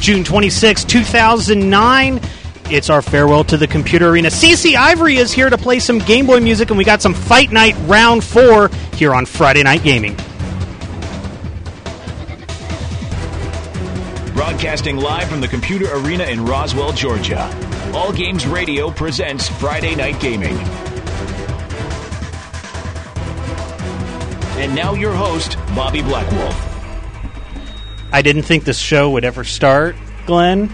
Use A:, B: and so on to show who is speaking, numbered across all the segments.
A: June 26, 2009. It's our farewell to the computer arena. CC Ivory is here to play some Game Boy music, and we got some Fight Night Round 4 here on Friday Night Gaming.
B: Broadcasting live from the Computer Arena in Roswell, Georgia. All Games Radio presents Friday Night Gaming. And now your host, Bobby Blackwolf.
A: I didn't think this show would ever start, Glenn.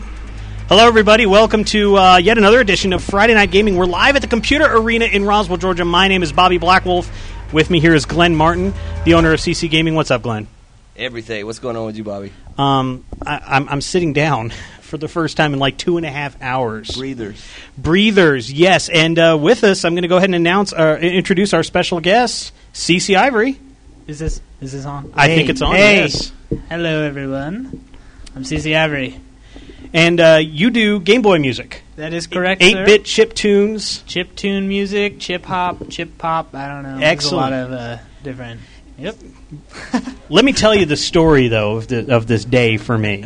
A: Hello, everybody. Welcome to uh, yet another edition of Friday Night Gaming. We're live at the Computer Arena in Roswell, Georgia. My name is Bobby Blackwolf. With me here is Glenn Martin, the owner of CC Gaming. What's up, Glenn?
C: Everything. What's going on with you, Bobby?
A: Um, I, I'm, I'm sitting down for the first time in like two and a half hours.
C: Breathers.
A: Breathers, yes. And uh, with us, I'm going to go ahead and announce, uh, introduce our special guest, CC Ivory.
D: Is this is this on?
A: I think it's on.
D: Hey.
A: Yes.
D: Hello everyone. I'm CC Avery.
A: And uh, you do Game Boy music,
D: That is correct. sir.
A: eight-bit chip tunes.
D: chip tune music, chip hop, chip pop. I don't know.
A: Excellent.
D: There's a lot of uh, different. Yep.
A: Let me tell you the story, though, of, the, of this day for me.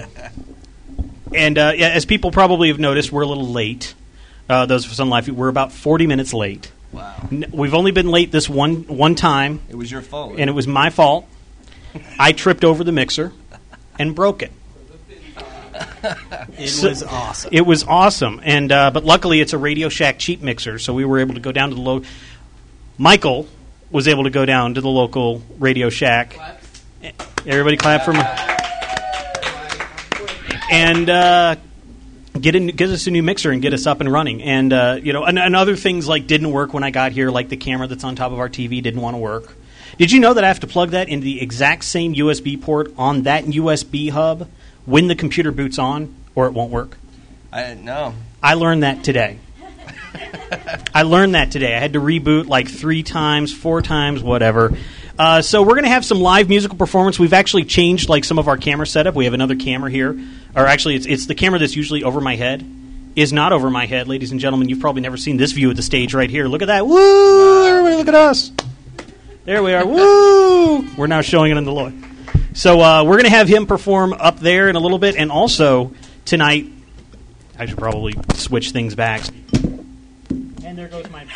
A: And uh, yeah, as people probably have noticed, we're a little late. Uh, those of us on live, we're about 40 minutes late.
C: Wow.
A: N- We've only been late this one one time,
C: It was your fault.
A: and it was my fault. I tripped over the mixer and broke it.
D: It
A: So-
D: was awesome.
A: It was awesome, and uh, but luckily it's a Radio Shack cheap mixer, so we were able to go down to the low. Michael was able to go down to the local Radio Shack. Eh, Everybody clap for him. And uh, get in, get us a new mixer and get us up and running. And uh, you know, and, and other things like didn't work when I got here, like the camera that's on top of our TV didn't want to work. Did you know that I have to plug that into the exact same USB port on that USB hub when the computer boots on, or it won't work?
C: I didn't know.
A: I learned that today. I learned that today. I had to reboot like three times, four times, whatever. Uh, so we're going to have some live musical performance. We've actually changed like some of our camera setup. We have another camera here, or actually, it's it's the camera that's usually over my head is not over my head, ladies and gentlemen. You've probably never seen this view of the stage right here. Look at that! Woo! Everybody, look at us. There we are. Woo! We're now showing it on the Lloyd. So uh, we're going to have him perform up there in a little bit, and also tonight, I should probably switch things back. And there goes my.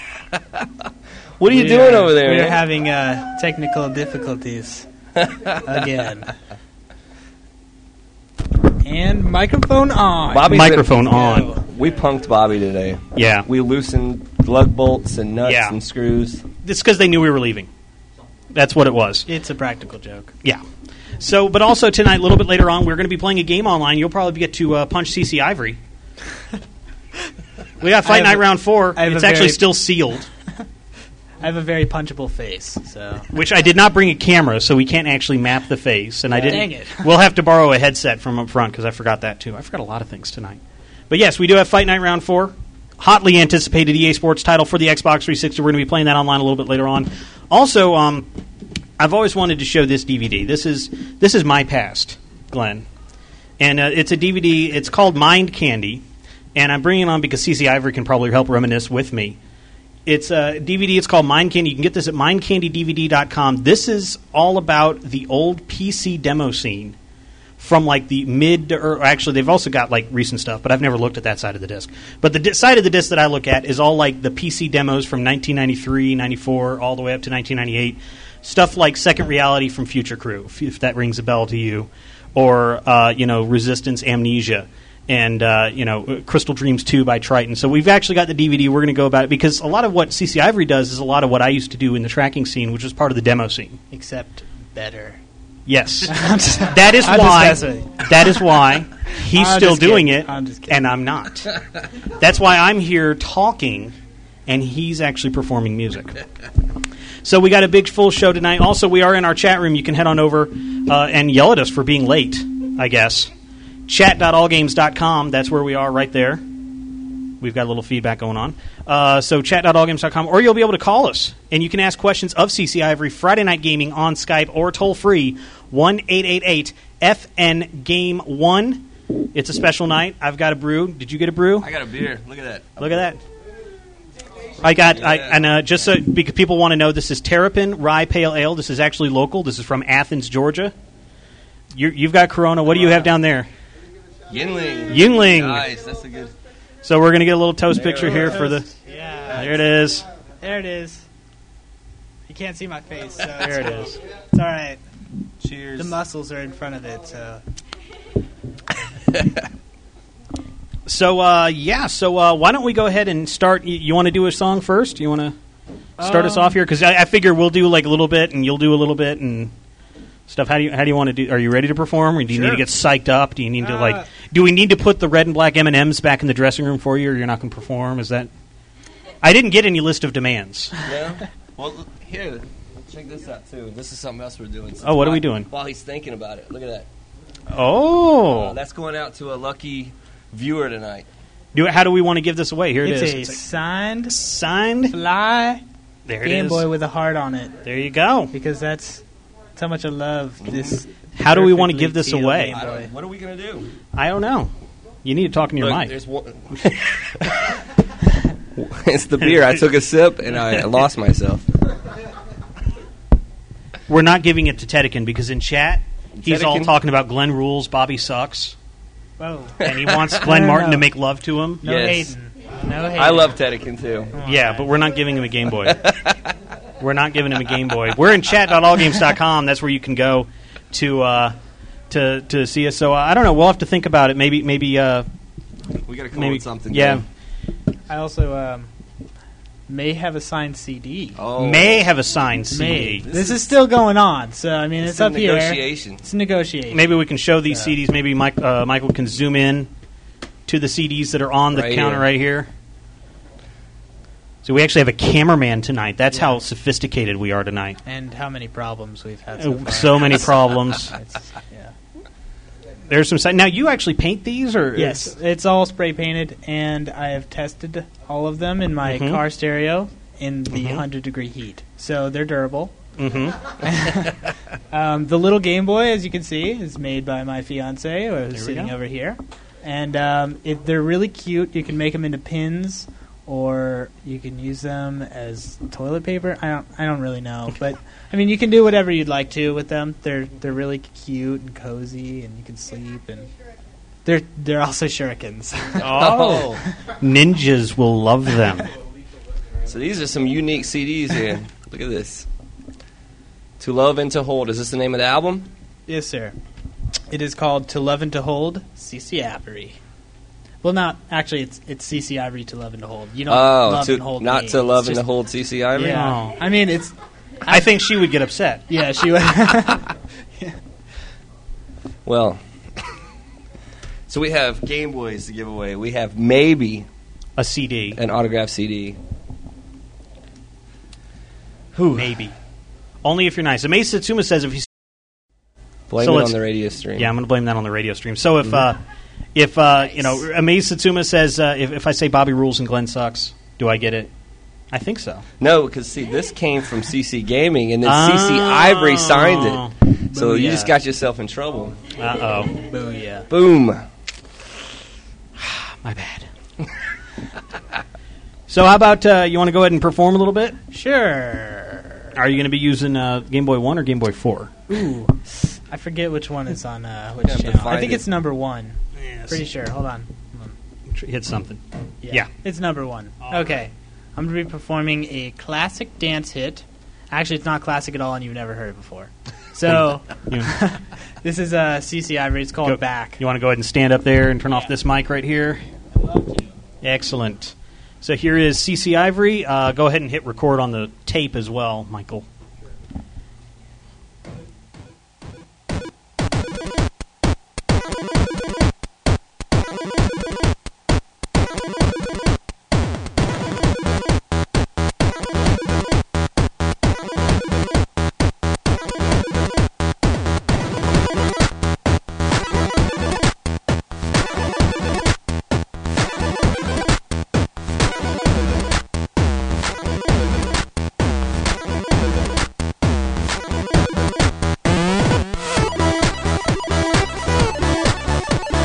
C: What are you
D: We
C: doing
D: are-
C: over there?
D: We are
C: man?
D: having uh, technical difficulties again. And microphone on.
C: Bobby's
A: Microphone
C: a-
A: on.
D: Yo.
C: We punked Bobby today.
A: Yeah.
C: We loosened lug bolts and nuts
A: Yeah.
C: and screws.
A: It's because they knew we were leaving. That's what it was.
D: It's a practical joke.
A: Yeah. So, but also tonight, a little bit later on, we're going to be playing a game online. You'll probably get to uh, punch CC Ivory. we got
D: I
A: Fight
D: have
A: Night
D: a-
A: Round 4.
D: I have a
A: It's actually
D: very-
A: still sealed,
D: I have a very punchable face, so
A: which I did not bring a camera, so we can't actually map the face. And I didn't.
D: Dang it.
A: we'll have to borrow a headset from up front because I forgot that, too. I forgot a lot of things tonight. But yes, we do have Fight Night Round 4. Hotly anticipated EA Sports title for the Xbox 360. We're going to be playing that online a little bit later on. Also, um, I've always wanted to show this DVD. This is this is my past, Glenn, and uh, it's a DVD. It's called Mind Candy, and I'm bringing it on because CC Ivory can probably help reminisce with me. It's a DVD. It's called Mind Candy. You can get this at mindcandydvd.com. This is all about the old PC demo scene from like the mid to, or actually they've also got like recent stuff but i've never looked at that side of the disc but the di- side of the disc that i look at is all like the pc demos from 1993 94 all the way up to 1998 stuff like second reality from future crew if, if that rings a bell to you or uh, you know resistance amnesia and uh, you know crystal dreams 2 by triton so we've actually got the dvd we're going to go about it because a lot of what cc ivory does is a lot of what i used to do in the tracking scene which was part of the demo scene
D: except better.
A: Yes, that is
D: I'm just
A: why.
D: fascinated.
A: That is why he's
D: I'm
A: still
D: just
A: doing
D: kidding.
A: it,
D: I'm just kidding.
A: and I'm not. That's why I'm here talking, and he's actually performing music. So we got a big full show tonight. Also, we are in our chat room. You can head on over uh, and yell at us for being late. I guess chat.allgames.com. That's where we are right there. We've got a little feedback going on. Uh, so chat.allgames.com, or you'll be able to call us, and you can ask questions of CC Ivory Friday Night Gaming on Skype or toll free one eight eight eight FN Game One. It's a special night. I've got a brew. Did you get a brew?
C: got a beer. Look at that.
A: Look at that. I got I and uh, just so because people want to know this is Terrapin Rye Pale Ale. This is actually local. This is from Athens, Georgia. You, you've got Corona. What do you have down there?
C: Yinling.
A: Yingling.
C: Nice. That's a good.
A: So we're gonna get a little toast picture here for the.
D: Yeah.
A: There it is.
D: There it is. You can't see my face. So
A: There it
D: it's,
A: is.
D: It's all right.
C: Cheers.
D: The muscles are in front of it. So
A: So uh, yeah. So uh, why don't we go ahead and start? You, you want to do a song first? You want to start us
D: Um,
A: off here? Because I, I figure we'll do like a little bit, and you'll do a little bit, and stuff. How do you how do you want to do? Are you ready to perform, or do you need to
D: Sure.
A: get psyched up? Do you need to
D: Uh,
A: like? Do we need to put the red and black M and M's back in the dressing room for you, or you're not going to perform? Is that? I didn't get any list of demands.
C: Yeah. Well, l- here. Check this out too. This is something else we're doing.
A: Oh, what are we
C: While-
A: doing?
C: While he's thinking about it, look at that. Uh,
A: Oh,
C: that's going out to a lucky viewer tonight.
A: do how do we want to give this away? Here it
D: it's
A: is.
D: a
A: It's
D: signed
A: like signed.
D: fly
A: There it
D: Game
A: is.
D: Boy with a heart on it
A: There you go.
D: because that's that's how much I love this.
A: How do we want to
D: perfectly
A: give this
D: teal
A: away?
D: Game
C: I
D: Boy.
C: don't, what are we gonna do?
A: I don't know. You need to talk in your
C: Look,
A: mic.
C: there's one. it's the beer. I took a sip and I lost myself.
A: We're not giving it to Tedekin because in chat he's all
C: Tedekin-
A: talking about Glenn rules, Bobby sucks,
D: Whoa.
A: and he wants Glenn
D: No, no,
A: Martin to
D: no.
A: make love to him.
D: No
C: Yes.
D: Hayden. No Hayden.
C: I love Tedekin too.
A: Yeah, but we're not giving him a Game Boy. we're not giving him a Game Boy. We're in chat.allgames.com. That's where you can go to uh, to to see us. So uh, I don't know. We'll have to think about it. Maybe maybe uh,
C: We gotta come up
A: maybe
C: with something.
A: Yeah,
C: dude.
D: I also um, may have a signed CD.
C: Oh,
A: may have a signed
D: May.
A: CD.
D: This, is, still going on, so I mean, it's,
C: It's a
D: up here.
C: negotiation.
D: It's negotiation.
A: Maybe we can show these
D: Yeah.
A: CDs. Maybe Mike, uh, Michael can zoom in to the CDs that are on the
C: Right
A: counter
C: here.
A: right here. So we actually have a cameraman tonight. That's how sophisticated we are tonight.
D: And how many problems we've had so
A: Uh,
D: far.
A: So many problems.
D: It's, yeah.
A: There's some. si- Now you actually paint these, or
D: Yes, it's all spray painted, and I have tested all of them in my
A: Mhm.
D: car stereo in the
A: Mhm.
D: 100 degree heat. So they're durable.
A: hmm
D: Um, the little Game Boy, as you can see, is made by my fiance, who
A: we
D: is sitting
A: go.
D: over here, and um, it, they're really cute. You can make them into pins, or you can use them as toilet paper. I don't, I don't really know, but I mean, you can do whatever you'd like to with them. They're they're really cute and cozy, and you can sleep, and they're they're also shurikens.
A: Oh, ninjas will love them.
C: So these are some unique CDs here. Look at this. To Love and to Hold. Is this the name of the album?
D: yes, sir. It is called "To Love and to Hold," CC Ivory. Well, not actually. It's it's CC Ivory to love and to hold. You don't love
C: to,
D: and hold
C: not
D: me.
C: to
D: It's
C: Love and
D: just-
C: to Hold CC Ivory?
D: Yeah.
A: Oh.
D: I mean, it's
A: I think she would get upset.
D: yeah. She went.
C: Well, so we have Game Boys to give away. We have maybe
A: A CD,
C: an autographed CD.
A: maybe. Only if you're nice. Amazed Satsuma says if you.
C: Blame
A: So
C: it
A: let's-
C: on the radio stream. Mm-hmm.
A: Yeah, I'm going to blame that on the radio stream. So if uh, if uh, you know, Amaze Satsuma says uh, if, if I say Bobby rules and Glenn sucks, do I get it? I think so.
C: No, because see, this came from CC Gaming, and then CC
A: Oh.
C: Ivory signed it. So you
D: Booyah.
C: just got yourself in trouble.
A: Uh oh,
D: Booyah.
C: Boom.
A: my bad. so how about uh, you want to go ahead and perform a little bit?
D: Sure.
A: Are you going to be using uh, Game Boy One or Game Boy Four?
D: Ooh, I forget which one is on uh, which
C: Yeah, but
D: channel. I
C: find
D: think
C: it.
D: it's number one.
A: Yes.
D: Pretty sure. Hold on.
A: Hit something.
D: Yeah.
A: Yeah.
D: It's number one. okay. I'm going to be performing a classic dance hit. Actually, it's not classic at all, and you've never heard it before. So,
A: You,
D: this is uh, CC Ivory. It's called
A: go-
D: Back.
A: You want to go ahead and stand up there and turn off this mic right here? Excellent. So here is CC Ivory. Uh, go ahead and hit record on the tape as well, Michael.
E: Thank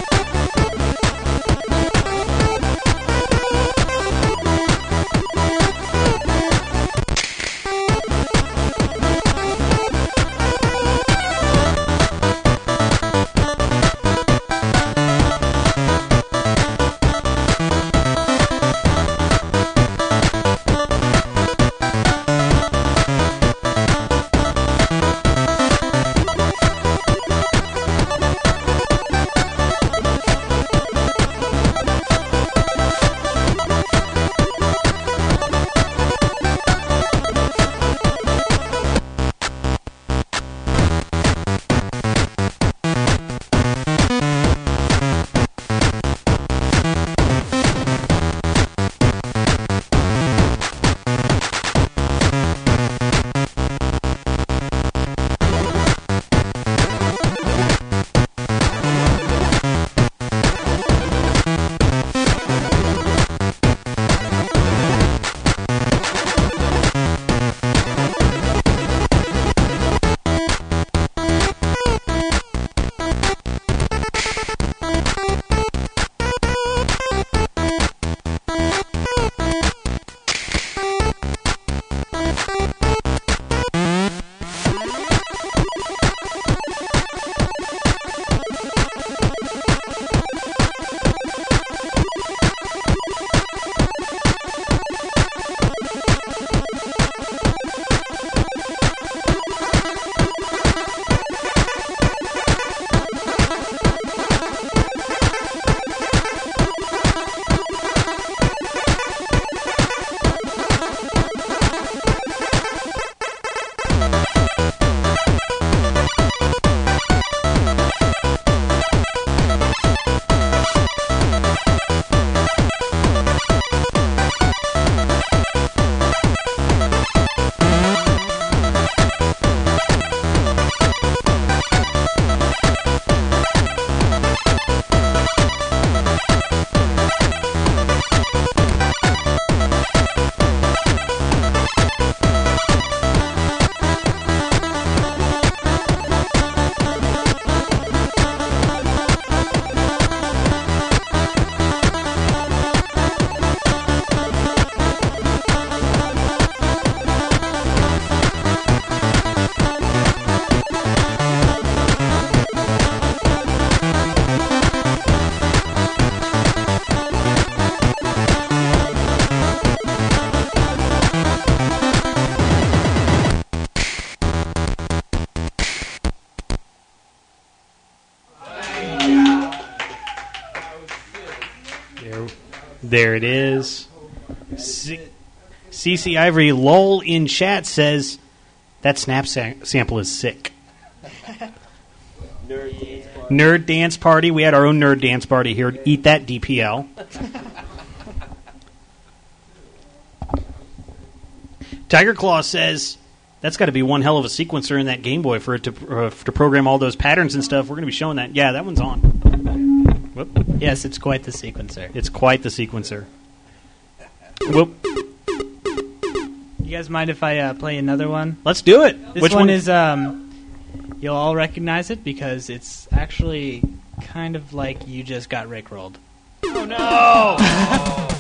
A: There it is. C- CC Ivory lol in chat says that snap sa- sample is sick. Nerd dance party. We had our own nerd dance party here. Eat that DPL. Tiger Claw says that's got to be one hell of a sequencer in that Game Boy for it to uh, to program all those patterns and stuff. We're going to be showing that. Yeah, that one's on. Whoop.
D: Yes, it's quite the sequencer.
A: It's quite the sequencer. Well,
D: You guys mind if I uh, play another one?
A: let's do it.
D: This
A: Which
D: one, is um, you'll all recognize it because it's actually kind of like you just got rickrolled.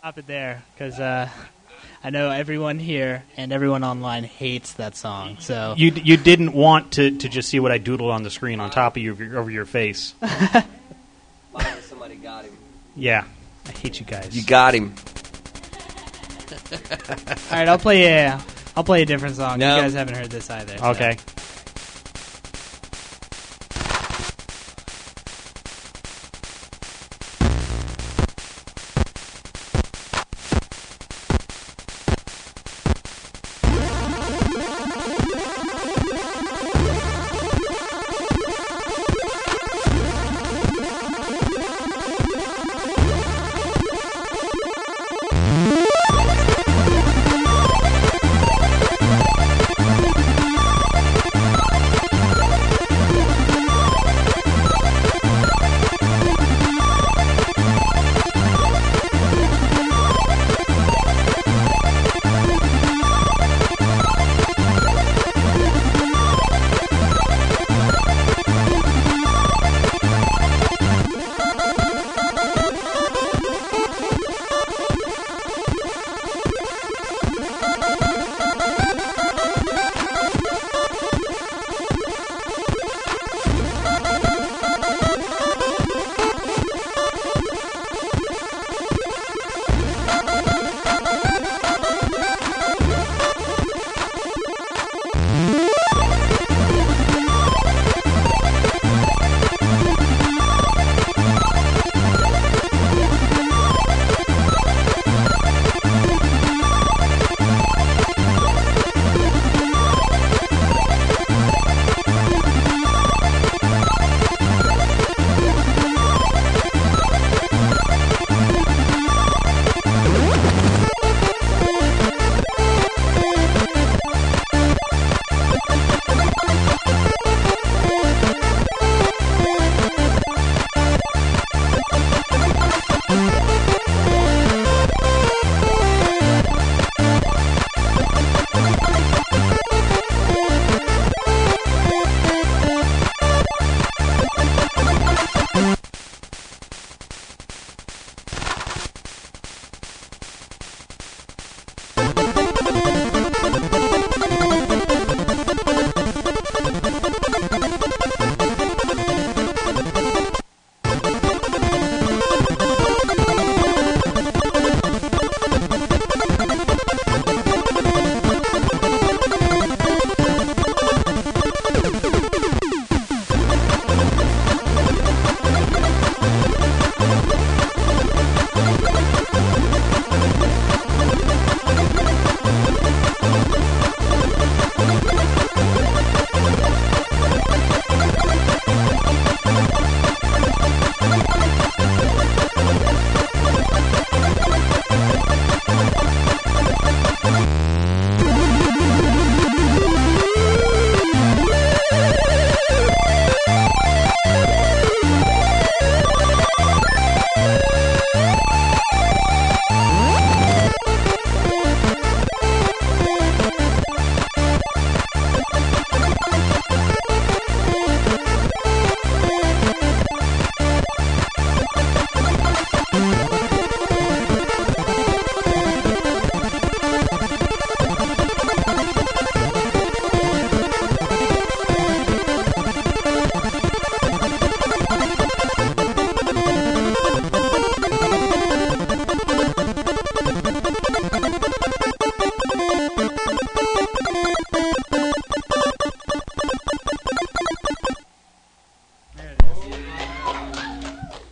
D: Stop it there, because uh, I know everyone here and everyone online hates that song. So
A: You you didn't want to, to just see what I doodled on the screen on top of you over your face.
C: Finally, somebody got him.
A: Yeah, I hate you guys.
C: You got him.
D: all right, I'll play a, I'll play a different song.
C: No.
D: You guys haven't heard this either. so.
A: okay.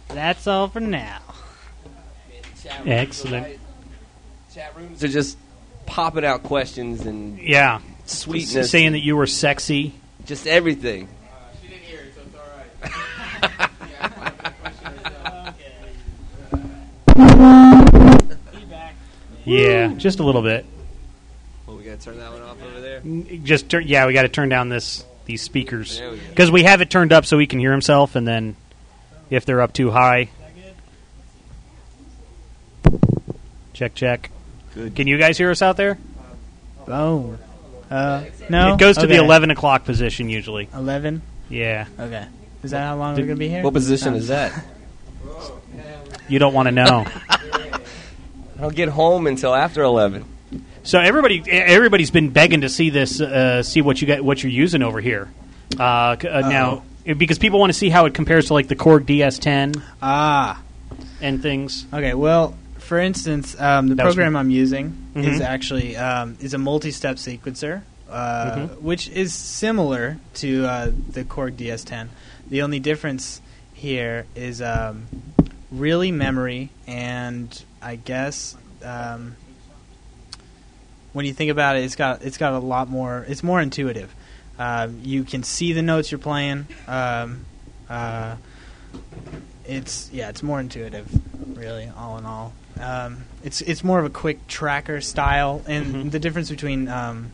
D: that's all for now.
A: Excellent.
C: Chat rooms are just popping out questions and
A: Yeah.
C: sweetness,
A: Saying that you were sexy.
C: just everything.
E: She didn't hear it, so it's all right.
A: Yeah, just a little bit.
C: Well, we gotta turn that one off over there.
A: Just turn. Yeah, we got to turn down this these speakers
C: There we go.
A: because we have it turned up so he can hear himself, and then if they're up too high, check check.
B: Good.
A: Can you guys hear us out there?
D: Oh. Uh, no.
A: It goes to the
D: Okay.
A: eleven o'clock position usually.
D: 11?
A: Yeah,
D: Okay. Is that how long we're going to be here?
C: What position is that?
A: you don't want to know.
C: I don't get home until after eleven.
A: So everybody, everybody's been begging to see this, uh, see what you got, what you're using over here uh, c- uh, now, because people want to see how it compares to like the Korg DS10
D: Ah.
A: and things.
D: Okay. Well, for instance, um, the
A: That was
D: program I'm using is
A: Mhm.
D: actually um, is a multi-step sequencer, uh,
A: Mm-hmm.
D: which is similar to uh, the Korg DS10. The only difference here is um, really memory, and I guess um, when you think about it, it's got it's got a lot more. It's more intuitive. Um, you can see the notes you're playing. Um, uh, it's yeah, it's more intuitive, really. All in all, um, it's it's more of a quick tracker style, and the difference between um,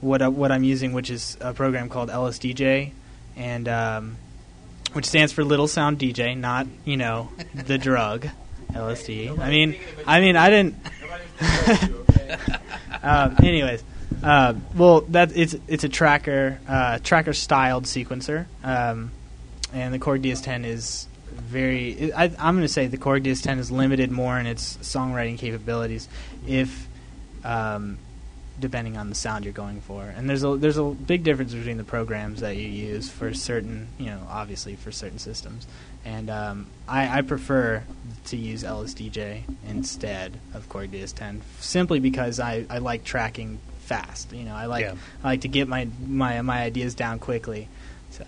D: what I, what I'm using, which is a program called LSDJ, and um, which stands for Little Sound DJ, not you know the drug, LSD. I mean, I mean, I didn't. um, anyways, uh, well, that it's it's a tracker uh, tracker styled sequencer. Um, and the Korg DS10 is very. I, I'm going to say the Korg DS10 is limited more in its songwriting capabilities, if um, depending on the sound you're going for. And there's a there's a big difference between the programs that you use for certain, you know, obviously for certain systems. And um, I, I prefer to use LSDJ instead of Korg DS10 simply because I, I like tracking fast. You know, I like
A: Yeah.
D: I like to get my my my ideas down quickly. So.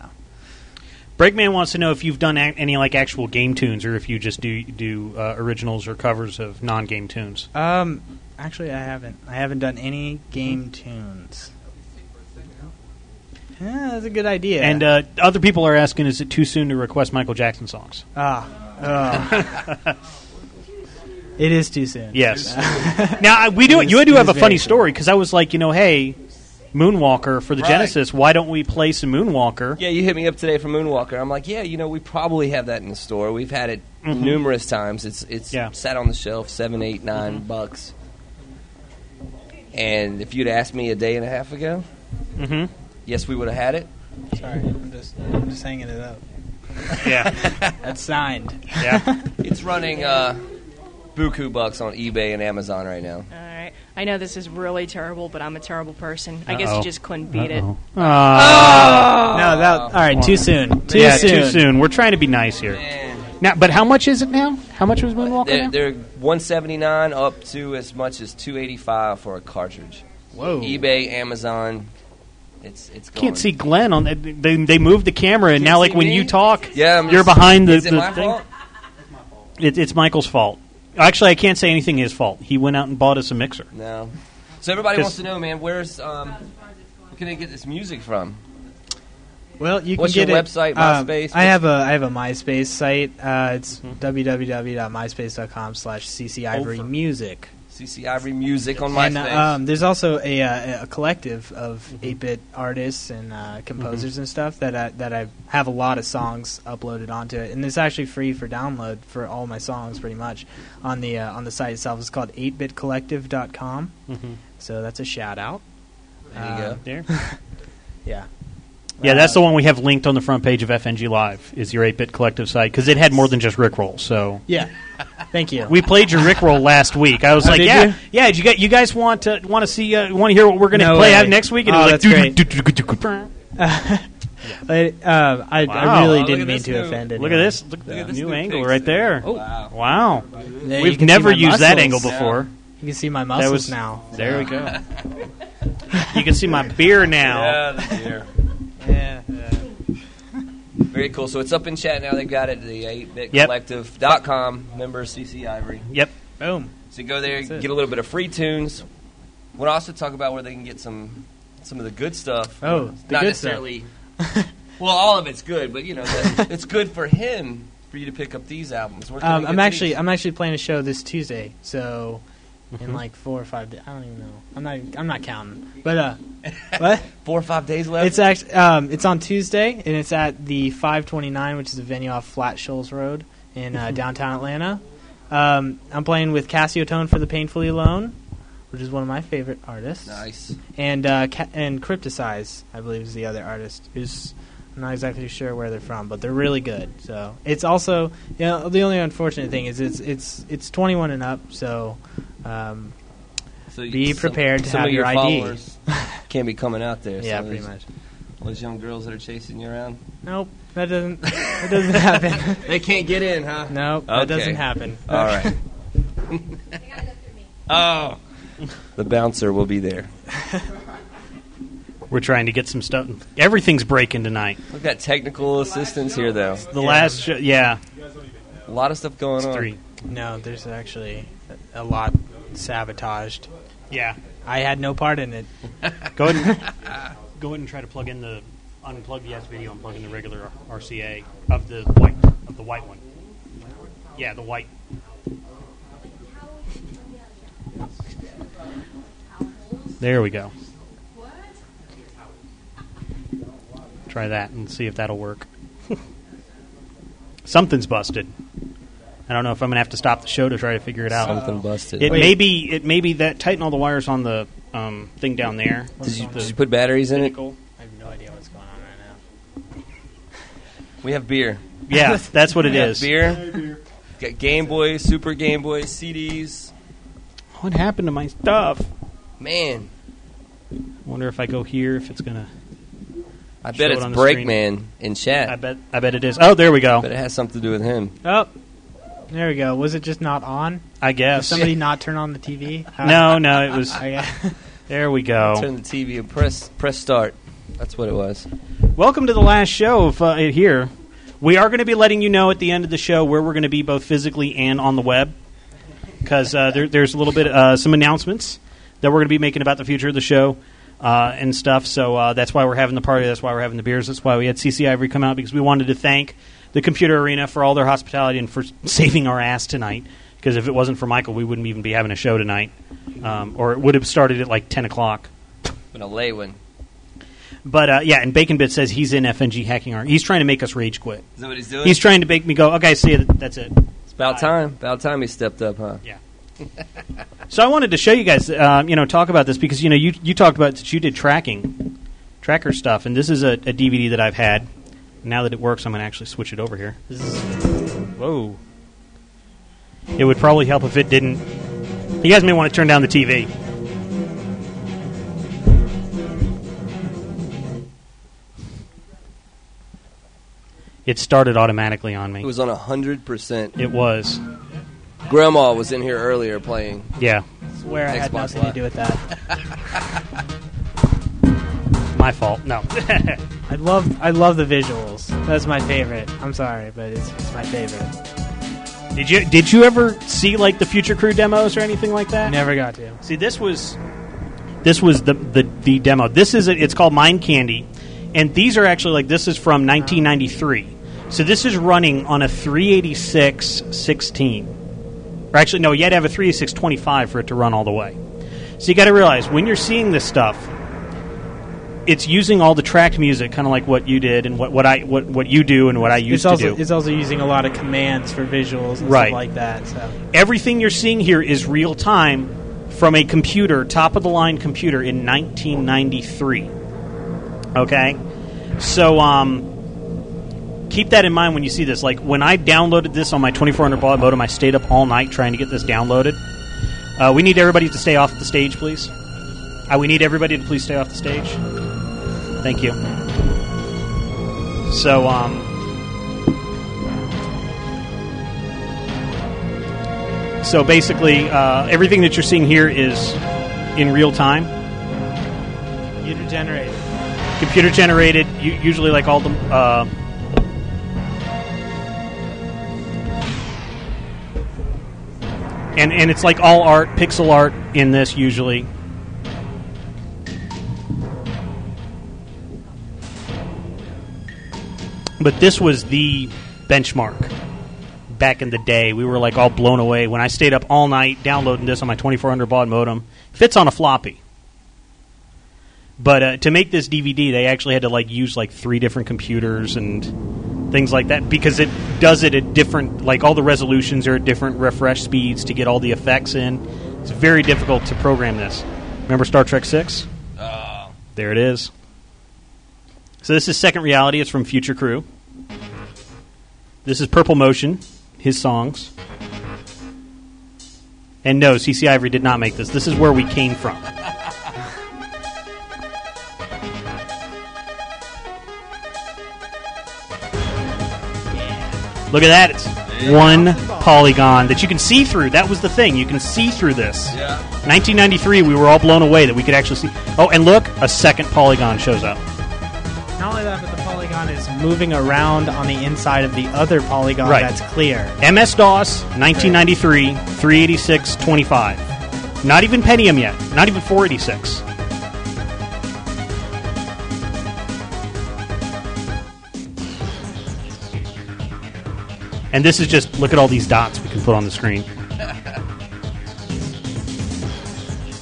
A: Breakman wants to know if you've done a- any like actual game tunes or if you just do do uh, originals or covers of non-game tunes.
D: Um, actually, I haven't. I haven't done any game tunes. Yeah, that's a good idea.
A: And uh, other people are asking, is it too soon to request Michael Jackson songs?
D: ah, oh. it is too soon.
A: Yes. now I- we do.
D: It is-
A: You do
D: it
A: have
D: is
A: a funny
D: very
A: story because I was like, you know, hey, Moonwalker for the Genesis. Why don't we play some Moonwalker?
C: Yeah, you hit me up today for Moonwalker. I'm like, yeah, you know, we probably have that in the store. We've had it numerous times. It's it's
A: Mm-hmm. Yeah. Mm-hmm.
C: sat on the shelf seven, eight, nine bucks. And if you'd asked me a day and a half ago,
A: Mhm.
C: yes, we would have had it.
D: Sorry, I'm just, I'm just hanging it up.
A: Yeah.
D: That's signed.
A: yeah.
C: It's running uh, buku bucks on eBay and Amazon right now.
E: All right. I know this is really terrible, but I'm a terrible person. I guess
A: Uh-oh.
E: you just couldn't beat it.
D: no, that. All right, too soon. Too
A: Ah. yeah,
D: soon.
A: too soon. We're trying to be nice here. Now, but how much is it now? How much was Moonwalker?
C: They're,
A: now?
C: they're 179 up to as much as 285 for a cartridge.
D: Whoa.
C: eBay, Amazon, it's it's. Going.
A: can't see Glenn on that. They, they moved the camera, and
C: Can't
A: now like
C: see
A: when
C: me?
A: you talk,
C: Yeah, I'm
A: you're
C: just-
A: behind the,
C: Is it
A: the
C: my
A: thing.
C: fault?
A: It, it's Michael's fault. Actually, I can't say anything his fault. He went out and bought us a mixer.
C: No. So everybody wants
A: Just-
C: to know, man, where's um, where can they get this music from?
D: Well, you
C: What's
D: can get
C: your
D: it-
C: website,
D: um,
C: MySpace? Mm-hmm.
D: I have a I have a MySpace site. Uh, it's www.myspace.com/slash/ccivorymusic.
C: CC Ivory Music on
D: And
C: MySpace.
D: uh, um, there's also a, uh, a collective of
C: Mm-hmm.
D: 8-bit artists and uh, composers and stuff that I, that I have a lot of songs uploaded onto it, and it's actually free for download for all my songs pretty much on the uh, on the site itself. It's called 8bitcollective.com,
C: Mm-hmm.
D: so that's a shout out. Um,
C: there you go.
A: There.
D: Yeah,
A: Yeah, that's the one we have linked on the front page of FNG Live. Is your 8-bit collective site because it had more than just Rickroll. So
D: yeah. Thank you.
A: we played your Rickroll last week. I was
D: Oh,
A: like,
D: did
A: yeah,
D: you?
A: yeah. Did you guys, you guys want to want to see uh, want to hear what we're going to
D: No
A: play
D: way.
A: out next week? And
D: Oh,
A: it was like,
D: that's
A: "Doo-doo-doo-doo-doo-doo-doo."
D: I, uh, I,
A: Wow.
D: I really
C: Oh, look at
D: didn't mean
C: this
D: to
C: new-
D: offend anyone.
A: Look at this! Look
C: at
A: at the
C: this
A: new
C: new
A: angle
C: fix
A: right there.
C: Oh. Wow.
A: Wow,
D: There, you
A: we've
D: can see
A: never
D: my
A: used that
D: muscles.
A: angle before.
D: You can see my
A: That
D: muscles
A: was
D: now.
A: There we go. you can see my beer
C: Yeah,
A: now.
C: the deer.
D: Yeah.
C: Very cool. So it's up in chat now. They've got it. The 8bit
A: Yep.
C: collective.com member CC Ivory.
A: Yep.
D: Boom.
C: So go there,
D: That's it.
C: get a little bit of free tunes. We'll also talk about where they can get some some of the good stuff.
D: Oh, the
C: Not
D: good
C: necessarily. well, all of it's good, but you know, the, it's good for him for you to pick up these albums. Where can
D: Um,
C: we
D: I'm
C: get
D: actually
C: these?
D: I'm actually playing a show this Tuesday, so
C: Hmm?
D: in like four or five days. I don't even know. I'm not I'm not counting. But uh, what?
C: four or five days left.
D: It's actually um, it's on Tuesday and it's at the 529, which is a venue off Flat Shoals Road in
C: Mm-hmm.
D: uh, downtown Atlanta. Um, I'm playing with Cassio Tone for the Painfully Alone, which is one of my favorite artists,
C: nice.
D: and uh, ca- and Crypticize, I believe, is the other artist who's. I'm not exactly sure where they're from, but they're really good. So it's also, you know, the only unfortunate thing is it's it's it's 21 and up. So um,
C: So you-
D: Be
C: some-
D: prepared to
C: some
D: have
C: of your,
D: your ID.
C: followers can't be coming out there.
D: yeah,
C: some of
D: pretty
C: those-
D: much.
C: All those young girls that are chasing you around,
D: Nope, that doesn't that doesn't happen.
C: they can't get in, huh?
D: Nope,
C: Okay.
D: that doesn't happen.
C: All right. oh, the bouncer will be there.
A: We're trying to get some stuff. Everything's breaking tonight.
C: We've got technical assistance here, though.
A: The last show, yeah,
C: A lot of stuff going
A: it's
C: on.
A: three.
D: No, there's actually a lot sabotaged.
A: Yeah.
D: I had no part in it.
A: Go ahead. And, go ahead and try to plug in the unplug yes video and plug in the regular RCA of the white of the white one. Yeah, the white. There we go. Try that and see if that'll work. Something's busted. I don't know if I'm gonna have to stop the show to try to figure it out.
C: Something busted.
A: It may be it may be that tighten all the wires on the um, thing down there.
C: did, you,
A: The
C: did you put batteries in it?
A: pinnacle.
D: I have no idea what's going on right now.
C: We have beer.
A: Yeah, that's what it
C: We have
A: is.
C: beer. Got Game Boy, Super Game Boy, CDs.
A: What happened to my stuff?
C: Man,
A: Wonder if I go here if it's gonna.
C: I
A: Show
C: bet
A: it
C: it's
A: on the screen.
C: Breakman in chat.
A: I bet I bet it is. Oh, there we
C: But
A: go.
C: it has something to do with him.
D: Oh, there we go. Was it just not on?
A: I
D: Did
A: guess.
D: somebody not turn on the TV? How-
A: No, no, it was.
D: I guess.
A: There we go.
C: Turn the TV and press press start. That's what it was.
A: Welcome to the last show of, uh, here. We are going to be letting you know at the end of the show where we're going to be both physically and on the web, because uh, there, there's a little bit uh, some announcements that we're going to be making about the future of the show uh, and stuff. So uh, that's why we're having the party. That's why we're having the beers. That's why we had CC Ivory come out because we wanted to thank the Computer Arena for all their hospitality and for saving our ass tonight. Because if it wasn't for Michael, we wouldn't even be having a show tonight, um, or it would have started at like ten o'clock.
C: But a lay one.
A: But uh, yeah, and Bacon Bit says he's in FNG hacking art. He's trying to make us rage quit.
C: Is that what he's doing?
A: He's trying to make me go. Okay, see, it. that's it.
C: it's about time. About time he stepped up, huh?
A: So I wanted to show you guys, um, you know, talk about this because you know you you talked about that you did tracking, tracker stuff, and this is a, a DVD that I've had. Now that it works, I'm going to actually switch it over here.
D: This is-
A: Whoa! It would probably help if it didn't. You guys may want to turn down the TV. It started automatically on me.
C: He was on hundred percent.
A: It was.
C: Grandma was in here earlier playing.
A: Yeah,
D: swear I had
C: Xbox
D: nothing
C: Live.
D: to do with that.
A: my fault. No.
D: I love I love the visuals. That's my favorite. I'm sorry, but it's, it's my favorite.
A: did you did you ever see like the Future Crew demos or anything like that?
D: Never got to.
A: See, this was this was the the, the demo. This is it's called Mind Candy, and these are actually like this is from 1993. So this is running on a 386 16, or actually no, you had to have a 386 25 for it to run all the way. So you got to realize when you're seeing this stuff, it's using all the tracked music, kind of like what you did and what, what I what, what you do and what I used
D: it's also
A: to do.
D: it's also using a lot of commands for visuals and
A: Right.
D: stuff like that. So
A: everything you're seeing here is real time from a computer, top of the line computer in 1993. Okay? So um, keep that in mind when you see this. Like when I downloaded this on my 2400 baud modem, I stayed up all night trying to get this downloaded. Uh, we need everybody to stay off the stage, please. Uh, we need everybody to please stay off the stage. Thank you. So, um, So basically, uh, everything that you're seeing here is in real time,
D: computer generated.
A: computer generated. u- Usually, like all the uh, and and it's like all art, pixel art in this usually. But this was the benchmark back in the day. We were like all blown away when I stayed up all night downloading this on my 2400 baud modem. Fits on a floppy. But uh, to make this DVD, they actually had to like use like three different computers and things like that because it does it at different like all the resolutions are at different refresh speeds to get all the effects in. It's very difficult to program this. Remember Star Trek Six? There it is. So this is Second Reality. It's from Future Crew. This is Purple Motion, his songs. And no, CC Ivory did not make this. This is where we came from. Look at that. It's one polygon that you can see through. That was the thing. You can see through this.
C: Yeah.
A: 1993, we were all blown away that we could actually see. Oh, and look, a second polygon shows up.
D: Not only that, but the polygon is moving around on the inside of the other polygon
A: Right.
D: that's clear.
A: MS DOS, 1993, 386, 25. Not even Pentium yet. Not even 486. And this is just look at all these dots we can put on the screen.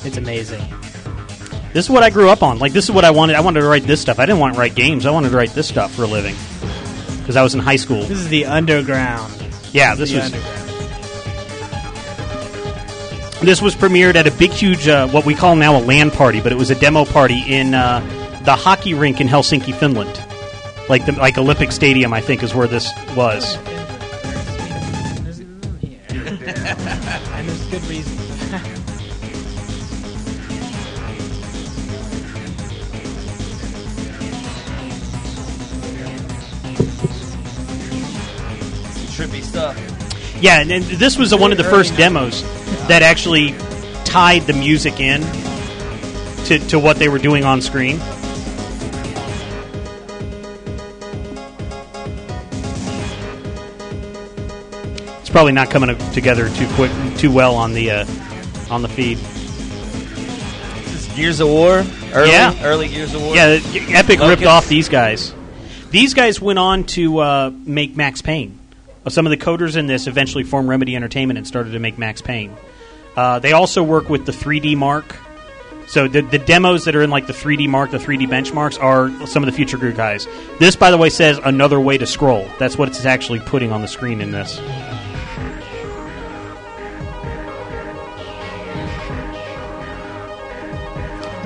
D: It's amazing.
A: This is what I grew up on. Like this is what I wanted. I wanted to write this stuff. I didn't want to write games. I wanted to write this stuff for a living because I was in high school.
D: This is the underground.
A: Yeah, this
D: the
A: was
D: underground.
A: This was premiered at a big, huge, uh, what we call now a land party, but it was a demo party in uh, the hockey rink in Helsinki, Finland. Like the like Olympic Stadium, I think, is where this was.
D: There's none here. and there's good reason. for that.
C: Trippy stuff.
A: Yeah, and, and this was the, one of the first demos that actually tied the music in to, to what they were doing on screen. It's probably not coming together too quick, too well on the uh, on the feed.
C: This is Gears of War. Early,
A: Yeah.
C: Early Gears of War.
A: Yeah, Epic ripped
C: Locust.
A: off these guys. These guys went on to uh, make Max Payne. Uh, Some of the coders in this eventually formed Remedy Entertainment and started to make Max Payne. Uh, they also work with the 3D Mark. So the, the demos that are in like the 3D Mark, the 3D benchmarks are some of the Future Crew guys. This, by the way, says another way to scroll. That's what it's actually putting on the screen in this.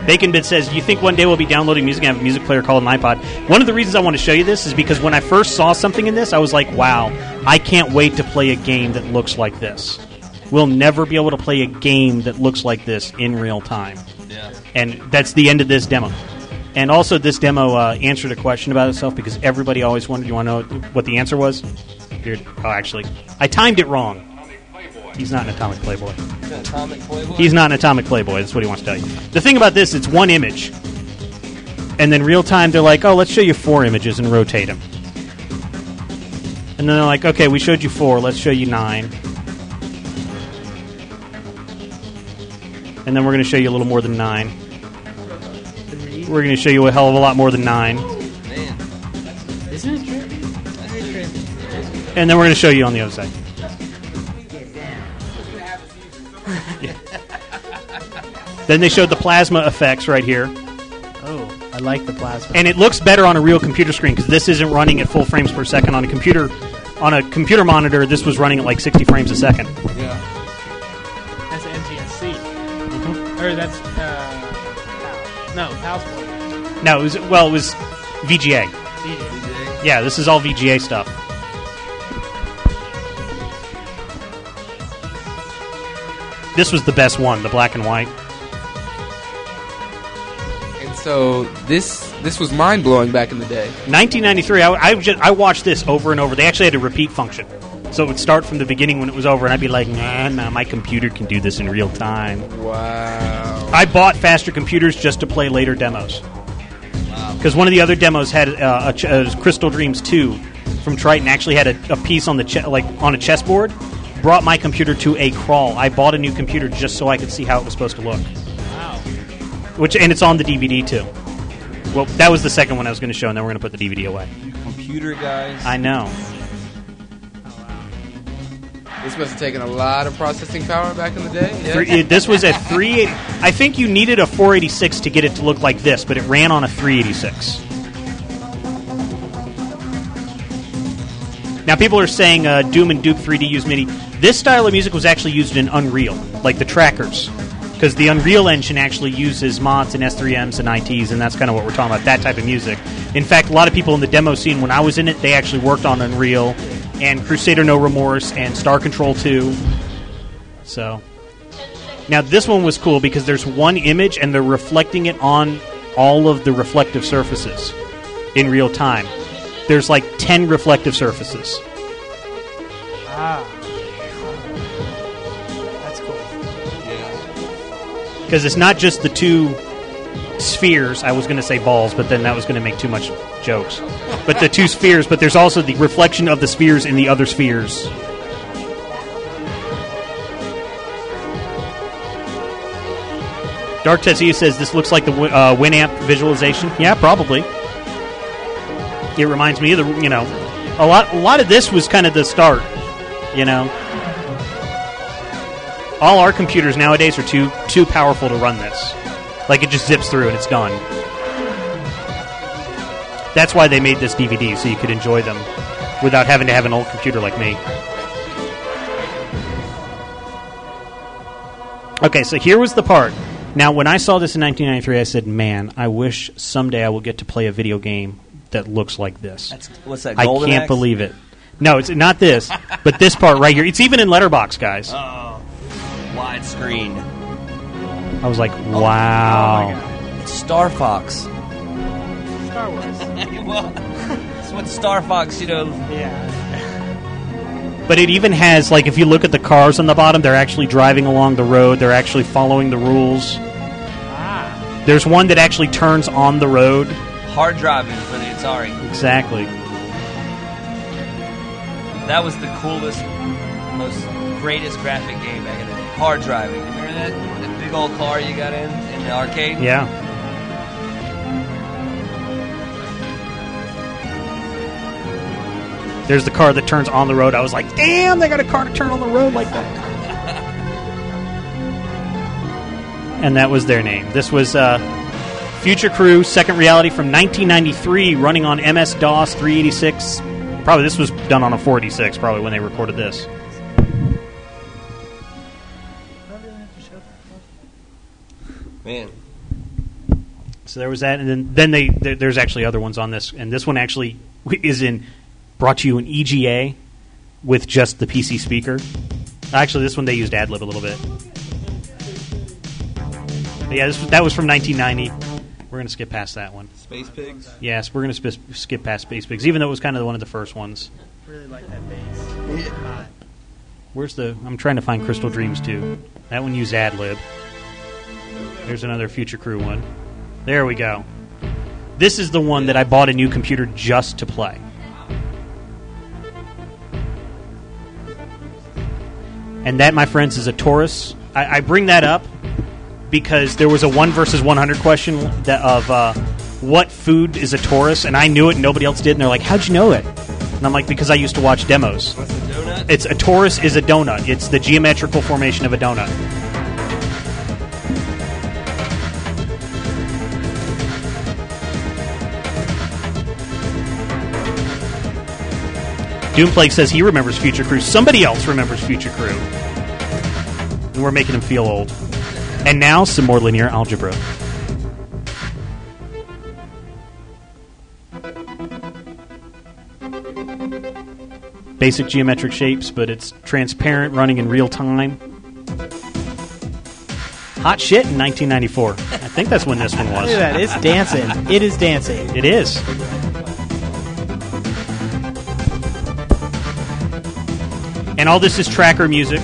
A: Bacon Bit says, "Do you think one day we'll be downloading music and have a music player called an iPod?" One of the reasons I want to show you this is because when I first saw something in this, I was like, "Wow, I can't wait to play a game that looks like this." We'll never be able to play a game that looks like this in real time,
C: Yeah.
A: and that's the end of this demo. And also, this demo uh, answered a question about itself because everybody always wondered. You want to know what the answer was? Here, oh, actually, I timed it wrong. He's not an atomic playboy.
C: Atomic Playboy.
A: He's not an atomic playboy. That's what he wants to tell you. The thing about this, it's one image, and then real time they're like, "Oh, let's show you four images and rotate them." And then they're like, "Okay, we showed you four. Let's show you nine. And then we're going to show you a little more than nine. We're going to show you a hell of a lot more than nine.
C: Man.
D: Isn't it trippy?
A: And then we're going to show you on the other side. Yeah. then they showed the plasma effects right here.
D: Oh, I like the plasma.
A: and it looks better on a real computer screen because this isn't running at full frames per second on a computer on a computer monitor this was running at like 60 frames a second
C: Yeah.
D: that's NTSC. Mm-hmm. Or that's uh, no, House Boy.
A: no it was well it was vga yeah this is all vga stuff this was the best one the black and white
F: And so this this was mind blowing back in the day.
A: 1993 I, I, just, I watched this over and over they actually had a repeat function so it would start from the beginning when it was over and i'd be like nah, nah my computer can do this in real time
F: Wow.
A: I bought faster computers just to play later demos. Because one of the other demos had uh, a ch- uh, Crystal Dreams 2 from Triton actually had a, a piece on the che- like on a chessboard brought my computer to a crawl. I bought a new computer just so I could see how it was supposed to look.
D: Wow.
A: Which and it's on the DVD too. Well, that was the second one I was going to show, and then we're going to put the DVD away.
C: Computer guys.
A: I know.
F: This must have taken a lot of processing power back in the day. Yeah.
A: Three, it- this was a three. I think you needed a 486 to get it to look like this, but it ran on a 386. Now people are saying uh, Doom and Duke 3D use MIDI. This style of music was actually used in Unreal, like the trackers, because the Unreal engine actually uses mods and S3Ms and ITs, and that's kind of what we're talking about. That type of music. In fact, a lot of people in the demo scene when I was in it, they actually worked on Unreal and Crusader No Remorse and Star Control 2. So now this one was cool because there's one image and they're reflecting it on all of the reflective surfaces in real time. There's like 10 reflective surfaces.
D: Ah. That's cool.
A: Because it's not just the two spheres. I was going to say balls, but then that was going to make too much jokes. But the two spheres, but there's also the reflection of the spheres in the other spheres. Dark Tetsuya says this looks like the Wi- uh, Winamp visualization. Yeah, probably. It reminds me of the you know, a lot a lot of this was kind of the start, you know all our computers nowadays are too too powerful to run this. Like it just zips through and it's done. That's why they made this DVD so you could enjoy them without having to have an old computer like me. Okay, so here was the part. Now, when I saw this in 1993, I said, "Man, I wish someday I will get to play a video game that looks like this."
C: That's, what's that?
A: I
C: Golden
A: can't
C: Axe?
A: believe it. No, it's not this, but this part right here. It's even in Letterbox, guys.
C: Oh. Widescreen.
A: I was like, wow.
C: It's Oh Star Fox.
D: Star Wars.
C: well, that's what Star Fox. You know.
D: yeah.
A: But it even has like if you look at the cars on the bottom, they're actually driving along the road. They're actually following the rules.
D: Ah.
A: There's one that actually turns on the road.
C: Hard driving for the Atari.
A: Exactly.
C: That was the coolest, most greatest graphic game back in the day. Hard driving. Remember that? That big old car you got in in the arcade.
A: Yeah. There's the car that turns on the road. I was like, damn, they got a car to turn on the road like that. and that was their name. This was uh, Future Crew, Second Reality from 1993, running on MS DOS 386. Probably this was done on a 486, probably when they recorded this.
C: Man.
A: So there was that, and then then they there, there's actually other ones on this, and this one actually is in brought to you in EGA with just the PC speaker. Actually, this one they used AdLib a little bit. But yeah, this, that was from 1990. We're gonna skip past that one.
C: Space pigs.
A: Yes, we're gonna sp- skip past Space Pigs, even though it was kind of one of the first ones.
D: Really like that bass.
A: Where's the? I'm trying to find Crystal Dreams too. That one used AdLib. There's another Future Crew one. There we go. This is the one that I bought a new computer just to play. And that, my friends, is a Taurus. I, I bring that up because there was a one versus 100 question that of uh, what food is a Taurus, and I knew it, and nobody else did, and they're like, "How'd you know it?" And I'm like, "Because I used to watch demos."
C: What's a donut?
A: It's a torus is a donut. It's the geometrical formation of a donut. Doomplague says he remembers Future Crew. Somebody else remembers Future Crew. And we're making him feel old. And now some more linear algebra. Basic geometric shapes, but it's transparent, running in real time. Hot shit in 1994. I think that's when this one was.
D: Look at that. It's dancing. It is dancing.
A: It is. And all this is tracker music.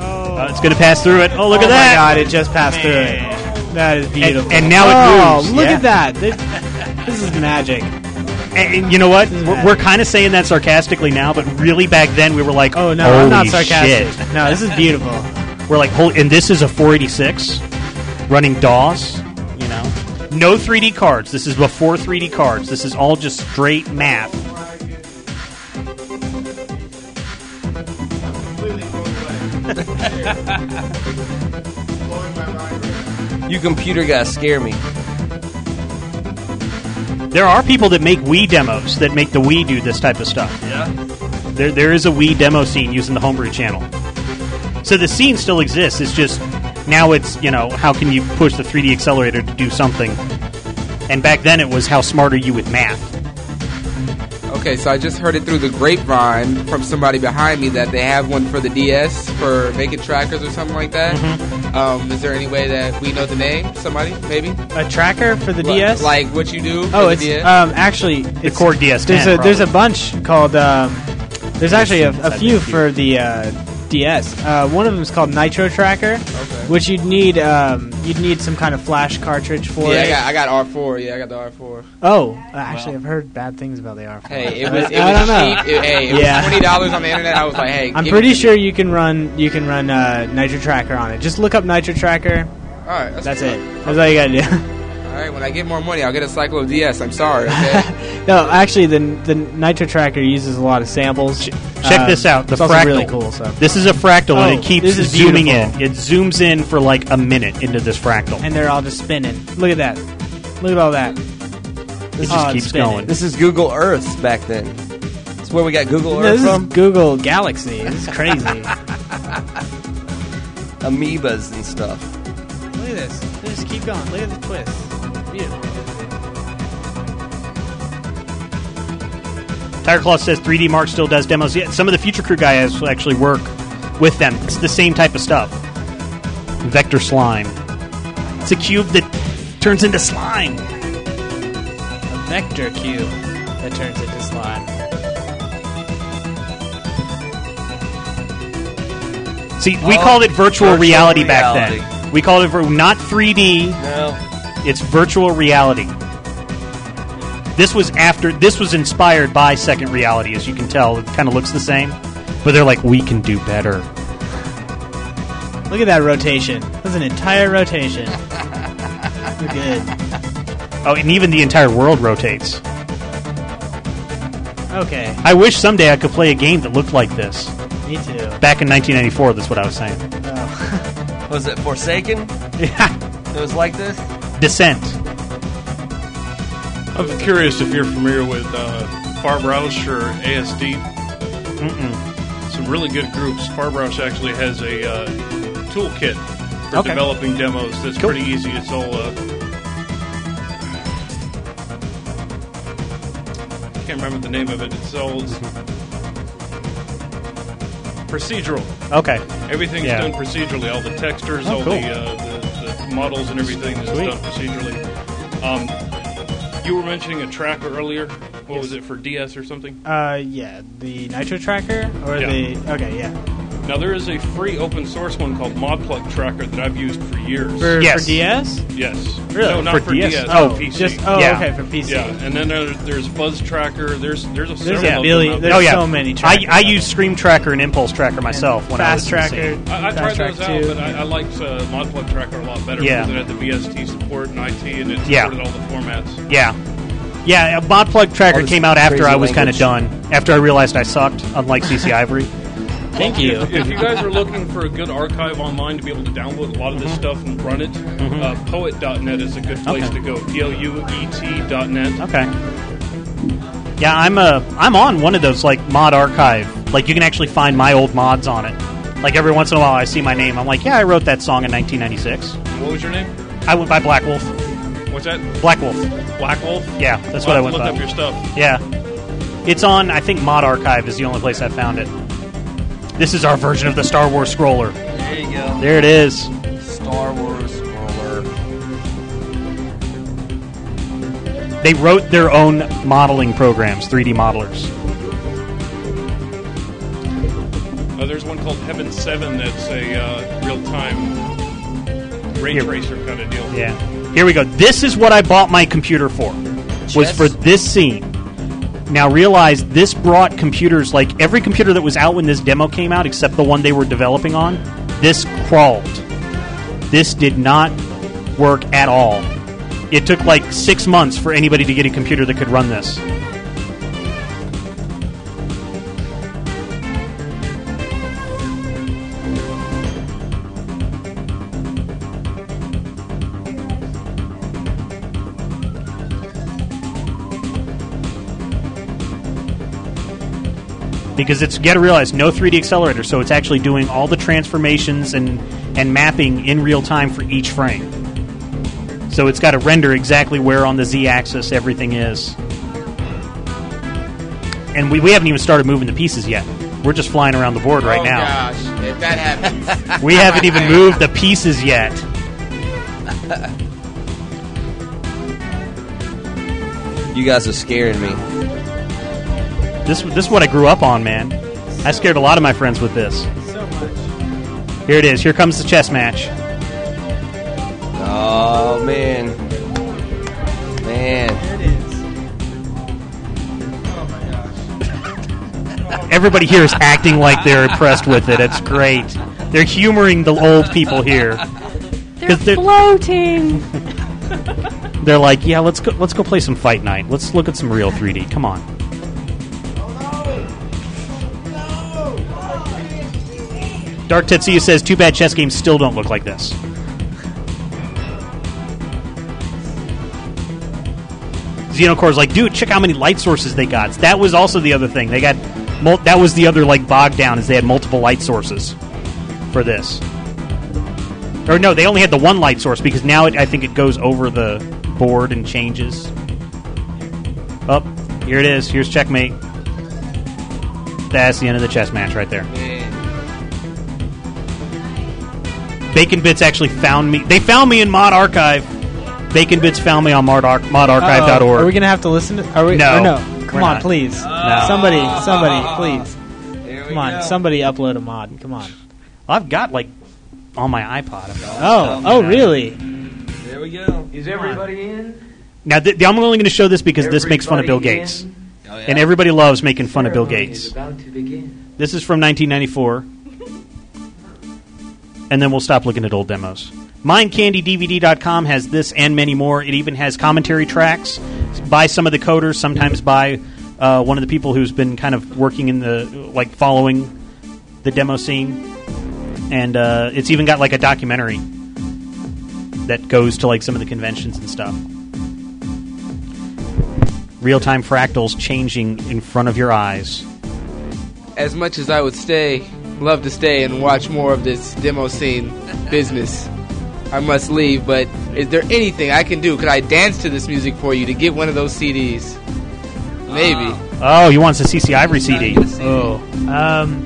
A: Uh, It's going to pass through it. Oh, look at
D: oh
A: that.
D: my god, it just passed through it. That is beautiful.
A: And, and now it
D: oh,
A: moves.
D: look
A: yeah.
D: at that. This, this is magic.
A: And, and you know what?
D: This is
A: We're,
D: bad.
A: we're kind of saying that sarcastically now, but really back then we were like,
D: Oh no,
A: Holy
D: I'm not sarcastic.
A: Shit.
D: No, this is beautiful.
A: We're like, holy, and this is a 486 running DOS, you know? No 3D cards. This is before 3D cards. This is all just straight math.
C: You computer guys scare me.
A: There are people that make Wii demos that make the Wii do this type of stuff.
C: Yeah.
A: There, there is a Wii demo scene using the homebrew channel. So the scene still exists. It's just now it's you know how can you push the 3D accelerator to do something, and back then it was how smart are you with math?
F: Okay, so I just heard it through the grapevine from somebody behind me that they have one for the DS for vacant trackers or something like that.
D: Mm-hmm.
F: Um, is there any way that we know the name? Somebody, maybe?
D: A tracker for the
F: Li-
D: DS?
F: Like what you do?
D: oh,
F: for
D: it's
F: the DS?
D: um actually
A: The
D: it's,
A: Core DS10.
D: there's a there's a
A: probably.
D: bunch called um there's actually a, a
A: I've
D: few
A: been
D: for the uh, DS. Uh, one of them is called Nitro Tracker, which you'd need um, you'd need some kind of flash cartridge for.
F: yeah, I
D: it.
F: got, I got R four. Yeah, I got the R four.
D: Oh, actually, I've heard bad things about the R4.
F: Hey, it was it was
D: I don't know.
F: cheap. It- hey, it
D: Yeah.
F: was twenty dollars on the internet. I was like, hey,
D: I'm
F: give
D: pretty
F: it to me.
D: sure you can run you can run uh, Nitro Tracker on it. Just look up Nitro Tracker.
F: All right, that's,
D: That's
F: cool.
D: it. That's all you gotta do.
F: All right, when I get more money, I'll get a cycle of DS. I'm sorry. Okay?
D: no, actually, the the Nitro Tracker uses a lot of samples. Um,
A: Check this out. The
D: it's
A: fractal.
D: also really cool. So.
A: This is a fractal, and
D: Oh,
A: it keeps
D: this is
A: zooming
D: beautiful.
A: in. It zooms in for like a minute into this fractal.
D: and they're all just spinning. Look at that. Look at all that.
A: it just
D: oh, it's
A: keeps
D: spinning.
A: going.
C: This is Google Earth back then. That's where we got Google
D: No,
C: Earth
D: this is
C: from.
D: Google Galaxy. This is crazy. Look at
C: Amoebas and stuff.
D: this. Just keep going. Look at the twist. Beautiful.
A: Tiger Claw says 3D Mark still does demos. Yeah, some of the Future Crew guys actually work with them. It's the same type of stuff. Vector slime. It's a cube that turns into slime.
D: A vector cube that turns into slime.
A: See, we
C: Oh,
A: called it virtual,
C: virtual reality.
A: reality, back then. We called it vir- not 3D.
C: No.
A: It's virtual reality. This was after. This was inspired by Second Reality, as you can tell. It kind of looks the same, but they're like, we can do better.
D: Look at that rotation. That's an entire rotation. We're good.
A: Oh, and even the entire world rotates.
D: Okay.
A: I wish someday I could play a game that looked like this.
D: Me too.
A: Back in 1994, that's what I was saying.
C: Was it Forsaken?
A: Yeah.
C: It was like this?
A: Descent.
G: I'm curious if you're familiar with uh, Farbroush or ASD. Some really good groups. Farbroush actually has a uh, toolkit for
A: Okay.
G: developing demos. That's pretty easy. It's all. Uh, I can't remember the name of it. It's all it's procedural.
A: Okay.
G: Everything's
A: Yeah.
G: done procedurally. All the textures,
A: Oh,
G: all
A: cool.
G: the, uh, the, the models, and everything is
A: Sweet.
G: done procedurally. Um, you were mentioning a tracker earlier. What was it for DS or something?
D: Uh, yeah, the Nitro Tracker or
G: Yeah.
D: the okay, yeah,
G: Now there is a free open source one called ModPlug Tracker that I've used for years.
D: for,
A: Yes.
D: for DS.
G: yes.
A: Really?
G: No, not
A: For
G: for,
A: DS?
G: DS.
A: Oh,
G: for PC.
D: Just oh,
A: Yeah.
D: okay, for PC.
G: yeah, and then there, there's Buzz Tracker. There's there's a
D: There's
G: several
D: a
G: of them
D: billion-
G: out there.
D: there's
A: oh yeah.
D: so many
A: I,
D: trackers
A: I
D: out
A: use Scream Tracker and Impulse Tracker myself when I was
D: Fast
A: in
D: Tracker.
A: the scene.
G: I, I
D: Fast
G: tried those
D: Track
G: out,
D: 2.
G: but I, I liked uh, ModPlug Tracker a lot better
A: Yeah.
G: because it had the VST support and IT, and it
A: Yeah.
G: supported all the formats.
A: Yeah. Yeah. Mod Plug
C: All
A: Tracker
C: this
A: came out after
C: crazy
A: I was kind of
C: language.
A: done. After I realized I sucked, unlike CC Ivory.
D: Thank you.
G: if you guys are looking for a good archive online to be able to download a lot of this stuff and run it, uh, poet.net is a good place
A: Mm-hmm. Okay.
G: to go. P L U E T.net.
A: Okay. Yeah, I'm uh, I'm on one of those like mod archive. Like you can actually find my old mods on it. Like every once in a while, I see my name. I'm like, yeah, I wrote that song in 1996.
G: What was your name?
A: I went by Black Wolf.
G: What's that?
A: Black Wolf.
G: Black Wolf?
A: Yeah, that's
G: I'll
A: what
G: have to
A: I
G: Look up
A: went by.
G: your stuff.
A: Yeah. It's on, I think, Mod Archive is the only place I found it. This is our version of the Star Wars scroller.
C: There you go.
A: There it is.
C: Star Wars roller.
A: They wrote their own modeling programs, 3D modelers.
G: Uh, there's one called Heaven Seven that's a uh, real time ray
A: Here.
G: tracer kind of deal.
A: Yeah. Here we go. This is what I bought my computer for. Was
C: Chess?
A: for this scene. Now realize this brought computers like every computer that was out when this demo came out, except the one they were developing on. This crawled. This did not work at all. It took like six months for anybody to get a computer that could run this. because it's you got to realize no 3D accelerator, so it's actually doing all the transformations and and mapping in real time for each frame. So it's got to render exactly where on the z-axis everything is. And we, we haven't even started moving the pieces yet. We're just flying around the board right
F: oh,
A: now.
F: gosh, if that happens,
A: We haven't even moved the pieces yet.
C: You guys are scaring me.
A: This this is what I grew up on, man. I scared a lot of my friends with this.
D: So much.
A: Here it is. Here comes the chess match.
C: Oh man, man.
D: It is.
A: Everybody here is acting like they're impressed with it. It's great. They're humoring the old people here.
E: They're
A: 'Cause they're-
E: floating.
A: They're like, "Yeah, let's go. Let's go play some Fight Night. Let's look at some real 3D. Come on." Dark Tetsuya says, "Too bad chess games still don't look like this." Xenocore's like, dude, check how many light sources they got. That was also the other thing. They got mul- that was the other like bogged down is they had multiple light sources for this. Or no, they only had the one light source because now it, I think it goes over the board and changes. Up here it is. Here's checkmate. That's the end of the chess match right there. Bacon Bits actually found me. They found me in Mod Archive. Bacon Bits found me on mod ar- modarchive.org.
D: Uh-oh. Are we gonna have to listen? To, are we?
A: No.
D: or no.
A: We're
D: Come on,
A: not.
D: please.
A: No.
D: Somebody, somebody, please.
C: Here we
D: Come on,
C: go.
D: somebody upload a mod. Come on.
A: I've got like on my iPod. I've
D: Oh,
A: got-
D: oh, really?
C: There we go. Is everybody in?
A: Now th- I'm only going to show this because this makes fun of Bill Gates,
C: Oh, yeah.
A: and everybody loves making fun of Bill Gates.
C: about to begin.
A: This is from 1994. and then we'll stop looking at old demos. MindCandyDVD.com has this and many more. It even has commentary tracks by some of the coders, sometimes by uh, one of the people who's been kind of working in the, like, following the demo scene. And uh, it's even got, like, a documentary that goes to, like, some of the conventions and stuff. Real time fractals changing in front of your eyes.
F: as much as I would stay, love to stay and watch more of this demo scene business, I must leave. But is there anything I can do? Could I dance to this music for you to get one of those CDs? Maybe.
C: Ah.
A: Oh, you want the CC Ivory CD?
D: Oh, um,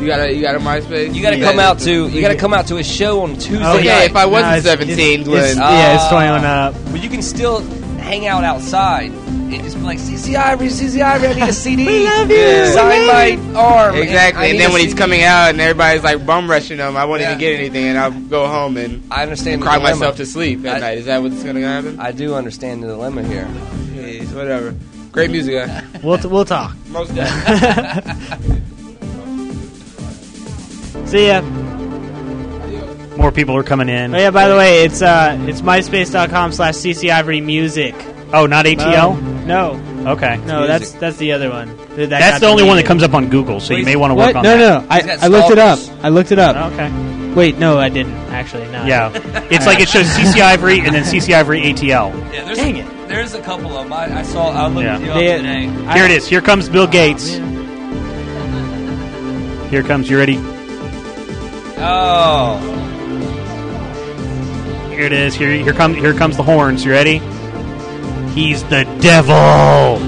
F: You got a you got a MySpace.
C: You gotta
F: Yeah.
C: come out to you gotta come out to a show on Tuesday.
F: Okay,
D: yeah.
F: if I wasn't
D: no, it's-
F: 17,
D: it's-
F: Glenn.
D: it's- yeah, it's
C: Ah.
D: twenty one up.
C: But you can still hang out outside and just be like, CC Ivory, CC Ivory, I need a CD. we love
F: you.
C: Signed by Arm.
F: Exactly,
C: I
F: and
C: need
F: then
C: a
F: when he's
C: CD.
F: coming out and everybody's like bum rushing him, I won't
C: Yeah.
F: even get anything, and I'll go home and
C: I understand the
F: cry
C: dilemma.
F: myself to sleep at
C: I-
F: night. Is that what's gonna happen?
C: I do understand the dilemma here.
F: Jeez, whatever. Great music, guy.
D: We'll t- we'll talk.
F: most definitely.
D: See ya.
A: More people are coming in.
D: Oh yeah, by the way, it's uh, it's myspace.com slash cc ivory music.
A: Oh, not ATL.
D: No,
A: okay,
D: no, that's that's the other one. That
A: that's
D: got
A: the only one that
D: deleted.
A: comes up on Google, so you
C: Please-
A: may want to
D: What?
A: work
D: No,
A: on
D: no, I,
C: He's got
D: I looked it up.
C: stalkers.
D: I looked it up.
A: that. Okay.
D: Wait, no, I didn't actually. No, I
A: Yeah, it's like it shows CC Ivory and then CC Ivory ATL.
C: Yeah, there's
D: Dang it.
C: There's a couple of them. I, I saw. I looked
A: Yeah.
C: you up
D: didn't. They- Oh,
C: today.
D: I-
A: Here it is. Here comes Bill Gates. Here comes. You ready?
C: Oh,
A: Here it is. Here, here come. Here comes the horns. You ready? He's the devil.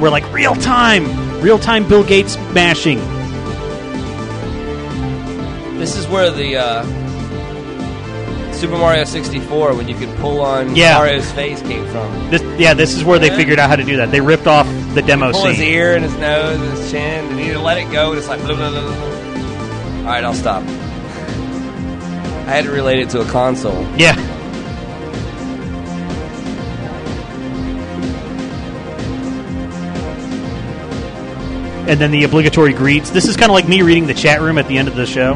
A: We're like real time, real time. Bill Gates mashing.
C: this is where the uh, Super Mario 64 when you could pull on
A: Yeah.
C: Mario's face came from.
A: This, yeah, this is where they figured out how to do that. They ripped off the demo
C: Pull his
A: scene.
C: ear and his nose and his chin, and either let it go and it's like. Blah, blah, blah, blah. All right, I'll stop. I had to relate it to a console.
A: Yeah, and then the obligatory greets. This is kind of like me reading the chat room at the end of the show.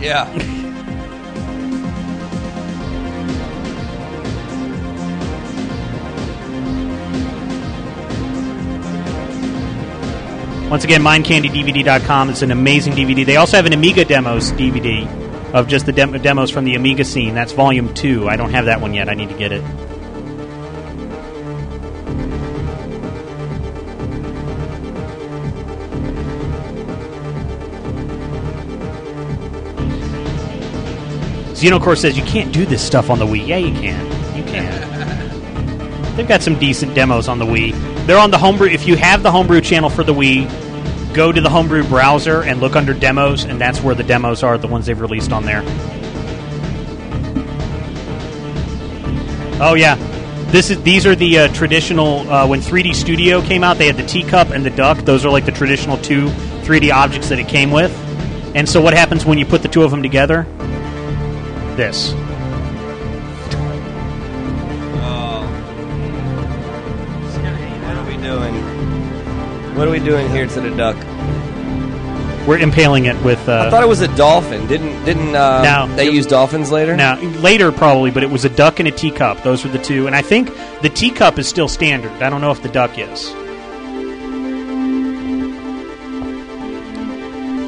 C: Yeah.
A: Once again, mindcandydvd.com. It's an amazing DVD. They also have an Amiga demos DVD of just the dem- demos from the Amiga scene. That's volume two. I don't have that one yet. I need to get it. Xenocore says you can't do this stuff on the Wii. Yeah, you can. You can. They've got some decent demos on the Wii. They're on the homebrew. If you have the homebrew channel for the Wii, go to the homebrew browser and look under demos, and that's where the demos are, the ones they've released on there. Oh yeah, this is these are the uh, traditional. Uh, when 3D Studio came out, they had the teacup and the duck. Those are like the traditional two 3D objects that it came with. And so, what happens when you put the two of them together? This.
C: What are we doing? What are we doing here to the duck?
A: We're impaling it with. Uh,
C: I thought it was a dolphin. Didn't didn't uh,
A: No.
C: they use dolphins later?
A: Now, later probably, but it was a duck and a teacup. Those were the two. And I think the teacup is still standard. I don't know if the duck is.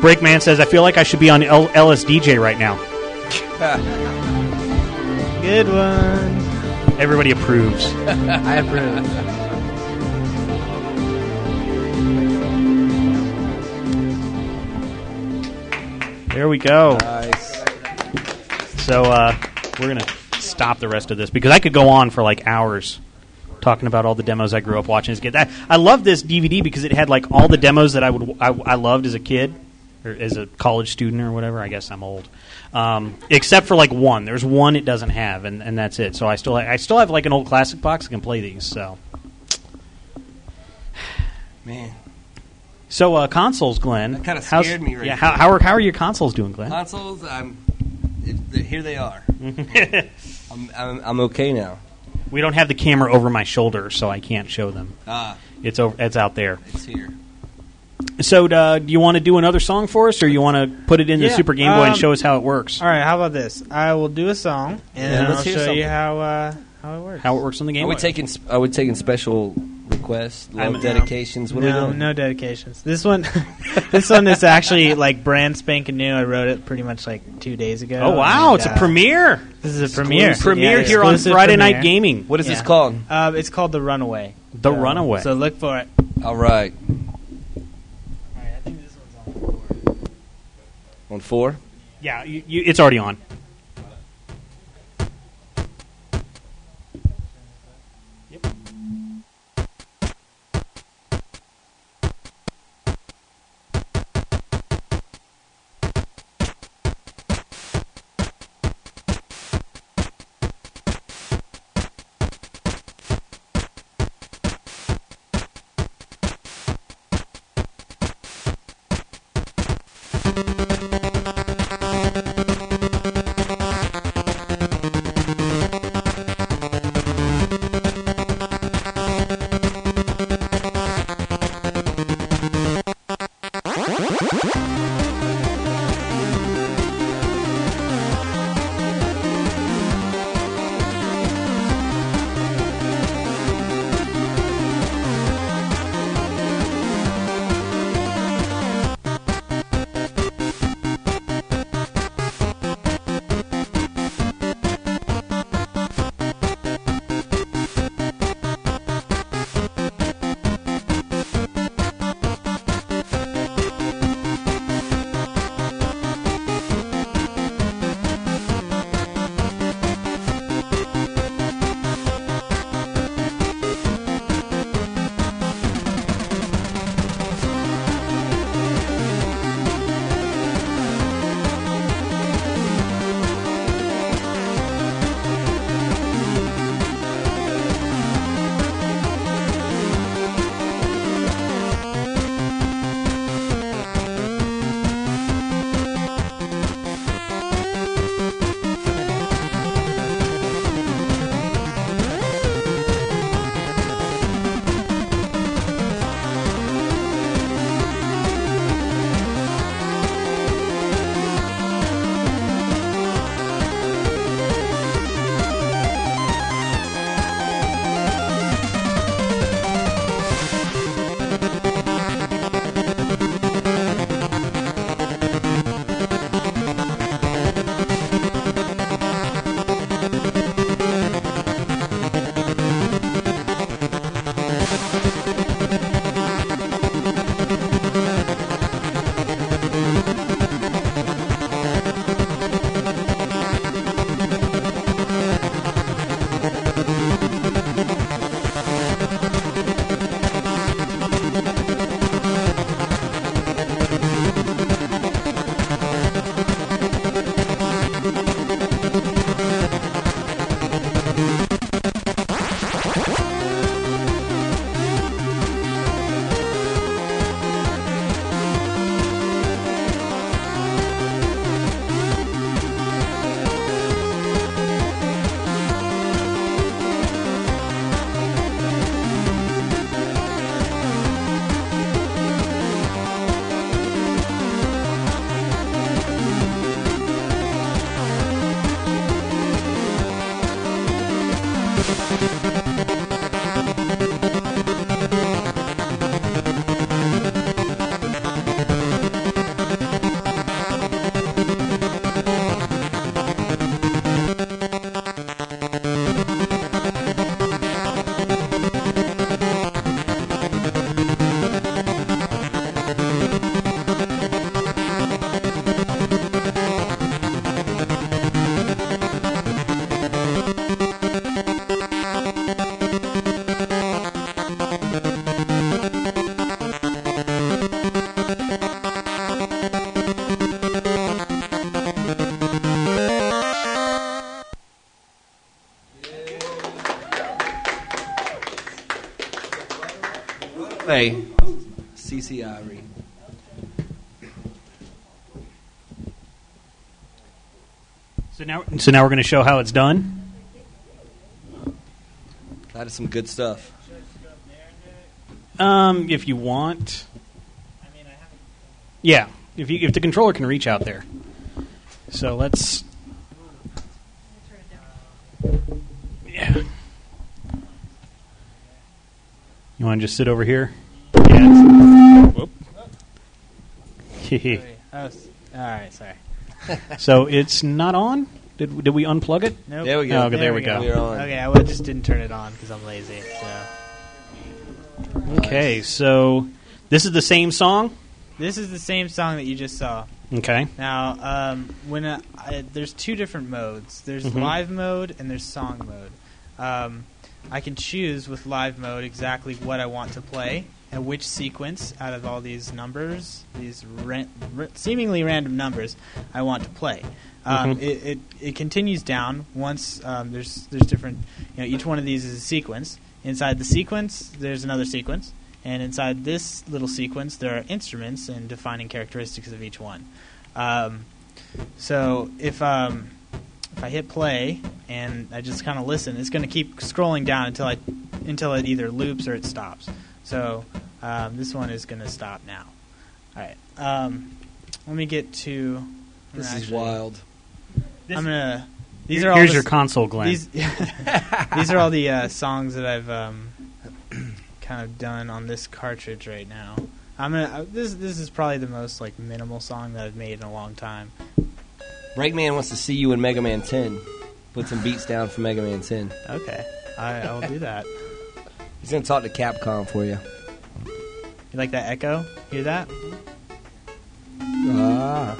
A: Breakman says, I feel like I should be on L- LSDJ right now.
D: Good one.
A: Everybody approves.
D: I approve.
A: There we go.
C: Nice.
A: So uh, we're going to stop the rest of this because I could go on for like hours talking about all the demos I grew up watching as a kid. I, I love this DVD because it had like all the demos that I would I, I loved as a kid or as a college student or whatever. I guess I'm old, um, except for like one. There's one it doesn't have, and, and that's it. So I still I still have like an old classic box. I can play these. So
C: Man.
A: so uh, consoles, Glenn.
C: That kinda
A: how's-
C: scared me right there.
A: yeah. How, how are how are your consoles doing, Glenn?
C: Consoles, I'm it, th- here they are.
A: Uh,
C: I'm, I'm I'm okay now.
A: we don't have the camera over my shoulder, so I can't show them.
C: Ah,
A: It's over. It's out there.
C: it's here.
A: So, uh, do you want to do another song for us, or you want to put it in the
D: Yeah,
A: Super Game Boy and
D: um,
A: show us how it works,
D: All right, how about this? I will do a song, and
C: Yeah,
D: then
C: let's
D: I'll
C: hear
D: show
C: something.
D: you how uh, how it works.
A: how it works on the Game
C: Are
A: Boy?
C: we taking sp- are we taking special requests, love
A: I'm-
C: dedications? What are we
D: no,
C: doing?
D: no dedications. This one, this one is actually like brand spanking new. I wrote it pretty much like two days ago.
A: oh wow,
D: and,
A: it's a
D: uh,
A: premiere!
D: This is a premiere.
A: Premiere
D: Yeah,
A: here on
D: exclusive
A: Friday
D: premiere.
A: Night Gaming.
C: What is this
D: Yeah.
C: called?
D: Uh, it's called The Runaway.
A: The
D: So-
A: Runaway.
D: So look for it.
C: All right,
D: All right, I think this one's on.
C: on four.
A: yeah, you, you, it's already on.
C: say CC Ivory. E.
A: So now, so now we're going to show how it's done.
C: That is some good stuff.
A: Um, if you want. Yeah, if you, if the controller can reach out there. So let's. Yeah. You want to just sit over here? Yeah. it's-
D: Oh, s- all right, sorry.
A: so it's not on. Did did we unplug it?
D: Nope.
C: There we go.
A: Okay, Oh, there we go.
C: We're on.
D: Okay, I well, just didn't turn it on because I'm lazy. So
A: Okay, so this is the same song.
D: this is the same song that you just saw.
A: Okay.
D: Now, um, when uh, I, there's two different modes. There's
A: Mhm.
D: live mode and there's song mode. Um, I can choose with live mode exactly what I want to play and which sequence out of all these numbers, these ran- r- seemingly random numbers, I want to play. Um,
A: Mhm.
D: it, it it continues down once um, there's there's different. You know, each one of these is a sequence. Inside the sequence, there's another sequence. And inside this little sequence, there are instruments and defining characteristics of each one. Um, so if um, if I hit play and I just kind of listen, it's going to keep scrolling down until I until it either loops or it stops. So um, this one is going to stop now. All right. Um, let me get to. I'm
C: This is
D: actually-
C: wild.
D: I'm gonna. These
A: Here-
D: are all
A: Here's
D: the
A: your
D: s-
A: console, Glenn.
D: these, these are all the uh, songs that I've um, kind of done on this cartridge right now. I'm gonna. uh, this this is probably the most like minimal song that I've made in a long time.
C: Breakman wants to see you in Mega Man 10. Put some beats down for Mega Man 10.
D: Okay, I, I'll do that.
C: He's gonna talk to Capcom for you.
D: You like that echo? Hear that?
C: Ah.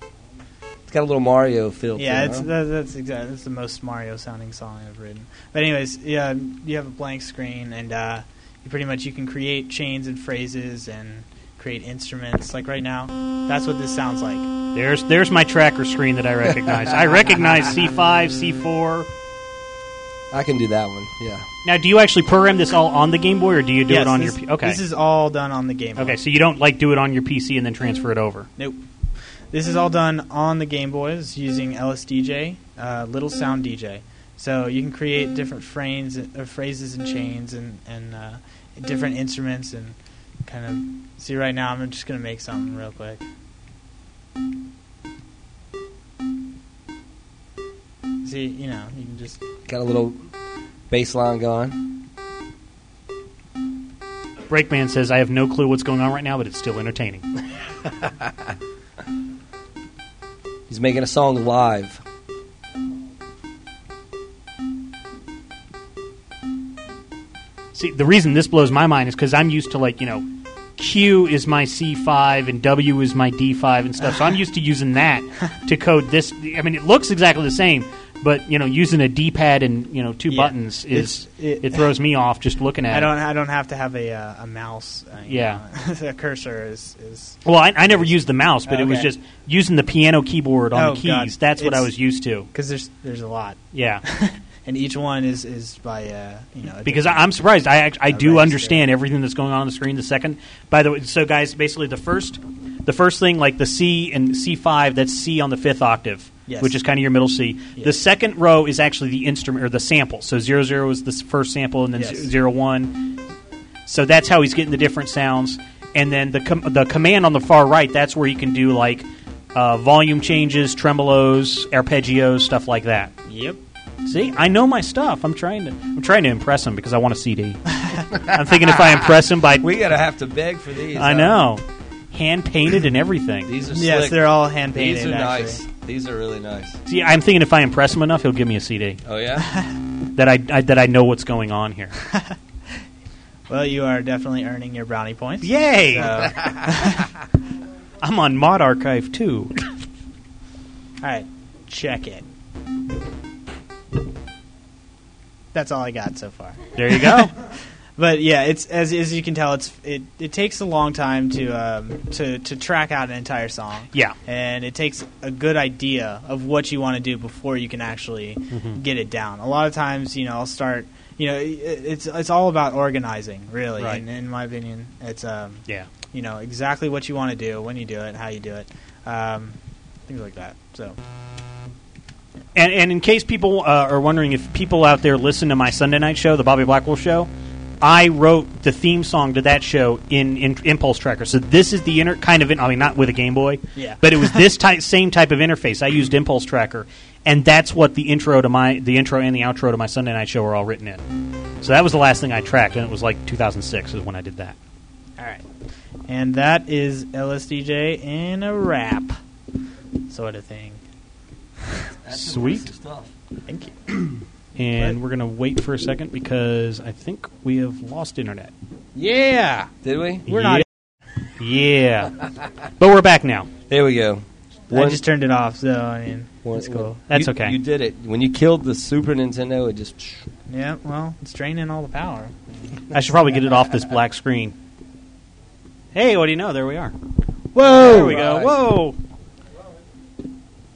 C: It's got a little Mario feel.
D: Yeah,
C: to it,
D: it's
C: huh?
D: that, that's exactly that's the most Mario sounding song I've written. But anyways, yeah, you have a blank screen and uh, you pretty much you can create chains and phrases and create instruments. Like right now, that's what this sounds like.
A: There's there's my tracker screen that I recognize. I recognize C5, C4.
C: I can do that one. Yeah.
A: Now, do you actually program this all on the Game Boy, or do you do
D: Yes,
A: it on
D: this,
A: your? P- okay,
D: This is all done on the Game Boy.
A: okay. So you don't like do it on your PC and then transfer it over.
D: Nope. This is all done on the Game Boys using LSDJ, uh, Little Sound DJ. So you can create different frames, uh, phrases and chains and, and uh, different instruments and kind of see right now I'm just going to make something real quick. See, you know, you can just
C: Got a little bass line going.
A: Breakman says, "I have no clue what's going on right now, but it's still entertaining."
C: He's making a song live.
A: See, the reason this blows my mind is because I'm used to like you know, Q is my C5 and W is my D5 and stuff. So I'm used to using that to code this. I mean, it looks exactly the same, but you know, using a D-pad and you know two
D: Yeah.
A: buttons is
D: It's-
A: it,
D: it-
A: throws me off just looking at
D: I
A: it.
D: don't I don't have to have a uh, a mouse. Uh, you
A: Yeah.
D: know. a cursor is is
A: Well, I, I never used the mouse, but it was
D: Okay.
A: just using the piano keyboard on
D: Oh,
A: the keys.
D: God.
A: That's what I
D: It's-
A: was used to.
D: because there's there's a lot.
A: Yeah,
D: and each one is is by uh, you know a
A: because I,
D: different-
A: I'm surprised. I act, I do
D: register.
A: understand everything that's going on on the screen. The second, by the way, so guys, basically the first, the first thing like the C and C five. That's C on the fifth octave,
D: Yes.
A: which is kind of your middle C. The
D: Yes.
A: second row is actually the instrument or the sample. So zero zero is the s- first sample, and then
D: Yes.
A: zero zero one. So that's how he's getting the different sounds. And then the com- the command on the far right. That's where you can do like uh, volume changes, tremolos, arpeggios, stuff like that.
D: yep
A: See, I know my stuff. I'm trying to I'm trying to impress him because I want a CD. I'm thinking if I impress him by
C: We gotta have to beg for these.
A: I
C: huh?
A: know, hand painted and everything.
C: These are
D: yes
C: slick.
D: they're all hand painted.
C: These are
D: actually.
C: nice. These are really nice.
A: See, I'm thinking if I impress him enough, he'll give me a CD
C: Oh yeah.
A: that I, I that I know what's going on here.
D: Well, you are definitely earning your brownie points.
A: Yay!
D: So, all
A: I'm on Mod Archive too.
D: right, check it. That's all I got so far.
A: There you go.
D: But yeah, it's as as you can tell, it's it, it takes a long time to um, to to track out an entire song.
A: Yeah.
D: and it takes a good
A: Hmm.
D: idea of what you want to do before you can actually get it down. A lot of times, you know, I'll start you know, i- it's it's all about organizing, really.
A: Right.
D: In, in my opinion, it's um,
A: Yeah.
D: you know exactly what you want to do, when you do it, how you do it, um, things like that. So
A: And, and in case people uh, are wondering if people out there listen to my Sunday night show, the Bobby Blackwell show, I wrote the theme song to that show in, in Impulse Tracker. So this is the inner kind of in, I mean not with a Game Boy,
D: Yeah.
A: but it was this type, same type of interface. I used Impulse Tracker, and that's what the intro to my the intro and the outro to my Sunday night show are all written in. So that was the last thing I tracked, and it was like 2006 is when I did that.
D: all right, and that is LSDJ in a wrap, sort of thing.
C: That's some
A: Sweet.
C: impressive stuff.
D: Thank you. Right.
A: And we're gonna wait for a second because I think we have lost internet.
D: Yeah,
C: Did we?
D: we're not.
A: Yeah. but we're back now.
C: There we go.
D: I just turned it off, so I mean,
C: one-
D: it's cool.
A: That's
C: You-
A: okay.
C: You did it. When you killed the Super Nintendo, it just.
D: Yeah, well, it's draining all the power.
A: I should probably get it off this black screen. Hey, what do you know? There we are.
D: Whoa!
A: There we go. Whoa.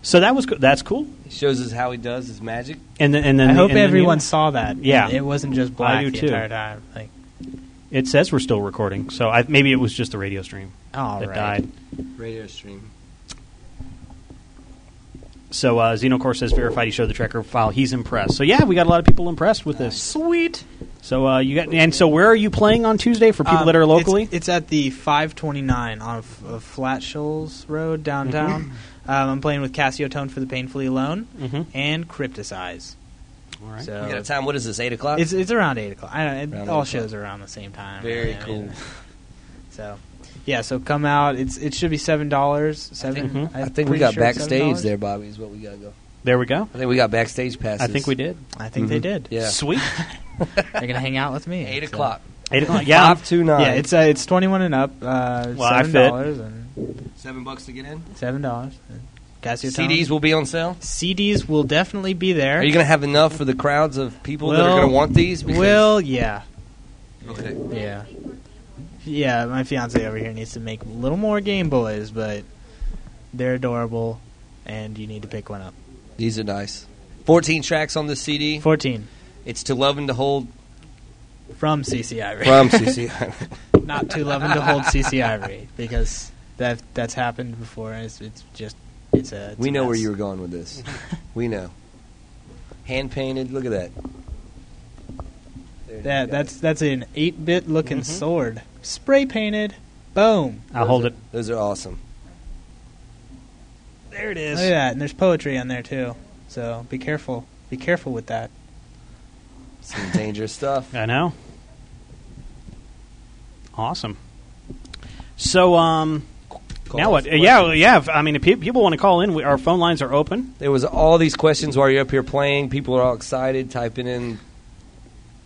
A: So that was co- that's cool.
C: Shows us how he does his magic.
A: And then, and then
D: I hope
A: and then
D: everyone
A: you-
D: saw that.
A: Yeah.
D: it wasn't just black
A: do
D: the
A: too.
D: entire time. Like,
A: it says we're still recording, so I, maybe it was just the radio stream
D: all
A: that
D: right.
A: died.
C: Radio stream.
A: So uh, Xenocore says verified. He showed the tracker file. He's impressed. So yeah, we got a lot of people impressed with this. Sweet. So uh, you got and so where are you playing on Tuesday for people
D: Um,
A: that are
D: it's-
A: locally?
D: it's, at the 529 on F- uh, Flat Shoals Road downtown.
A: Mm-hmm.
D: um, I'm playing with Cassio Tone for the Painfully Alone
A: Mhm.
D: and Crypticize.
A: All right.
D: So
C: You got a time? What is this? Eight o'clock.
D: it's it's around eight o'clock. I don't,
C: Around
D: it,
C: eight
D: all
C: o'clock.
D: shows are around the same time.
C: very
D: I
C: cool.
D: mean, So, yeah. So come out. It's it should be seven dollars. Seven.
A: think-
D: I'm
C: I think we
D: pretty
C: got
D: sure it's
C: backstage
D: $7.
C: there, Bobby. Is what we got to go.
A: Mm-hmm. There we go.
C: I think we got backstage passes.
A: I think we did.
D: I think they
C: Mhm.
D: did.
C: Yeah.
A: Sweet.
D: They're gonna hang out with me.
C: Eight
D: so-
C: o'clock.
A: Eight o'clock. Yeah.
C: Five to nine.
D: Yeah, it's uh, it's twenty one and up. Uh,
A: Well, I
D: seven
A: fit.
D: dollars and
C: seven bucks to get in.
D: seven dollars. Casio Tone.
C: CDs will be on sale.
D: CDs will definitely be there.
C: Are you going to have enough for the crowds of people that are
D: Well-
C: going to want these? Because-
D: Well, yeah,
C: Okay.
D: yeah, yeah. My fiance over here needs to make a little more Game Boys, but they're adorable, and you need to pick one up.
C: These are nice. 14 tracks on the CD.
D: Fourteen
C: It's To Love and to Hold
D: from CC Ivory,
C: from CC.
D: not too loving to hold CC Ivory because that that's happened before. And it's, it's just it's a it's
C: we
D: a
C: know where
D: mess.
C: you were going with this. We know. Hand painted. Look at that. There it
D: That
C: is.
D: that's that's an eight bit looking sword, spray painted. Boom.
A: I'll hold it.
C: Those are awesome. There it
D: Look at that, and there's poetry on there too. So be careful. Be careful with that.
C: Some dangerous stuff.
A: I know. Awesome. So, um,
C: Call
A: now what?
C: us.
A: Yeah, yeah. if- I mean, if pe- people want to call in, we, our phone lines are open.
C: There was all these questions while you're up here playing. People are all excited, typing in.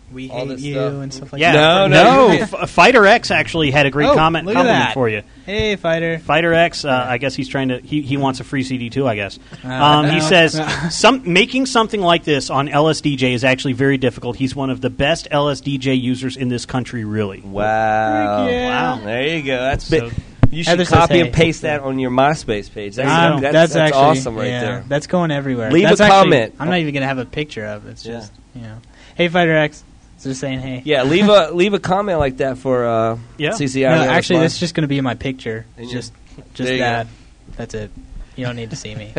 D: We
C: All
D: hate
C: this
D: you
C: stuff.
D: and stuff like
A: Yeah,
C: No,
D: that.
C: no, you're-
A: F- uh, Fighter X actually had a great
D: Oh,
A: comment
D: look at
A: compliment
D: that.
A: for you.
D: Hey, fighter.
A: Fighter X, uh, I guess he's trying to. He, he wants a free CD too. I guess.
D: Uh,
A: Um,
D: no.
A: He says some making something like this on LSDJ is actually very difficult. He's one of the best LSDJ users in this country, really.
C: Wow.
D: Yeah.
A: Wow.
C: There you go. That's
A: So-
C: bit, you should
D: Heather says,
C: copy
D: "Hey."
C: and paste that on your MySpace page. That's,
D: I don't-
C: that's,
D: that's,
C: that's
D: actually,
C: awesome right
D: yeah,
C: there.
D: That's going everywhere.
C: Leave
D: That's
C: a
D: actually-
C: comment.
D: I'm not even gonna have a picture of it. It's
C: Yeah.
D: just you know, hey, fighter X. It's just saying hey.
C: Yeah, leave a leave a comment like that for uh,
A: Yeah.
C: CCI.
D: No,
C: Real
D: actually,
C: Response.
D: that's just gonna be my picture.
C: And
D: It's
C: you-
D: just just
C: there you go.
D: that. That's it. You don't need to see me.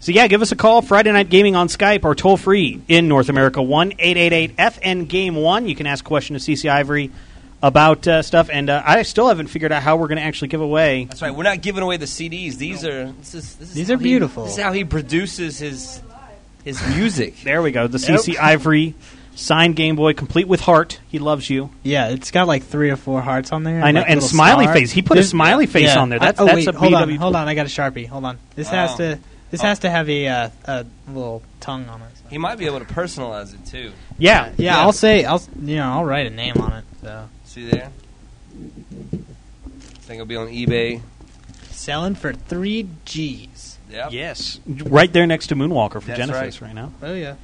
A: So yeah, give us a call Friday night gaming on Skype or toll free in North America one eight eight eight FN Game One. You can ask a question to CC Ivory about uh, stuff, and uh, I still haven't figured out how we're going to actually give away.
C: That's right. We're not giving away the CDs. These are this is, this is
D: These
C: how
D: are
C: he-
D: beautiful.
C: this is how he produces his his music.
A: There we go. The CC Ivory signed Game Boy, complete with heart. He loves you.
D: Yeah, it's got like three or four hearts on there.
A: I know,
D: like,
A: and
D: little
A: smiley
D: star.
A: face. He put a smiley face on there.
D: I-
A: That's-
D: oh,
A: that's
D: wait,
A: a
D: hold on,
A: BW.
D: hold on. I got a sharpie. Hold on. This has
C: Wow.
D: to. This
C: Oh.
D: has to have a uh, a little tongue on it.
C: He might be able to personalize it too.
A: Yeah,
D: Yeah,
C: Yeah.
D: I'll say. I'll s- you know I'll write a name on it. So
C: See there. I think it'll be on eBay.
D: selling for three G's.
C: Yep.
A: yes, right there next to Moonwalker from
C: That's
A: Genesis. Right. now,
D: Oh yeah.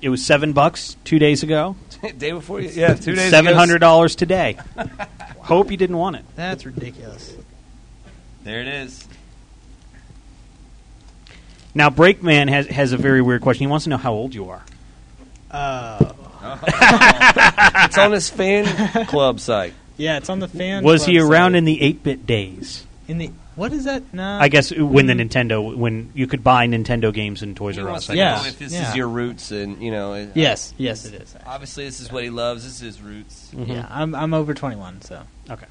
A: it was seven bucks two days ago.
C: Day before you. Yeah, two days. ago.
A: Seven hundred dollars today. Hope you didn't want it.
D: That's ridiculous.
C: There it is.
A: Now, Breakman has has a very weird question. He wants to know how old you are.
D: Oh,
C: It's on his fan club site.
D: Yeah, it's on the fan.
A: Was he
D: club
A: around
D: site.
A: in the 8-bit days?
D: in the what is that? No,
A: I guess when the Nintendo, when you could buy Nintendo games in Toys
C: He
A: R
C: wants
A: Us.
C: to
A: I
D: Yeah.
C: know
A: guess.
C: if this
D: Yeah.
C: is your roots, and you know. it-
D: Yes, yes, it is.
C: Obviously, this is what he loves. This is his roots.
A: Mm-hmm.
D: Yeah, I'm I'm over 21, so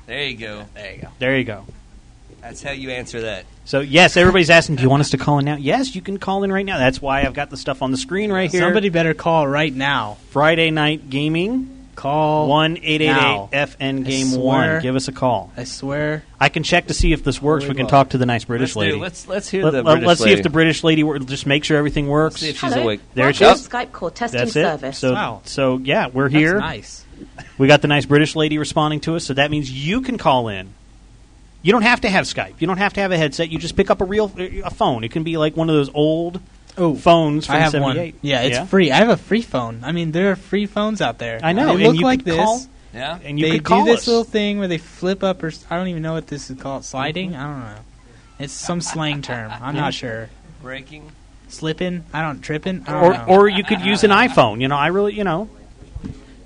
C: There you go. There you go.
A: There you go.
C: That's how you answer that.
A: So yes, everybody's asking, do you want us to call in now? Yes, you can call in right now. That's why I've got the stuff on the screen right here.
D: somebody better call right now.
A: Friday Night Gaming,
D: Call
A: one eight eight eight
D: now.
A: FN
D: I
A: Game
D: swear.
A: One. Give us a call.
D: I swear.
A: I can check to see if this works. We can
D: Volleyball.
A: talk to the nice British
C: let's do-
A: lady.
C: let's let's hear
A: Let-
C: the
A: let-
C: British
A: let's see
C: lady.
A: if the British lady wor- just make sure everything works.
C: see if she's
H: Hello.
C: awake.
A: There she
H: Welcome
A: is.
H: to Skype call testing
A: That's it.
H: service.
A: So
D: Wow.
A: so yeah, we're
D: That's
A: here.
D: nice.
A: We got the nice British lady responding to us, so that means you can call in. You don't have to have Skype. You don't have to have a headset. You just pick up a real a phone. It can be like one of those old
D: Oh,
A: phones from
D: I have one.
A: 78.
D: Yeah, it's free. I have a free phone. I mean, there are free phones out there.
A: I know,
D: They
A: and
D: look
A: you
D: like
A: could
D: this.
A: call-
C: Yeah.
A: and you
D: they
A: could call
D: do this
A: us.
D: little thing where they flip up, or s- I don't even know what this is called. Sliding? I don't know. It's some slang term. I'm not sure.
C: Breaking.
D: Slipping? I don't. Tripping? I don't
A: or
D: know.
A: or you could use an iPhone. You know, I really, you know,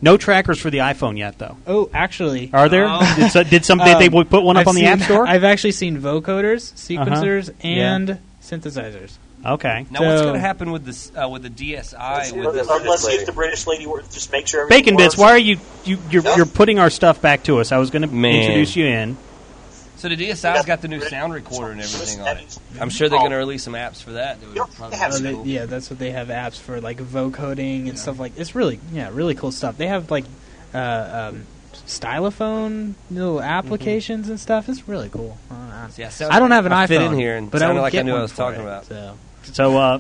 A: no trackers for the iPhone yet, though.
D: oh, actually,
A: Are there?
C: Oh.
A: Did, so, did some did they
D: Um,
A: put one up
D: I've
A: on the
D: seen-
A: App Store? Uh-huh.
D: I've actually seen vocoders, sequencers,
A: Yeah.
D: and synthesizers.
A: okay.
C: Now, what's
D: So-
C: going to happen with this uh, with the DSI? With this
I: Let's see if the British lady wor- just make sure. everything
A: Bacon bits.
I: works.
A: Why are you you you're, you're putting our stuff back to us? I was going to
C: Man.
A: introduce you in.
C: so the DSI's got the new sound recorder and everything on it. I'm sure they're going to release some apps for that. that would
I: Yep,
C: probably
I: Oh. they have
D: Oh,
C: be
D: they,
C: cool.
D: yeah, that's what they have apps for, like vocoding and stuff like. It's really, yeah, really cool stuff. They have like uh, um, stylophone little applications and stuff. It's really cool. I don't know.
C: Mm-hmm. Yeah,
D: I don't have an
C: I
D: iPhone,
C: fit in here and
D: but I
C: sounded
D: will
C: like I
D: get
C: knew what
D: one
C: I was
D: for
C: talking
D: it,
C: about.
D: So.
A: So uh,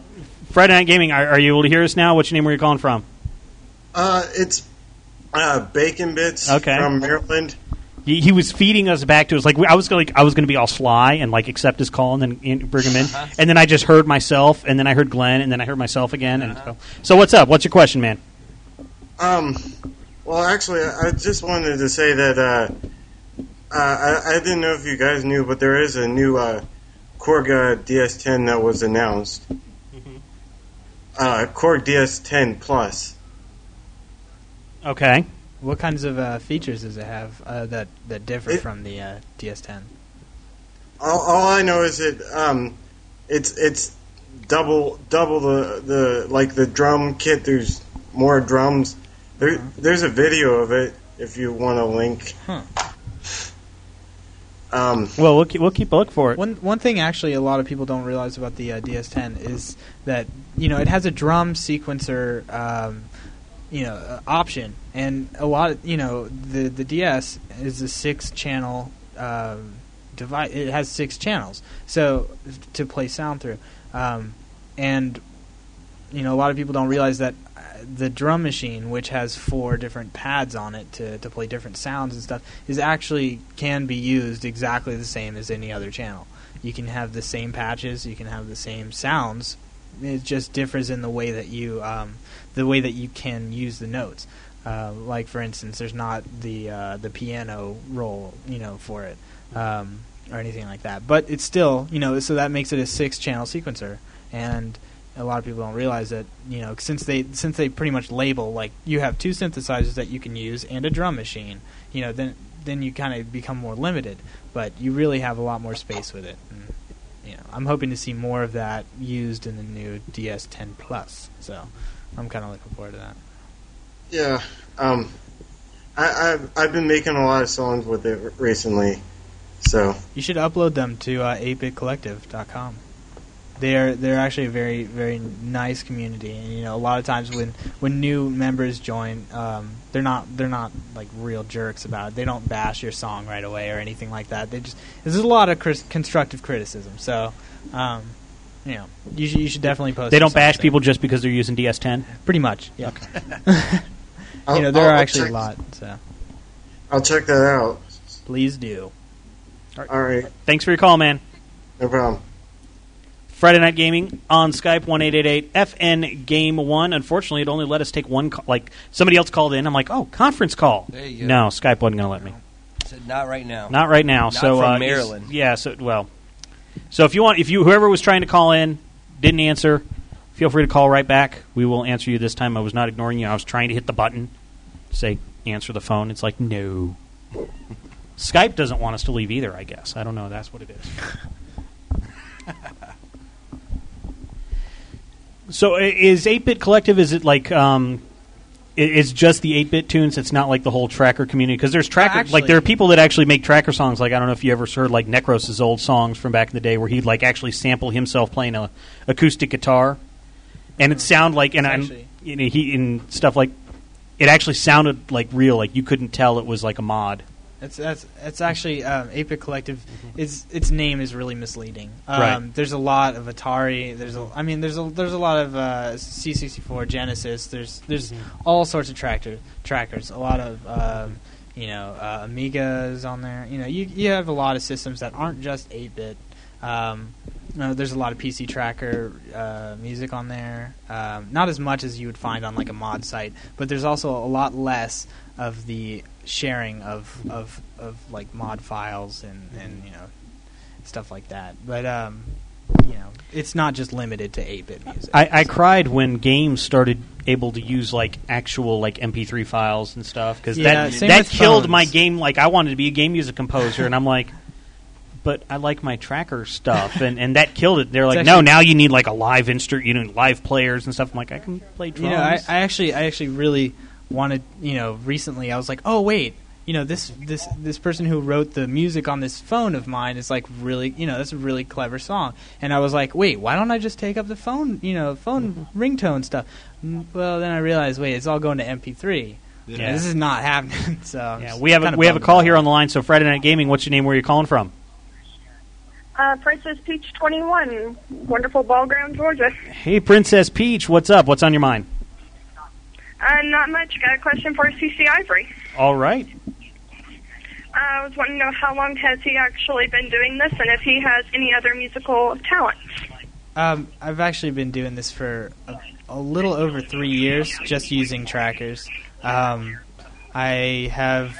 A: Friday Night Gaming, are, are you able to hear us now? What's your name? Where you calling from?
J: Uh, it's uh, Bacon Bits
A: Okay.
J: from Maryland.
A: He, he was feeding us back to us. Like we- I was gonna, like I was going to be all sly and like accept his call and then in, bring him in. And then I just heard myself, and then I heard Glenn, and then I heard myself again. And so, so what's up? What's your question, man?
J: Um, well, actually, I I just wanted to say that uh, uh, I, I didn't know if you guys knew, but there is a new uh, Korg uh, DS10 that was announced. Uh, Korg DS10 Plus.
A: Okay.
D: What kinds of uh, features does it have uh, that that differ
J: It-
D: from the uh, DS10?
J: All, all I know is it um, it's it's double double the the like the drum kit. There's more drums. There, there's a video of it if you want a link.
D: Huh.
J: Um,
A: Well, we'll keep, we'll keep a look for it.
D: One one thing actually a lot of people don't realize about the uh, DS10 is that you know it has a drum sequencer um, you know uh, option, and a lot of, you know the the DS is a six channel um, device. It has six channels, so to play sound through, um, and you know a lot of people don't realize that uh, the drum machine which has four different pads on it to, to play different sounds and stuff is actually can be used exactly the same as any other channel you can have the same patches you can have the same sounds it just differs in the way that you um, the way that you can use the notes uh, like for instance there's not the uh, the piano roll you know for it um, or anything like that but it's still you know so that makes it a six channel sequencer and a lot of people don't realize that you know since they since they pretty much label like you have two synthesizers that you can use and a drum machine you know then then you kind of become more limited but you really have a lot more space with it Mm. and, you know i'm hoping to see more of that used in the new ds10 plus so i'm kind of looking forward to that
J: yeah. Um, I, I've I've been making a lot of songs with it r- recently, so
D: you should upload them to uh, 8bitcollective.com they're they're actually a very very nice community and you know a lot of times when when new members join um, they're not they're not like real jerks about it they don't bash your song right away or anything like that they just there's a lot of cris- constructive criticism so um, you know you, should you should definitely post
A: They don't
D: something.
A: bash people just because they're using DS10.
D: pretty much yeah
J: I'll-
D: you know there
A: Oh,
J: I'll-
D: are
J: I'll
D: actually a
J: check-
D: lot so
J: I'll check that out.
D: please do
J: All right,
A: Thanks for your call, man.
J: no problem.
A: Friday Night Gaming on Skype one eight eight eight FN Game One. Unfortunately, it only let us take one. Call. Like somebody else called in. I'm like, oh, conference call.
C: There you go.
A: No, Skype wasn't going to let me.
C: Said not right now.
A: Not right now. so
C: from
A: uh,
C: Maryland.
A: Yeah. So well. So if you want, if you whoever was trying to call in didn't answer, Feel free to call right back. We will answer you this time. I was not ignoring you. I was trying to hit the button, say answer the phone. It's like no. Skype doesn't want us to leave either. I guess I don't know. That's what it is. so i- is Eight Bit Collective? Is it like? Um, i- it's just the 8-bit tunes. It's not like the whole tracker community because there's tracker like
D: actually-
A: there are people that actually make tracker songs. Like I don't know if you ever heard like Necros's old songs from back in the day where he'd like actually sample himself playing a acoustic guitar, and it sound like and
D: Hmm.
A: I'm,
D: Actually-
A: you know, he and stuff like it actually sounded like real. Like you couldn't tell it was like a mod.
D: That's that's that's actually um, Apic Collective. Its its name is really misleading. Um,
A: Right.
D: There's a lot of Atari. There's a I mean there's a there's a lot of uh, C64 Genesis. There's there's all sorts of tractor trackers. A lot of um, you know uh, Amigas on there. You know you you have a lot of systems that aren't just 8-bit. Um, no, there's a lot of PC tracker uh, music on there. Um, not as much as you would find on like a mod site, but there's also a lot less of the sharing of of, of like mod files and, and you know stuff like that. But um, you know, it's not just limited to 8-bit music.
A: I, I cried when games started able to use like actual like MP3 files and stuff because
D: Yeah,
A: that
D: same
A: that
D: with
A: killed
D: phones.
A: my game. Like I wanted to be a game music composer, and I'm like, but I like my tracker stuff, and, and that killed it. They're like, no,
D: actually-
A: now you need like a live instrument, you need live players and stuff. I'm like, I can play drums.
D: you know, I, I actually I actually really wanted you know recently I was like, oh wait. You know this this this person who wrote the music on this phone of mine is like really you know that's a really clever song and I was like wait why don't I just take up the phone you know phone
A: Mm-hmm.
D: ringtone stuff Mm, well then I realized wait it's all going to MP3 yeah.
A: Yeah.
D: this is not happening so I'm
A: yeah,
D: just
A: we have a,
D: kinda
A: we have a
D: bummed
A: call
D: out.
A: here on the line. So Friday Night Gaming, what's your name? Where are you calling from?
H: Uh, Princess Peach 21, wonderful ball ground, Georgia.
A: Hey, Princess Peach, what's up? What's on your mind?
H: Uh, not much. Got a question for CC Ivory.
A: All right.
H: Uh, I was wanting to know how long has he actually been doing this, and if he has any other musical talent.
D: Um, I've actually been doing this for a, a little over three years, just using trackers. Um, I have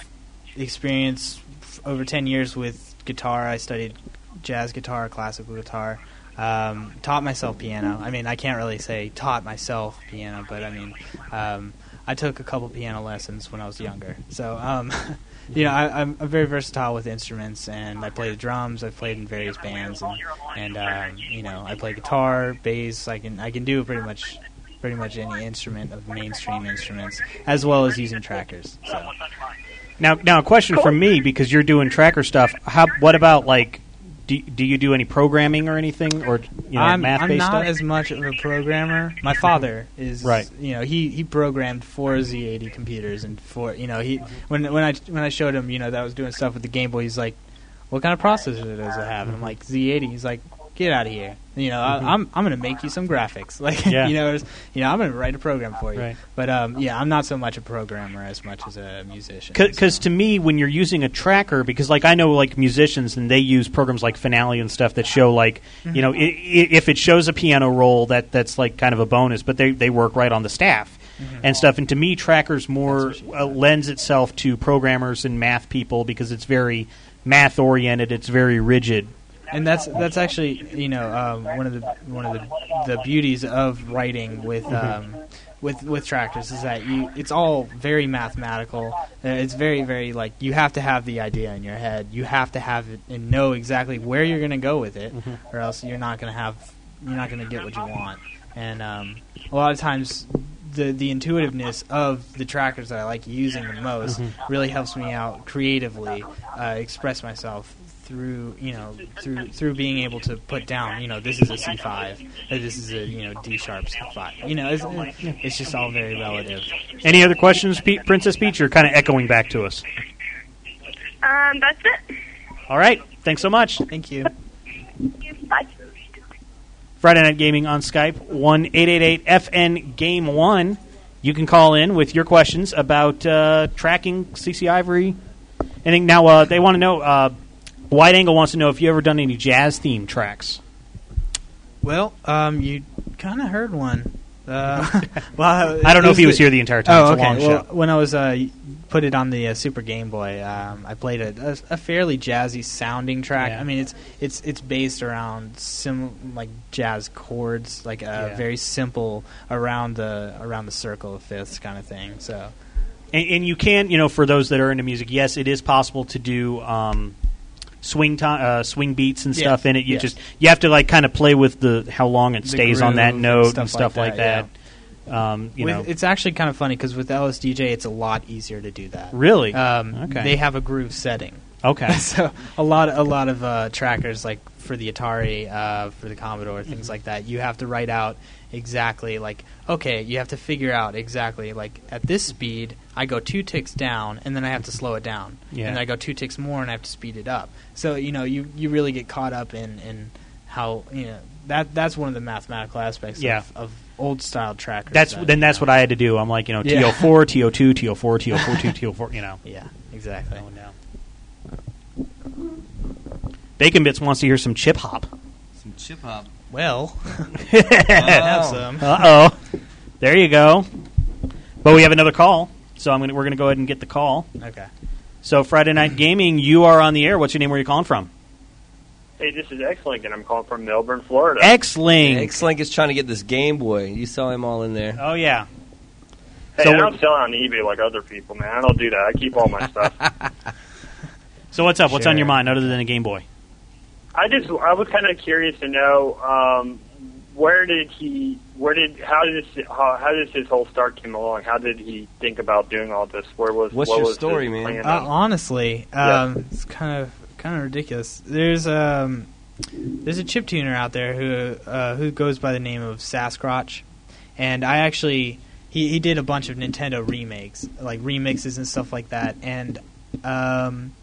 D: experience f- over ten years with guitar. I studied jazz guitar, classical guitar. Um, taught myself piano. I mean, I can't really say taught myself piano, but I mean, um, I took a couple piano lessons when I was younger. So, um, you know, I, I'm, I'm very versatile with instruments, and I play the drums. I've played in various bands, and, and um, you know, I play guitar, bass. I can I can do pretty much pretty much any instrument of mainstream instruments, as well as using trackers. So.
A: Now, now a question from me because you're doing tracker stuff. How? What about like? Do, do you do any programming or anything or you know
D: I'm,
A: math
D: I'm
A: based
D: not
A: stuff?
D: as much of a programmer. My father is
A: Right.
D: You know, he, he programmed four Z80 computers and four. You know, he when when I when I showed him, you know, that I was doing stuff with the Game Boy. He's like, "What kind of processor does it have?" And I'm like, "Z80." He's like, "Get out of here." You know,
A: Mhm.
D: I, I'm I'm gonna make you some graphics. Like,
A: Yeah.
D: you know, it's- you know, I'm gonna write a program for you.
A: Right.
D: But um, yeah, I'm not so much a programmer as much as a musician.
A: Because to me, when you're using a tracker, because like I know like musicians and they use programs like Finale and stuff that show like
D: Mm-hmm.
A: you know i- i- if it shows a piano roll that that's like kind of a bonus, but they they work right on the staff
D: Mm-hmm.
A: and stuff. And to me, trackers more uh, lends itself to programmers and math people because it's very math oriented. It's very rigid.
D: and that's that's actually you know um, one of the one of the, the beauties of writing with um, with with tractors is that you it's all very mathematical. Uh, It's very very like you have to have the idea in your head. You have to have it and know exactly where you're going to go with it, or else you're not going to have you're not going to get what you want. And um, a lot of times. The, the intuitiveness of the trackers that I like using the most really helps me out creatively uh, express myself through you know through through being able to put down you know this is a C five this is a you know D sharp C five you know it's, it's just all very relative.
A: Any other questions, Pe- Princess Peach? You're kind of echoing back to us.
H: Um, that's it.
A: All right. Thanks so much.
D: Thank you.
H: Bye.
A: Friday Night Gaming on Skype, 1 888 FN Game 1. You can call in with your questions about uh, tracking CC Ivory. I think now uh, they want to know, uh, Wide Angle wants to know if you ever done any jazz theme tracks.
D: Well, um, you kind of heard one Uh, well,
A: I don't know if he was
D: the-
A: here the entire time.
D: Oh,
A: It's a
D: okay.
A: long
D: well,
A: show.
D: when I was uh, put it on the uh, Super Game Boy, um, I played a, a, a fairly jazzy sounding track.
A: Yeah.
D: I mean, it's it's it's based around sim like jazz chords, like uh,
A: Yeah.
D: very simple around the around the circle of fifths kind of thing. So
A: And, and you can, you know, for those that are into music, yes, it is possible to do um, swing to- uh, swing beats and
D: Yeah.
A: stuff in it. You
D: Yeah.
A: just you have to like kind of play with the how long it
D: The
A: stays on that
D: groove,
A: note
D: stuff
A: and stuff
D: like
A: like that.
D: that,
A: Um, you
D: with,
A: know,
D: it's actually kind of funny because with LSDJ, it's a lot easier to do that.
A: Really?
D: Um,
A: Okay.
D: They have a groove setting.
A: Okay.
D: so a lot, a lot of uh, trackers like for the Atari, uh, for the Commodore,
A: Mm-hmm.
D: things like that. You have to write out exactly like okay, you have to figure out exactly like at this speed I go two ticks down and then I have to slow it down.
A: Yeah.
D: And then I go two ticks more and I have to speed it up. So you know you you really get caught up in in how you know that that's one of the mathematical aspects
A: Yeah.
D: of, of old style trackers.
A: that's
D: that-
A: then that's what I had to do. I'm like, you know,
D: Yeah.
A: TO4, TO2, TO4, TO4, TO4. You know,
D: yeah, exactly.
A: Bacon Bits wants to hear some chip hop.
C: Some chip hop.
D: Well,
A: Uh oh. There you go. But we have another call, so I'm gonna, we're going to go ahead and get the call.
D: Okay.
A: So Friday Night Gaming, you are on the air. What's your name? Where are you calling from?
K: Hey, this is X-Link, and I'm calling from Melbourne, Florida.
A: X-Link.
C: X-Link is trying to get this Game Boy. You saw him all in there.
A: Oh yeah.
K: Hey,
A: So
K: I
A: what-
K: don't sell on eBay like other people, man. I don't do that. I keep all my stuff.
A: So what's up? What's on
K: Sure.
A: your mind other than a Game Boy?
K: I just, I was kind of curious to know um, where did he, where did, how did this, how, how did his whole start came along? How did he think about doing all this? Where was
C: What's
K: what
C: your
K: was
C: story,
K: his
C: man? Uh-uh.
K: plan?
D: Uh, honestly, um, it's kind of kind of ridiculous. There's um, there's a chip tuner out there who uh, who goes by the name of Sasquatch, and I actually he, he did a bunch of Nintendo remakes, like remixes and stuff like that. And um,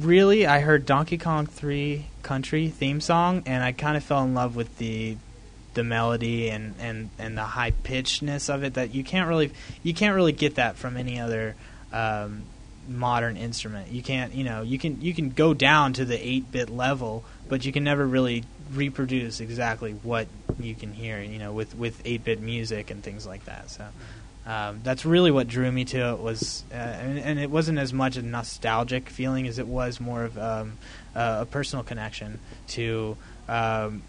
D: really, I heard Donkey Kong Three Country theme song, and I kind of fell in love with the the melody and, and, and the high pitchedness of it that you can't really you can't really get that from any other um, modern instrument. You can't you know you can you can go down to the eight bit level, but you can never really reproduce exactly what you can hear you know with with eight bit music and things like that. So. Um, that's really what drew me to it was, uh, and, and it wasn't as much a nostalgic feeling as it was more of um, uh, a personal connection to um,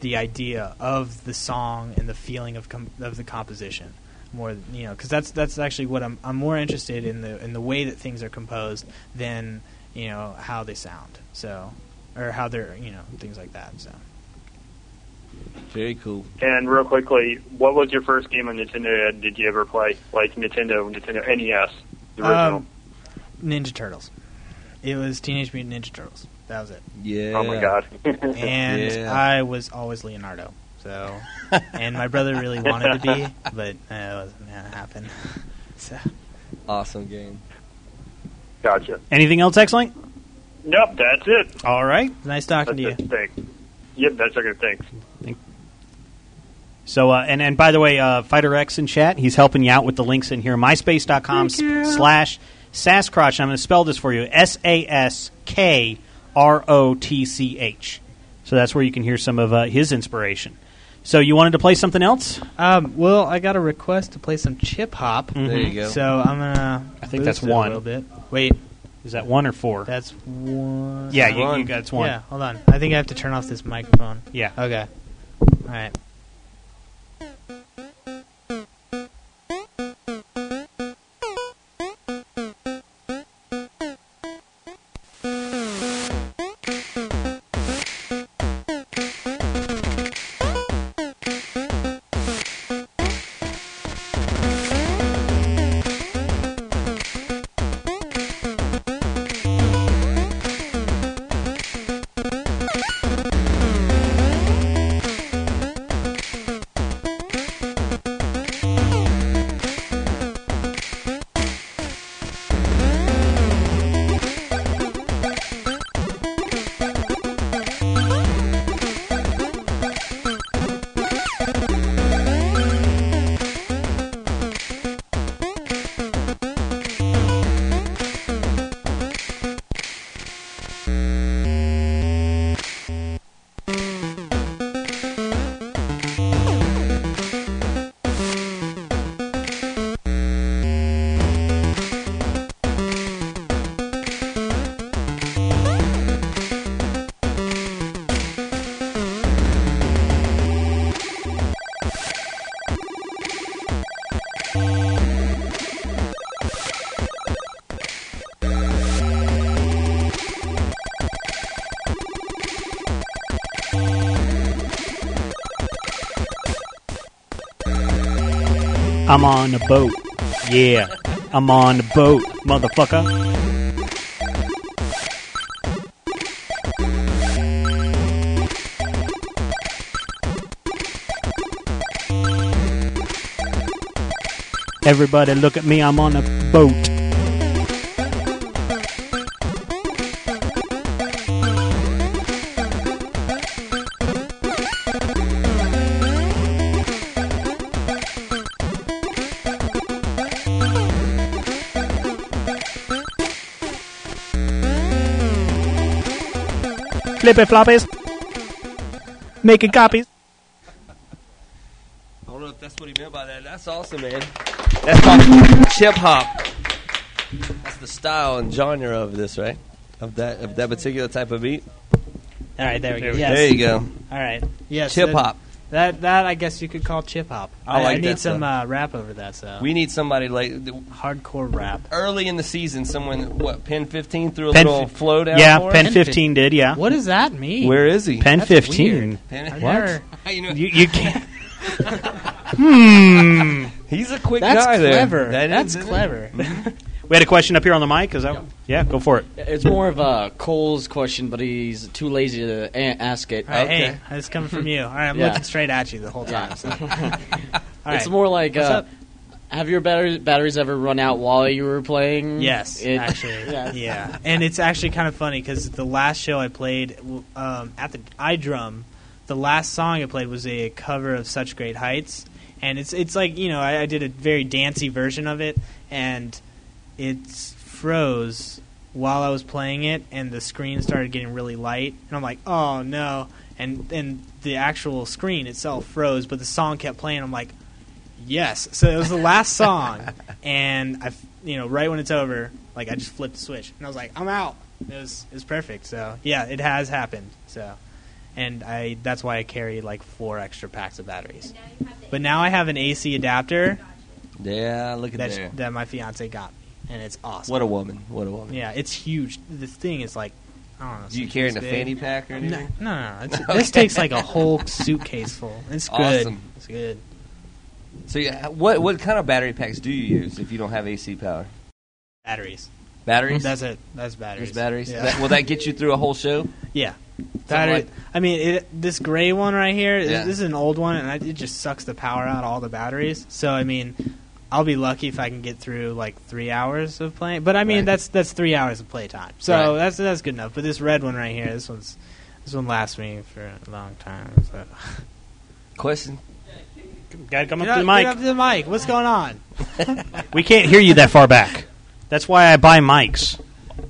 D: the idea of the song and the feeling of com- of the composition more th- you know because that's that's actually what I'm I'm more interested in the in the way that things are composed than you know how they sound so or how they're you know things like that so
C: Very cool.
K: And real quickly, what was your first game on Nintendo? that Did you ever play like Nintendo, Nintendo E NES, the original?
D: um, Ninja Turtles it was Teenage Mutant Ninja Turtles that was it
C: Yeah.
K: Oh my god.
D: and
C: Yeah.
D: I was always Leonardo so and my brother really wanted to be but uh, it wasn't gonna happen so
C: Awesome game.
K: Gotcha.
A: Anything else, X-Link?
K: Nope, that's it.
A: All right.
D: nice talking to you.
K: That's it. Thanks. Yep, that's a good thing.
A: So uh, and and by the way, uh, Fighter X in chat, he's helping you out with the links in here. MySpace.com s- slash Sasquatch. I'm going to spell this for you: S A S K R O T C H. So that's where you can hear some of uh, his inspiration. So you wanted to play something else?
D: Um, well, I got a request to play some chip hop.
A: There you go.
D: So I'm gonna.
A: I think
D: boost
A: that's
D: it
A: one.
D: A little bit. Wait,
A: Is that one or four?
D: that's one.
A: Yeah, you- you got- it's one.
D: Yeah, hold on. I think I have to turn off this microphone.
A: Yeah.
D: Okay. All right.
L: Thank you.
A: I'm on a boat. Yeah, I'm on a boat, motherfucker. Everybody, look at me. I'm on a boat. Flippy floppies, making copies.
C: I don't know if that's what he meant by that. That's awesome, man. That's called chip hop. That's the style and genre of this, right? Of that of that particular type of beat.
D: All right, there we
C: There
D: go.
C: we
D: Yes.
C: go. There you go.
D: All right. Yes.
C: Chip
D: that-
C: hop.
D: That that I guess you could call chip hop.
C: I like
D: I
C: that
D: need some
C: stuff.
D: uh, rap over that. So
C: We need somebody like th-
D: hardcore rap.
C: early in the season. Someone what Pen fifteen threw a
A: Pen
C: little
A: fi-
C: flow down.
A: Yeah,
C: for
A: Pen
C: us?
A: 15 did, yeah.
D: What does that mean?
C: Where is he?
A: Pen
C: That's
A: 15.
C: weird. Pen-
A: What?
C: How you know-
A: You, you can't. hmm.
C: He's a quick
D: That's
C: guy there.
D: clever.
C: That
D: That's
C: is-
D: clever.
A: We had a question up here on the mic. Is that? Yeah, go for it.
L: It's more of a Cole's question, but he's too lazy to a- ask it.
D: All right, Hey, it's coming from you. All right, I'm
L: Yeah.
D: looking straight at you the whole time. so. All right.
L: It's more like,
D: What's
L: uh,
D: up?
L: have your batteries, batteries ever run out while you were playing?
D: Yes, actually,
L: Yes.
D: yeah. And it's actually kind of funny because the last show I played w- um, at the iDrum, the last song I played was a cover of "Such Great Heights," and it's it's like you know I, I did a very dancey version of it, and it froze while I was playing it, and the screen started getting really light, and I'm like, oh no, and and the actual screen itself froze, but the song kept playing. I'm like. Yes. So it was the last song, and I, f- you know, right when it's over, like I just flipped the switch, and I was like, I'm out. It was it was perfect. So yeah, it has happened. So, and I that's why I carry like four extra packs of batteries. But now I have an AC adapter
C: Yeah, look at
D: that
C: there.
D: that my fiance got me, and it's awesome.
C: What a woman. What a woman.
D: Yeah, it's huge. This thing is like. I don't know,
C: Do you
D: it's
C: carry it in
D: this
C: a
D: big.
C: fanny pack or
D: No,
C: anything?
D: No, no, no. It's,
C: Okay.
D: This takes like a whole suitcase full. It's good.
C: Awesome.
D: It's good.
C: So, yeah, what what kind of battery packs do you use if you don't have AC power?
D: Batteries.
C: Batteries.
D: That's it. That's batteries.
C: There's batteries.
D: Yeah.
C: That- will that get you through a whole show?
D: Yeah. That
C: Something
D: is- I mean, it, this gray one right here,
C: Yeah.
D: this is an old one, and I, it just sucks the power out of all the batteries. So, I mean, I'll be lucky if I can get through like three hours of playing. But I mean,
C: Right.
D: that's that's three hours of playtime. So
C: Right.
D: that's that's good enough. But this red one right here, this one's this one lasts me for a long time. So.
C: Question.
A: Gotta come
D: Get
A: up to the
D: up- get up
A: mic.
D: to the mic. What's going on?
A: We can't hear you that far back. That's why I buy mics.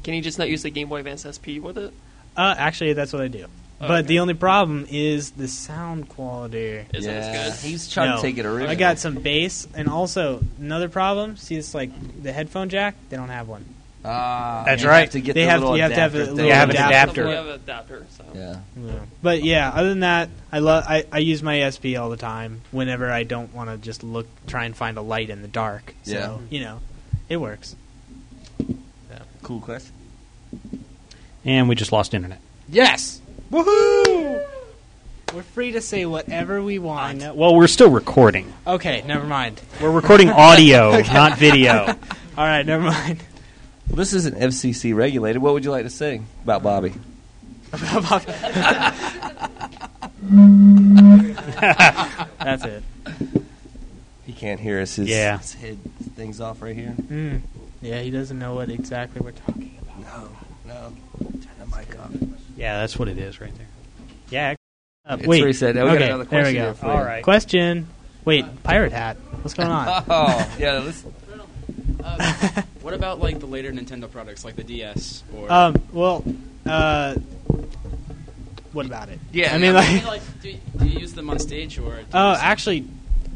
M: Can you just not use the Game Boy Advance SP with it?
D: Uh, actually, that's what I do. But the only problem is the sound quality.
M: Isn't as Yeah. good?
C: He's trying to take it original.
D: I got some bass, and also another problem. See, it's like the headphone jack. They don't have one.
C: Ah,
A: That's you right. have to
C: get
D: they
C: the
D: have.
C: little
D: you have to have a
C: adapter thing.
D: little
A: You have an
D: adapter.
A: adapter.
M: We have an adapter, so.
C: Yeah.
D: But yeah, other than that, I love. I, I use my SP all the time whenever I don't want to just look, try and find a light in the dark. So
C: Yeah.
D: you know, it works.
C: Cool question.
A: And we just lost internet.
D: Yes. Woohoo! We're free to say whatever we want.
A: Well, we're still recording.
D: Okay, never mind.
A: We're recording audio, not video.
D: All right, never mind.
C: Well, this isn't FCC regulated. What would you like to say about Bobby?
D: That's it.
C: He can't hear us. His,
A: Yeah.
C: his head things off right here.
D: Mm. Yeah, he doesn't know what exactly we're talking about.
C: No, no. Turn the mic off.
A: Yeah, that's what it is right there. Yeah.
D: Uh,
C: It's
D: wait.
C: where he said, "Oh, we got
D: okay,
C: another
D: there we
C: question
D: go.
C: here for you." All right.
D: Question. Wait, pirate hat. What's going on?
C: Oh, yeah. Let's,
L: Uh, what about like the later Nintendo products, like the DS or?
D: um. Well. Uh. What about it?
L: yeah,
D: I mean, like.
L: do, do you use them on stage or? do you
D: Oh,
L: just-
D: actually,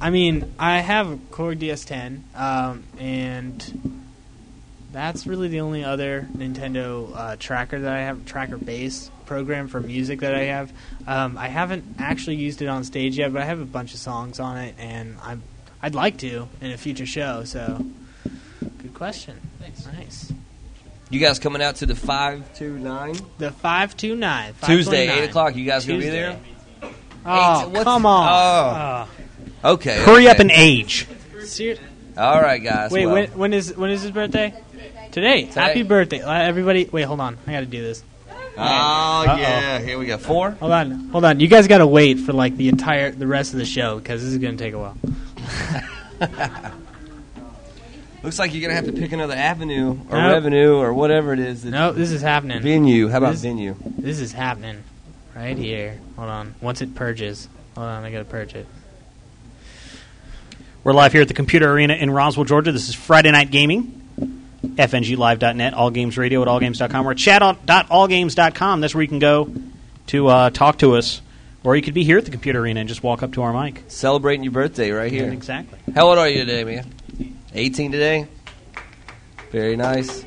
D: I mean, I have a Korg DS10, um, and that's really the only other Nintendo uh, tracker that I have, tracker based program for music that I have. Um, I haven't actually used it on stage yet, but I have a bunch of songs on it, and I'm, I'd like to in a future show, so good question. Thanks. Nice.
C: you guys coming out to the five two nine
D: The 529.
C: Tuesday
D: 529.
C: eight o'clock? You guys gonna be
D: Tuesday.
C: there?
D: Oh,
C: Eight- what's-
D: come on.
C: Oh. Okay.
A: Hurry up
C: okay.
A: and age.
D: Ser-
C: All right, guys.
D: Wait,
C: well,
D: when, when is when is his birthday? Today. Happy birthday, Uh, everybody! Wait, hold on. I got to do this.
C: Oh
D: Uh-oh.
C: yeah, here we go. Four.
D: Hold on, hold on. You guys got to wait for like the entire the rest of the show because this is gonna take a while.
C: Looks like you're gonna have to pick another avenue or
D: Nope.
C: revenue or whatever it is. that-
D: Nope, this is happening.
C: Venue. How about
D: This-
C: venue?
D: This is happening right here. Hold on. Once it purges, hold on. I gotta purge it.
A: We're live here at the Computer Arena in Roswell, Georgia. This is Friday Night Gaming. FNGLive.net, All Games Radio at allgames.com, or chat.allgames.com. That's where you can go to uh, talk to us. Or you could be here at the Computer Arena and just walk up to our mic.
C: Celebrating your birthday right here.
A: Yeah, exactly.
C: How old are you today, man? 18 today. Very nice.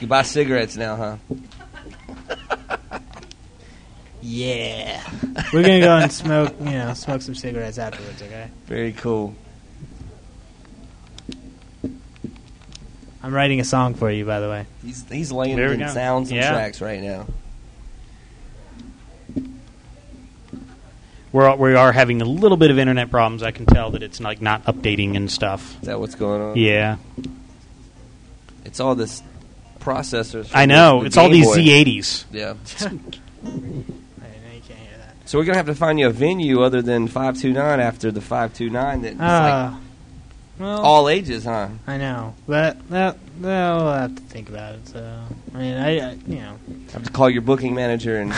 C: You buy cigarettes now, huh?
D: Yeah. We're gonna go and smoke, you know, smoke some cigarettes afterwards. Okay.
C: Very cool.
D: I'm writing a song for you, by the way.
C: He's he's laying
D: There we
C: in
D: go.
C: sounds and
D: Yeah.
C: tracks right now.
A: We're, we are having a little bit of internet problems. I can tell that it's like not updating and stuff.
C: Is that what's going on?
A: Yeah.
C: It's all this processors. from
A: I know.
C: the
A: It's all
C: Game
A: these
C: Boy.
A: Z80s.
C: Yeah. So we're gonna have to find you a venue other than five two nine after the five two nine that's
D: Ah.
C: like
D: well-
C: all ages, huh?
D: I know, but that that we'll have to think about it. So I mean, I, I you know,
C: Have to call your booking manager and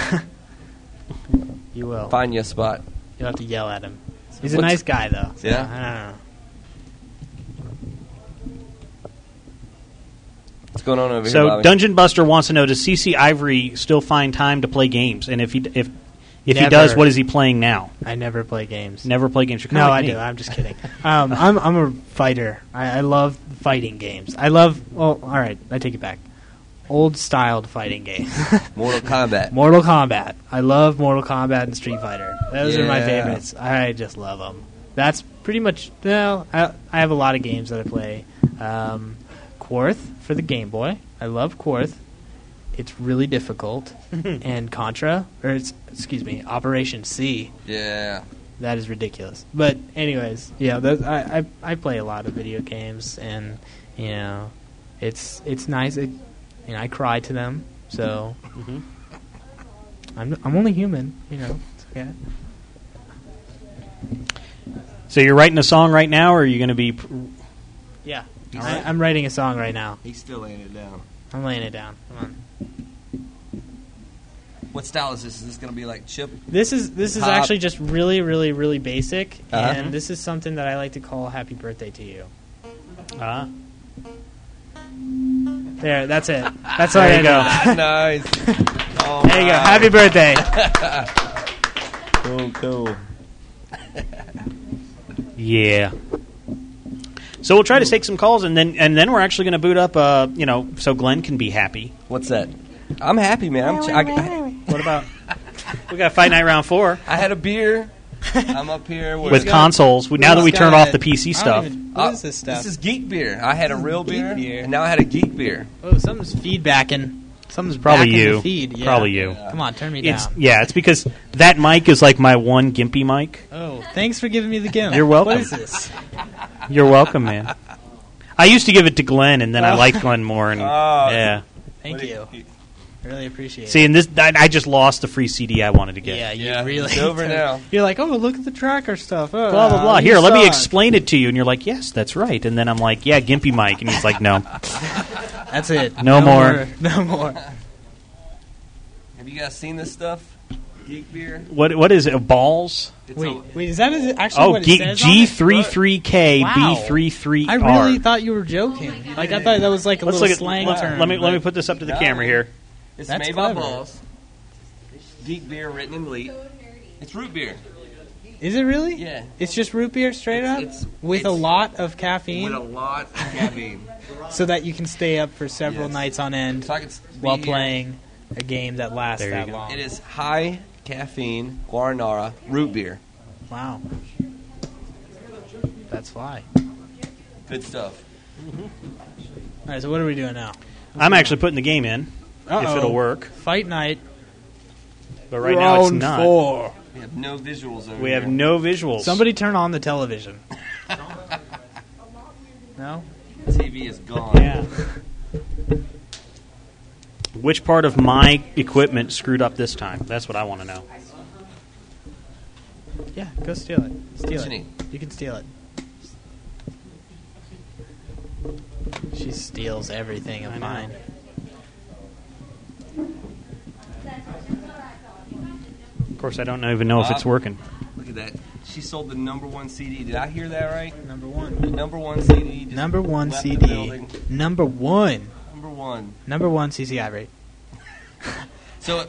D: you will
C: find you a spot.
D: you'll have to yell at him. He's a
C: What's-
D: nice guy, though. so
C: Yeah?
D: I don't know.
C: What's going on over here?
A: So
C: Bobby?
A: Dungeon Buster wants to know: Does CC Ivory still find time to play games? And if he d- if if he
D: Never.
A: does, what is he playing now?
D: I never play games.
A: Never play games. You're kinda
D: No,
A: like
D: I
A: me.
D: do. I'm just kidding. Um, I'm I'm a fighter. I, I love fighting games. I love. Well, all right, I take it back. Old styled fighting games.
C: Mortal Kombat.
D: Mortal Kombat. I love Mortal Kombat and Street Fighter. Those are my
C: Yeah.
D: favorites. I just love them. That's pretty much. Well, I, I have a lot of games that I play. Um, Quarth for the Game Boy. I love Quarth. It's really difficult. and Contra, or it's, excuse me, Operation C.
C: Yeah.
D: That is ridiculous. But anyways, yeah, those, I, I I play a lot of video games, and you know, it's it's nice. It, you know, I cry to them, so I'm I'm only human. You know, it's okay.
A: So you're writing a song right now, or are you going to be? pr-
D: Yeah,
C: All
D: I,
C: right.
D: I'm writing a song right now.
C: He's still laying it down.
D: I'm laying it down. Come on.
C: What style is this? Is this gonna be like chip?
D: This is this is
C: Pop?
D: actually just really really really basic,
C: Uh-huh.
D: and this is something that I like to call "Happy Birthday to You."
A: Ah.
D: There, that's it. That's
A: There
D: all
A: you
D: I
A: go.
D: know.
C: nice. Oh,
D: there you go.
C: my.
D: Happy birthday.
C: cool, cool.
A: Yeah. So we'll try to take some calls, and then and then we're actually going to boot up. Uh, you know, so Glenn can be happy.
C: What's that? I'm happy, man. I'm ch- I, I,
A: What about? we got fight night round four
C: I had a beer. I'm up here with,
A: with consoles. We, now that we turn off the PC stuff,
C: Uh, this is geek beer. I had a real beer, and now I had a geek beer.
D: Oh, something's feedbacking. Something's
A: Probably
D: back in
A: you.
D: the feed. Yeah.
A: Probably you.
D: Come on, turn me
A: it's
D: down.
A: yeah, it's because that mic is like my one gimpy mic.
D: Oh, thanks for giving me the gimp.
A: You're welcome.
D: What is this?
A: You're welcome, man. I used to give it to Glenn, and then I
D: Oh.
A: liked Glenn more, and
D: Oh.
A: yeah.
D: Thank you. Really appreciate
A: See,
D: it.
A: and this I, I just lost the free CD I wanted to get.
D: Yeah, you really.
C: it's over now.
D: You're like, oh, look at the tracker stuff. Oh,
A: Blah blah blah.
D: you
A: Here, let me
D: suck.
A: explain it to you, and you're like, "Yes, that's right." And then I'm like, "Yeah, Gimpy Mike," and he's like, "No,
D: That's it.
A: No more.
D: No more.
C: Have you guys seen this stuff? Geek beer.
A: what? What is it? Balls?
D: Wait, wait, is that is it actually
A: Oh,
D: what it says on
A: G
D: it?
A: three three K B
D: Wow.
A: three three
D: I
A: R."
D: really thought you were
C: Oh
D: joking. like I thought that was like a
A: Let's
D: little
A: look at.
D: slang
A: let,
D: term.
A: let me let me
D: like-
A: put this up to the
C: No.
A: camera here.
C: It's
D: That's
C: made
D: clever.
C: by balls. Geek beer written in wheat. It's root beer.
D: Is it really?
C: Yeah.
D: It's just root beer straight up
C: it's-
D: with a
C: it's-
D: lot of caffeine,
C: With a lot of caffeine.
D: so that you can stay up for several
C: Yes.
D: nights on end
C: So I could s- be
D: while
C: here.
D: playing a game that lasts that long.
C: It is high caffeine guaranara root beer.
D: Wow. That's why.
C: Good stuff.
D: All right, so what are we doing now?
A: I'm actually putting the game in if
D: Uh-oh.
A: it'll work,
D: Fight night.
A: but right now it's not.
C: We have no visuals over
A: We have
C: here.
A: no visuals.
D: Somebody turn on the television. No?
C: TV is gone.
A: Yeah. Which part of my equipment screwed up this time? That's what I want to know.
D: Yeah, go steal it. Steal
C: What's your
D: it. You can steal it. She steals everything of mine.
A: Of course, I don't even know if it's
C: Bob,
A: working.
C: Look at that. She sold the number one CD. Did I hear that right?
D: Number one.
C: The number one CD. just
D: Number one
C: left the
D: CD.
C: building.
D: Number one.
C: Number one.
D: Number one CCI rate.
C: So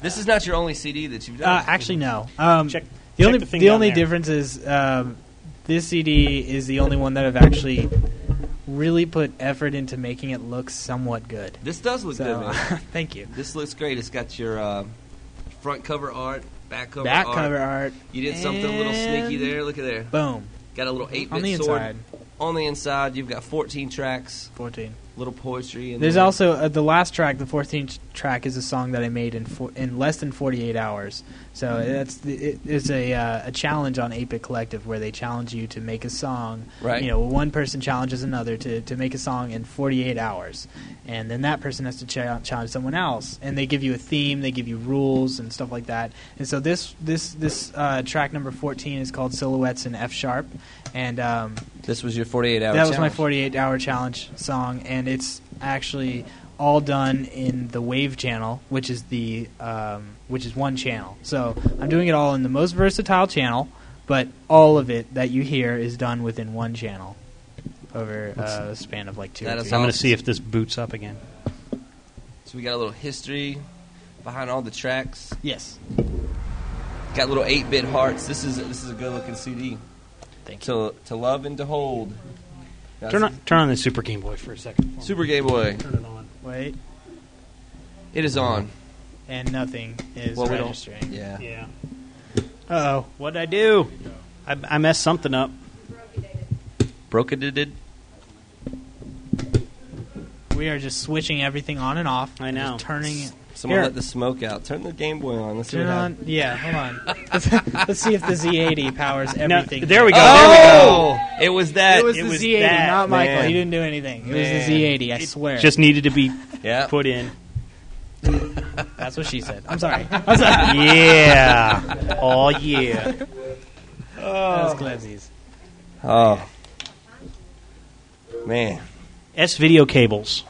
C: this is not your only CD that you've done.
D: Uh, actually, no. Um, the
C: check
D: only
C: the
D: the,
C: thing down
D: only
C: there.
D: difference is um, this CD is the only one that I've actually really put effort into making it look somewhat good.
C: This does look
D: So,
C: good, man.
D: thank you.
C: This looks great. It's got your uh, front cover art, back cover
D: Back
C: art.
D: cover art.
C: You did something a little sneaky there. Look at there.
D: Boom.
C: Got a little 8 bit
D: On the
C: sword.
D: inside.
C: On the inside, you've got 14 tracks.
D: 14.
C: Little poetry. And
D: There's also uh, the last track, the 14th track, is a song that I made in four, in less than 48 hours. So that's the- it, it's a uh, a challenge on 8-Bit Collective where they challenge you to make a song.
C: Right.
D: You know, one person challenges another to, to make a song in 48 hours, and then that person has to cha- challenge someone else, and they give you a theme, they give you rules and stuff like that. And so this this this uh, track number 14 is called Silhouettes in F Sharp, and um,
C: This was your 48 hour
D: that was my 48 hour challenge song, and it's actually all done in the wave channel, which is the um, which is one channel. So I'm doing it all in the most versatile channel, but all of it that you hear is done within one channel over uh,
A: Let's-
D: a span of like two.
C: That
D: or
C: is
D: three.
A: I'm going to
C: awesome.
A: see if this boots up again.
C: So we got a little history behind all the tracks.
D: Yes.
C: Got little eight bit hearts. This is this is a good looking CD.
D: Thank
C: you. To to love and to hold. That's
A: Turn on, turn on the Super Game Boy for a second.
C: Super Game Boy.
A: Turn it on.
D: Wait,
C: It is on.
D: and nothing is
C: Well, we don't-
D: registering.
C: yeah.
A: Yeah.
D: Uh oh,
A: what'd I do? I, I messed something up.
C: Broke it. Did
D: We are just switching everything on and off. I know. turning. it-
C: Someone
D: Here,
C: let the smoke out. Turn the Game Boy on. Let's see
D: Turn
C: what
D: on.
C: happens.
D: Yeah, hold on. let's, let's see if the Z80 powers everything.
A: there we go,
C: Oh!
A: there
C: It was that.
D: It was the Z80, not Michael.
C: Man.
D: He didn't do anything. It was
C: Man.
D: the Z80. I swear.
A: Just needed to be
C: Yeah.
A: put in.
D: That's what she said. I'm sorry. I'm sorry.
A: Yeah. Oh, yeah.
D: That was Klebsies.
C: Oh. Man.
A: S video cables.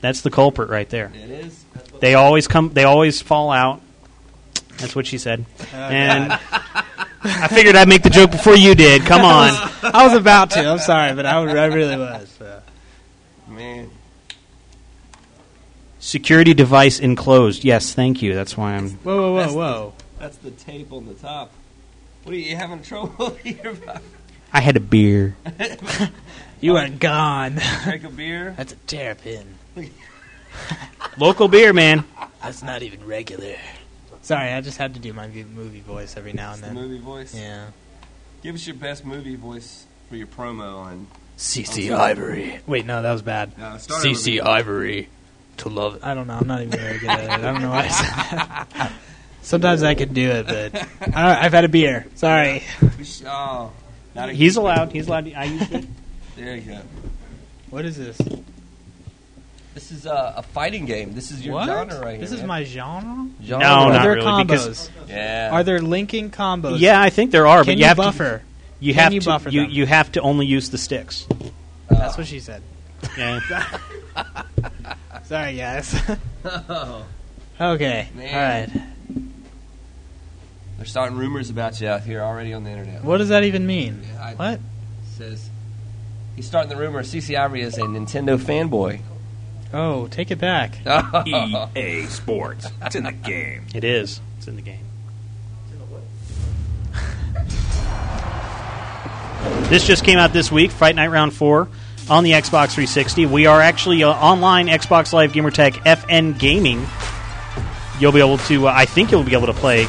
A: That's the culprit right there.
C: It is.
A: They always come. They always fall out. That's what she said.
C: Oh,
A: and I figured I'd make the joke before you did. Come on.
D: I was about to. I'm sorry, but I, would- I really was. so.
C: Man.
A: Security device enclosed. Yes, thank you. That's why I'm.
D: Whoa, whoa, whoa,
C: That's the-
D: whoa.
C: That's the tape on the top. What are you, you having trouble here? Bob?
A: I had a beer.
D: You are gone.
C: Drink a beer.
D: That's a terrapin.
A: Local beer, man.
D: That's not even regular. Sorry, I just had to do my v- movie voice every now and
C: That's the
D: then.
C: movie voice.
D: Yeah.
C: Give us your best movie voice for your promo on
D: CC Ivory. Wait, no, that was bad.
C: No, start over.
D: CC Ivory. To love. I don't know. I'm not even very good at it. I don't know why I said that. Sometimes I can do it, but I, I've had a beer. Sorry.
C: Oh, not a-
A: He's allowed. He's allowed. I used it.
C: There you go.
D: What is this?
C: This is uh, a fighting game. This is your
D: what?
C: genre right
D: this
C: here.
D: is my genre?
C: Genre.
A: No,
D: Are
A: not
D: there
A: really,
D: combos?
A: because-
C: Yeah.
D: Are there linking combos?
A: Yeah, I think there are.
D: Can
A: but
D: you
A: have
D: buffer?
A: To, you
D: Can
A: have
D: you
A: to.
D: buffer
A: you
D: them?
A: you have to only use the sticks.
D: That's what she said.
A: Yeah.
D: Sorry, guys.
C: Oh,
D: okay.
C: Man.
D: All right.
C: they're starting rumors about you out here already on the internet.
D: What does that even mean?
C: Yeah, I-
D: What?
C: Says he's starting the rumor. CC Ivory is a Nintendo fanboy.
D: Oh, take it back.
C: Oh.
B: EA Sports. It's in the game.
A: It is. It's in the game. This just came out this week, Fight Night Round 4 on the Xbox 360. We are actually uh, online Xbox Live Gamertag FN Gaming. You'll be able to, uh, I think you'll be able to play.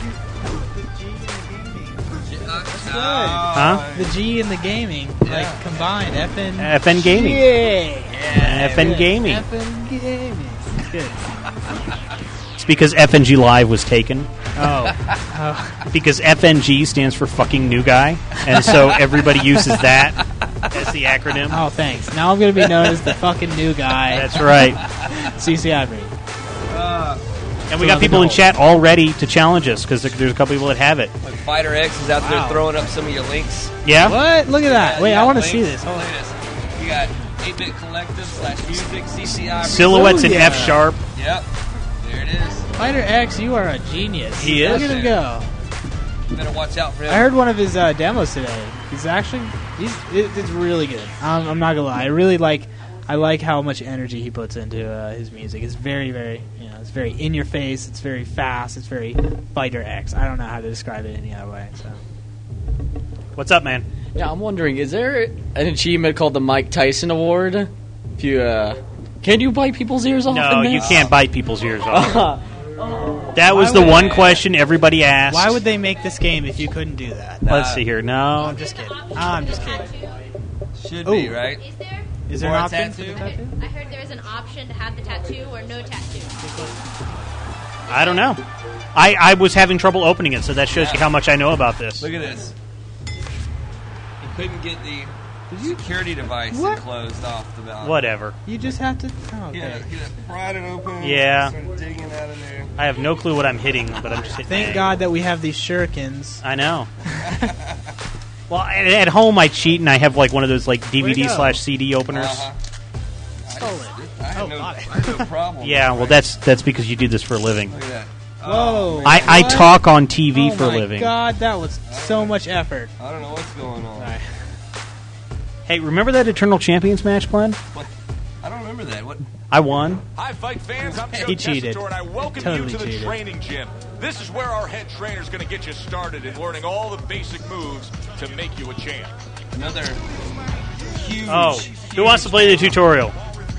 A: Huh?
D: The G and the gaming, like combined, FN.
A: FN Gaming.
D: Yeah.
A: FN Gaming.
D: FN gaming. Good.
A: It's because FNG Live was taken.
D: Oh. oh.
A: Because FNG stands for fucking new guy. And so everybody uses that. That's the acronym.
D: Oh, thanks. Now I'm going to be known as the fucking new guy.
A: That's right.
D: CC Ivory.
C: Uh,
A: And we got people in chat all ready to challenge us because there's a couple people that have it.
C: Like Fighter X is out
D: Wow.
C: there throwing up some of your links.
A: Yeah?
D: What? Look at that. Wait, I want to see this.
C: Look at this. You got 8 bit collective slash music, CCI.
A: Silhouettes in
D: yeah.
A: F sharp.
C: Yep. There it is.
D: Fighter X, you are a genius.
A: He is.
D: Look at him go.
C: You better watch out for him.
D: I heard one of his uh, demos today. He's actually he's it, it's really good. Um, I'm not gonna lie. I really like I like how much energy he puts into uh, his music. It's very very you know it's very in your face. It's very fast. It's very Fighter X. I don't know how to describe it any other way. So
A: What's up, man?
N: Yeah, I'm wondering, is there an achievement called the Mike Tyson Award? If you, uh, can you bite people's ears off?
A: No,
N: in
A: you
N: this?
A: can't bite people's ears off. that
D: Why
A: was the
D: would-
A: one question everybody asked.
D: why would they make this game if you couldn't do that? Uh,
A: Let's see here. No.
D: I'm just kidding. I'm just kidding.
C: Should
D: be, Ooh.
C: right?
O: Is there?
D: Is there
C: Or
D: an
C: a
D: option for
C: tattoo?
D: the tattoo?
O: I heard there is an option to have the tattoo or no tattoo.
A: I don't know. I, I was having trouble opening it, so that shows you how much I know about this.
C: Look at this. He couldn't get the security device
D: What?
C: that closed off the valve.
A: Whatever.
D: You just have to. Oh, okay.
C: Yeah, you gotta pry it open.
A: Yeah.
C: Start digging out of there.
A: I have no clue what I'm hitting, but I'm just hitting.
D: Thank
A: A.
D: God that we have these shurikens.
A: I know. well, at, at home I cheat and I have like one of those like DVD
D: go.
A: slash CD openers.
C: Uh-huh. I had no, I
D: Oh,
C: had no problem.
A: Yeah, well that's that's because you do this for a living.
C: Look at that. Oh,
D: Whoa!
A: I, I
D: Oh, what?
A: talk on TV
D: oh
A: for a
D: my
A: living.
D: God, that was so much effort.
C: I don't know what's going on.
A: Hey, remember that Eternal Champions match, Glenn?
C: What? I don't remember that. What?
A: I won.
P: Hi, Fight fans. I'm Joe
A: He cheated.
P: Tessitore, and I welcome
A: Totally
P: you to the
A: cheated.
P: training gym. This is where our head trainer is going to get you started in learning all the basic moves to make you a champ.
C: Another huge.
A: Oh, who wants to play the tutorial?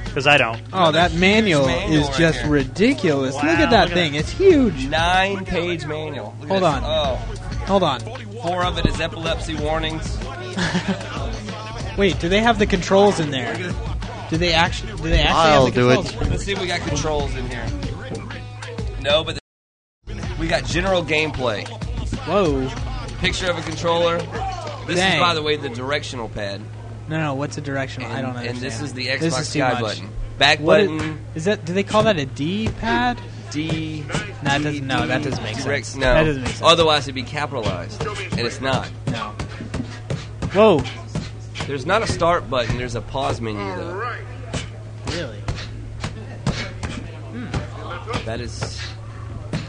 A: Because I don't.
D: Oh, that manual
C: manual
D: is
C: right
D: just
C: there.
D: ridiculous.
C: Wow,
D: look at
C: look
D: that
C: at
D: thing. It's huge.
C: Nine page manual. Look at
D: Hold
C: this.
D: on.
C: Oh.
D: Hold on.
C: Four of it is epilepsy warnings.
D: Wait, do they have the controls in there? Do they actually? Do they actually have the controls?
C: Let's see if we got controls in here. No, but the- we got general gameplay.
D: Whoa.
C: Picture of a controller. This
D: Dang.
C: is, by the way, the directional pad.
D: No, no. What's a directional? I
C: And-
D: don't
C: and
D: understand.
C: this is the
D: This
C: Xbox
D: is too
C: guy
D: much.
C: button. Back
D: What i-
C: button.
D: Is that? Do they call that a D pad?
C: D.
D: that doesn't. No, that doesn't make
C: Direct-
D: sense.
C: No.
D: That doesn't make sense.
C: Otherwise, it'd be capitalized, and it's not.
D: No. Whoa.
C: There's not a start button. There's a pause menu though.
D: Really?
C: Hmm. That is.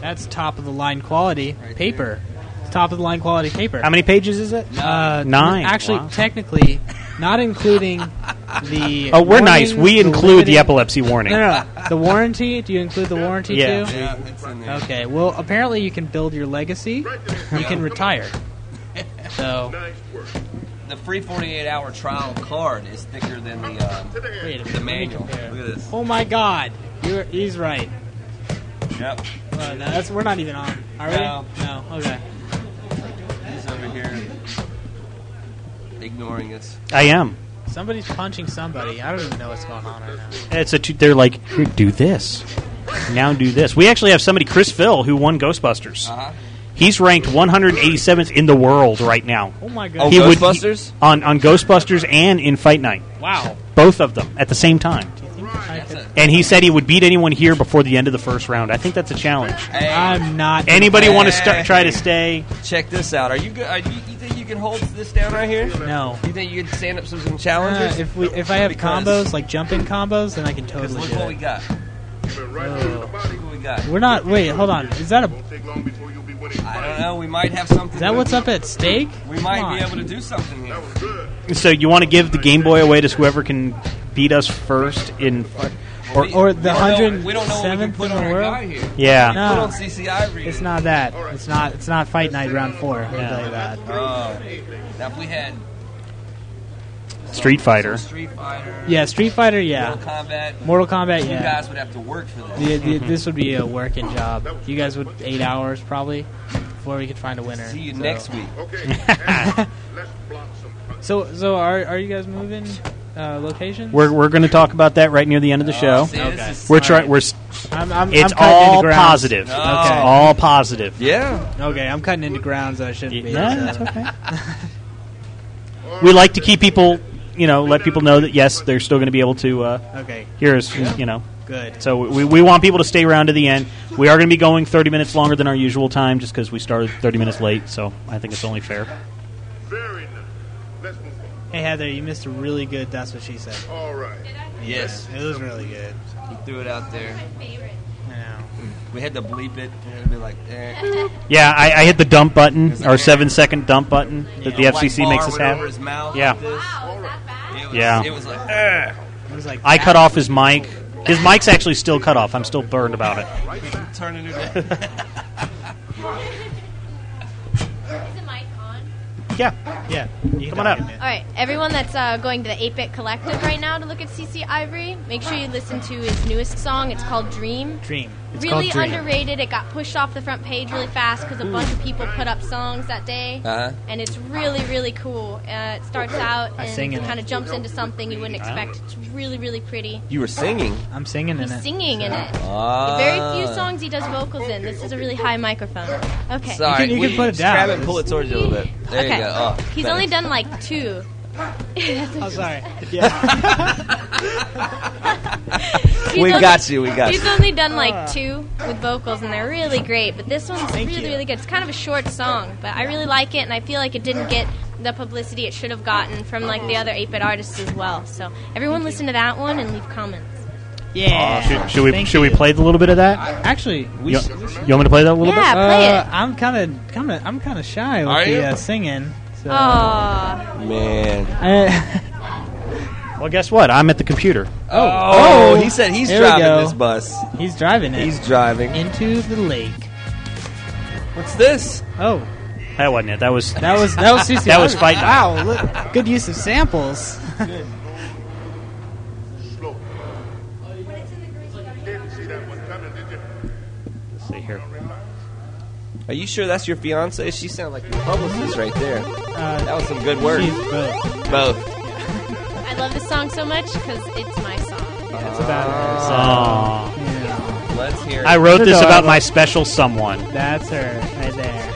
D: That's top of the line quality paper. It's Top of the line quality paper.
A: How many pages is it?
D: Uh,
A: Nine.
D: Actually,
A: Wow.
D: technically, not including the.
A: Oh, we're
D: warnings,
A: nice. We
D: the
A: include the
D: limited-
A: epilepsy warning.
D: No, no, no. The warranty? Do you include the warranty
A: Yeah.
D: too?
A: Yeah,
C: it's in there.
D: Okay. Well, apparently you can build your legacy. You can retire. So.
C: The free 48 hour trial card is thicker than the um,
D: Wait a minute,
C: the
D: let me
C: manual. Look
D: compare.
C: at this.
D: Oh my God! You're, he's right.
C: Yep.
D: Oh, no, that's, we're not even on. Are we?
C: No.
D: No. Okay.
C: He's over here ignoring us.
A: I am.
D: Somebody's punching somebody. I don't even know what's going on right now.
A: It's a tu- they're like "Here, do this. Now do this. We actually have somebody Chris Phil who won Ghostbusters. He's ranked 187th in the world right now.
D: Oh my God.
A: He
D: Oh,
A: would-
D: Ghostbusters?
A: he- on on Ghostbusters and in Fight Night.
D: Wow.
A: Both of them at the same time. And he said he would beat anyone here before the end of the first round. I think that's a challenge.
D: I'm not.
A: Anybody want to
C: Hey.
A: st- try to stay?
C: Check this out. Are you good? Are you, you think you can hold this down right here?
D: No.
C: You think you can stand up some, some
D: Uh,
C: challenges?
D: if we, if I have
C: Because-
D: combos like jumping combos, then I can
C: Because
D: totally
C: look
D: do
C: what
D: it.
C: we got. Look what we got.
D: We're not. Wait, hold on. Is that a?
C: I don't know. We might have something.
D: Is that what's up at stake?
C: We might
D: Come
C: be
D: on.
C: able to do something here.
A: So you want to give the Game Boy away to whoever can beat us first in or
D: Or the hundred
C: we don't know what we can
D: seventh
C: put
D: in the
C: on our
D: world.
C: guy here.
A: Yeah.
D: No.
C: Put on CC Ivory.
D: It's not that. It's not. It's not fight night round four. I'll tell you that.
C: Oh. Now if we had
A: Street Fighter.
C: Street Fighter,
D: Yeah, Street Fighter. Yeah.
C: Mortal Kombat,
D: Mortal Kombat.
C: you
D: Yeah.
C: guys would have to work for this.
D: The, the, this would be a working job. You guys would eight hours probably before we could find a winner.
C: See you
D: so.
C: next week.
D: so so are are you guys moving uh, locations?
A: We're, we're going to talk about that right near the end of the show.
D: Oh, see, this Okay. is- Oh.
A: We're
D: all
A: trying.
D: right.
A: We're. s-
D: I'm- I'm-
A: it's
D: I'm cutting into
A: all
D: ground.
A: positive.
D: No.
A: It's
D: Okay.
A: all positive.
C: Yeah.
D: Okay, I'm cutting into grounds I shouldn't be.
A: Yeah,
D: so.
A: that's okay. We like to keep people you know let people know that yes, they're still going to be able to uh,
D: Okay.
A: hear us.
D: Yeah.
A: You know,
D: Good.
A: So we, we want people to stay around to the end. We are going to be going 30 minutes longer than our usual time, just because we started 30 minutes late. So I think it's only fair.
D: Hey Heather, you missed a really good. That's what she said.
Q: All right.
C: Yes.
D: it was really good.
C: He threw it out there.
D: I know.
C: We had to bleep it. We had to be like, eh.
A: Yeah, I, I hit the dump button, our seven second dump button that the
C: A white
A: FCC
C: bar
A: makes us
C: went
A: have.
C: over his mouth
A: Yeah,
C: like this. It was,
A: Yeah.
C: It was like, eh.
D: It was like
A: I cut off his mic. His mic's actually still cut off. I'm still burned about it.
C: Turn it around.
A: Yeah.
D: Yeah. You
A: Come on up.
O: All right, everyone that's uh, going to the 8-Bit Collective right now to look at CC Ivory, make sure you listen to his newest song. It's called Dream.
D: Dream. It's
O: really
D: called Dream.
O: underrated. It got pushed off the front page really fast because a bunch of people put up songs that day,
D: Uh-huh.
O: and it's really, really cool. Uh, it starts out
D: I sing in
O: and
D: it.
O: kind of jumps into something you wouldn't expect. It's really, really pretty.
C: You were singing.
D: I'm singing in
O: He's
D: it.
O: singing in it.
C: Ah.
O: Very few songs he does vocals in. This is a really high microphone. Okay.
C: Sorry,
D: you can
C: we-
D: put it down.
C: Grab it and pull it towards you a little bit. There
O: okay.
C: you go. Oh,
O: He's
C: better.
O: only done like two. oh,
D: sorry. Yeah.
C: We
O: only-
C: got you, we got
O: He's
C: you.
O: only done like two with vocals, and they're really great. But this one's really, really good. It's kind of a short song, but I really like it, and I feel like it didn't get the publicity it should have gotten from like the other 8-bit artists as well. So everyone, listen to that one and leave comments.
D: Yeah.
A: Should, should we
D: Thank
A: should we play a little bit of that?
D: Actually,
A: You, you want me to play that a little bit?
D: Uh, I'm kind of, kind of, I'm kind of shy
A: Are
D: with the
A: you?
D: uh, singing. So.
O: Aw.
C: Man.
D: I-
A: Well, guess what? I'm at the computer.
C: Oh, he said he's
D: There we
C: driving
D: go.
C: this bus.
D: He's driving it.
C: He's driving.
D: Into the lake.
C: What's this?
D: Oh,
A: That wasn't it. That was
D: that was that was CC.
A: that was fight night.
D: Wow, look, good use of samples.
A: Let's see here.
C: Are you sure that's your fiance? She sounded like your publicist right there. that was some good work.
D: Uh, she's both.
C: Both.
O: I love this song so much because it's my song.
D: That's about her. So.
A: Aw.
D: Yeah.
C: Let's hear.
A: I wrote
D: It's
A: this about
D: adorable.
A: my special someone.
D: That's her right there.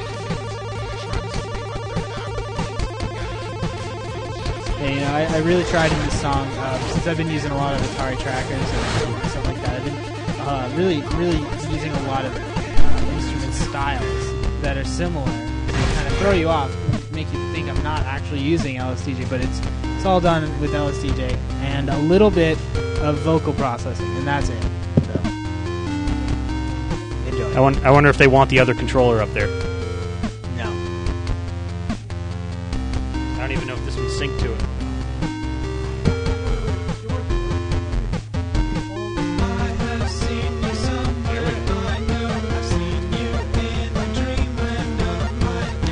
D: And, you know, I, I really tried in this song uh, since I've been using a lot of Atari trackers and stuff like that. I've been uh, really, really using a lot of uh, instrument styles that are similar to kind of throw you off, make you think I'm not actually using LSDJ, but it's it's all done with LSDJ and a little bit of vocal processing, and that's it. So, enjoy.
A: I, won- I wonder if they want the other controller up there.
D: No.
A: I don't even know if this one's synced to it.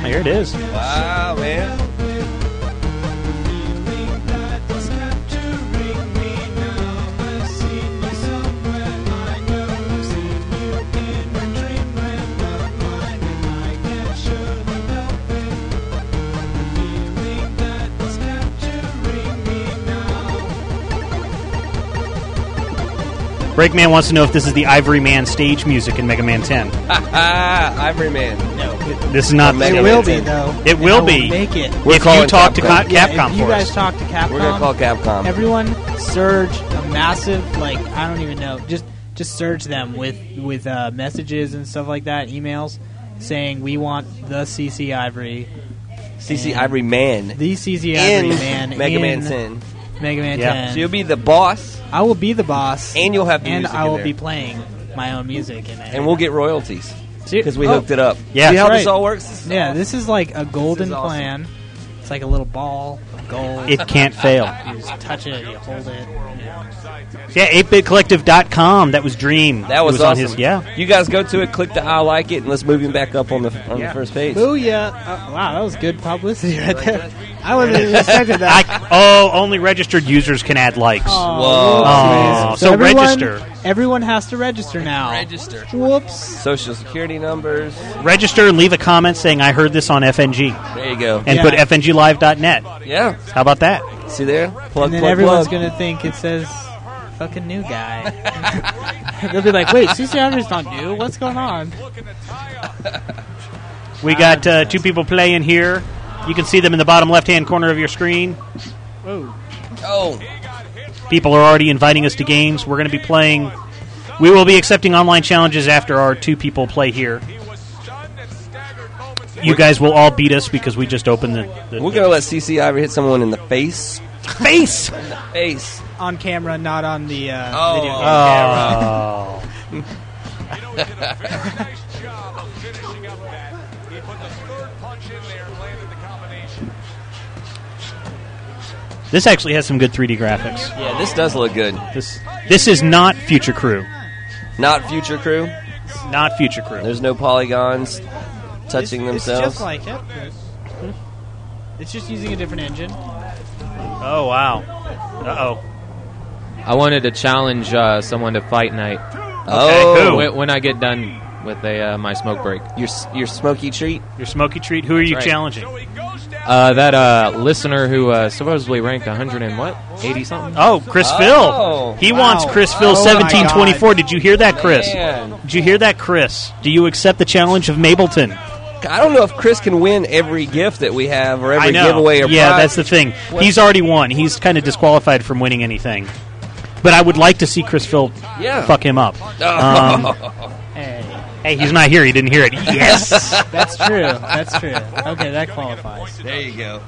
A: Here it is.
C: Wow, man.
A: Breakman wants to know if this is the Ivory Man stage music in Mega Man 10.
C: Ivory Man. No.
A: This is not.
C: From
A: the-
C: Mega
D: It
C: Man
D: will be
C: 10.
D: though.
A: It will be.
D: Make it.
A: If you talk to Capcom,
D: Yeah,
A: Capcom
D: if you
A: for
D: guys
A: us.
D: talk to Capcom,
C: We're gonna call Capcom.
D: Everyone, surge a massive like I don't even know. Just just surge them with with uh, messages and stuff like that, emails saying we want the CC Ivory,
C: CC
D: and
C: Ivory Man.
D: the CC Ivory
C: in
D: man,
C: Mega
D: in
C: Man 10.
D: Mega Man
C: Yeah.
D: 10.
C: So you'll be the boss,
D: I will be the boss,
C: and you'll have the
D: and
C: music
D: I
C: in
D: will
C: there.
D: be playing my own music in it.
C: and we'll get royalties because we
D: Oh.
C: hooked it up.
A: Yeah.
C: See how
D: That's
C: this
D: right.
C: all works? This is
D: yeah,
C: awesome.
D: this is like a golden
C: awesome.
D: plan. It's like a little ball of gold.
A: It can't fail.
D: You just touch it, you hold it.
A: Yeah, 8bitcollective.com. That was Dream.
C: That
A: It
C: was,
A: on
C: awesome.
A: his. Yeah.
C: You guys go to it, click the I like it, and let's move him back up on the on
D: Yeah.
C: the first page.
D: Oh yeah! Uh, wow, that was good publicity right there. I wouldn't have expected that.
A: I, oh, only registered users can add likes.
C: Whoa.
A: Aw, so
D: everyone,
A: register.
D: Everyone has to register now. Register. Whoops.
C: Social security numbers.
A: Register and leave a comment saying, I heard this on FNG.
C: There you go.
A: And put fnglive.net.
C: Yeah.
A: How about that?
C: See there? Plug,
D: And then
C: plug,
D: everyone's
C: plug.
D: gonna think it says "fucking new guy." They'll be like, "Wait, CC Ivory's not new. What's going on?"
A: We got uh, two people playing here. You can see them in the bottom left hand corner of your screen.
D: Whoa.
C: go.
A: People are already inviting us to games. We're going to be playing. We will be accepting online challenges after our two people play here. You guys will all beat us because we just opened the, the
C: We're gonna let CC Ivory hit someone in the face.
A: face.
C: Face
D: on camera, not on the uh, video game
A: Oh.
D: camera.
A: This actually has some good 3D graphics.
C: Yeah, this does look good.
A: This This is not Future Crew.
C: not future crew.
A: Not future crew.
C: There's no polygons touching
D: It's
C: themselves.
D: just like it. but It's just using a different engine.
A: Oh wow. Uh oh.
Q: I wanted to challenge uh, someone to fight night.
C: Oh. who?
Q: when, when I get done with a, uh, my smoke break.
C: Your your smoky treat.
A: Your smoky treat. Who are you
Q: That's right.
A: challenging?
Q: Uh, that uh, listener who uh, supposedly ranked 100 and what 80 something.
A: Oh, Chris
Q: Oh,
A: Phil. He
Q: wow.
A: wants Chris Phil
Q: Oh, my
A: 1724. Did you hear that, Chris?
C: Man.
A: Did you hear that, Chris? Do you accept the challenge of Mableton?
C: I don't know if Chris can win every gift that we have or
A: I
C: every
A: know.
C: giveaway or
A: yeah,
C: prize.
A: that's the thing.
C: What-
A: He's already won. He's kind of disqualified from winning anything. But I would like to see Chris Phil
C: Yeah.
A: fuck him up. Um,
D: Hey.
A: hey, he's not here. He didn't hear it. Yes.
D: That's true. That's true. Okay, that qualifies.
C: There you go.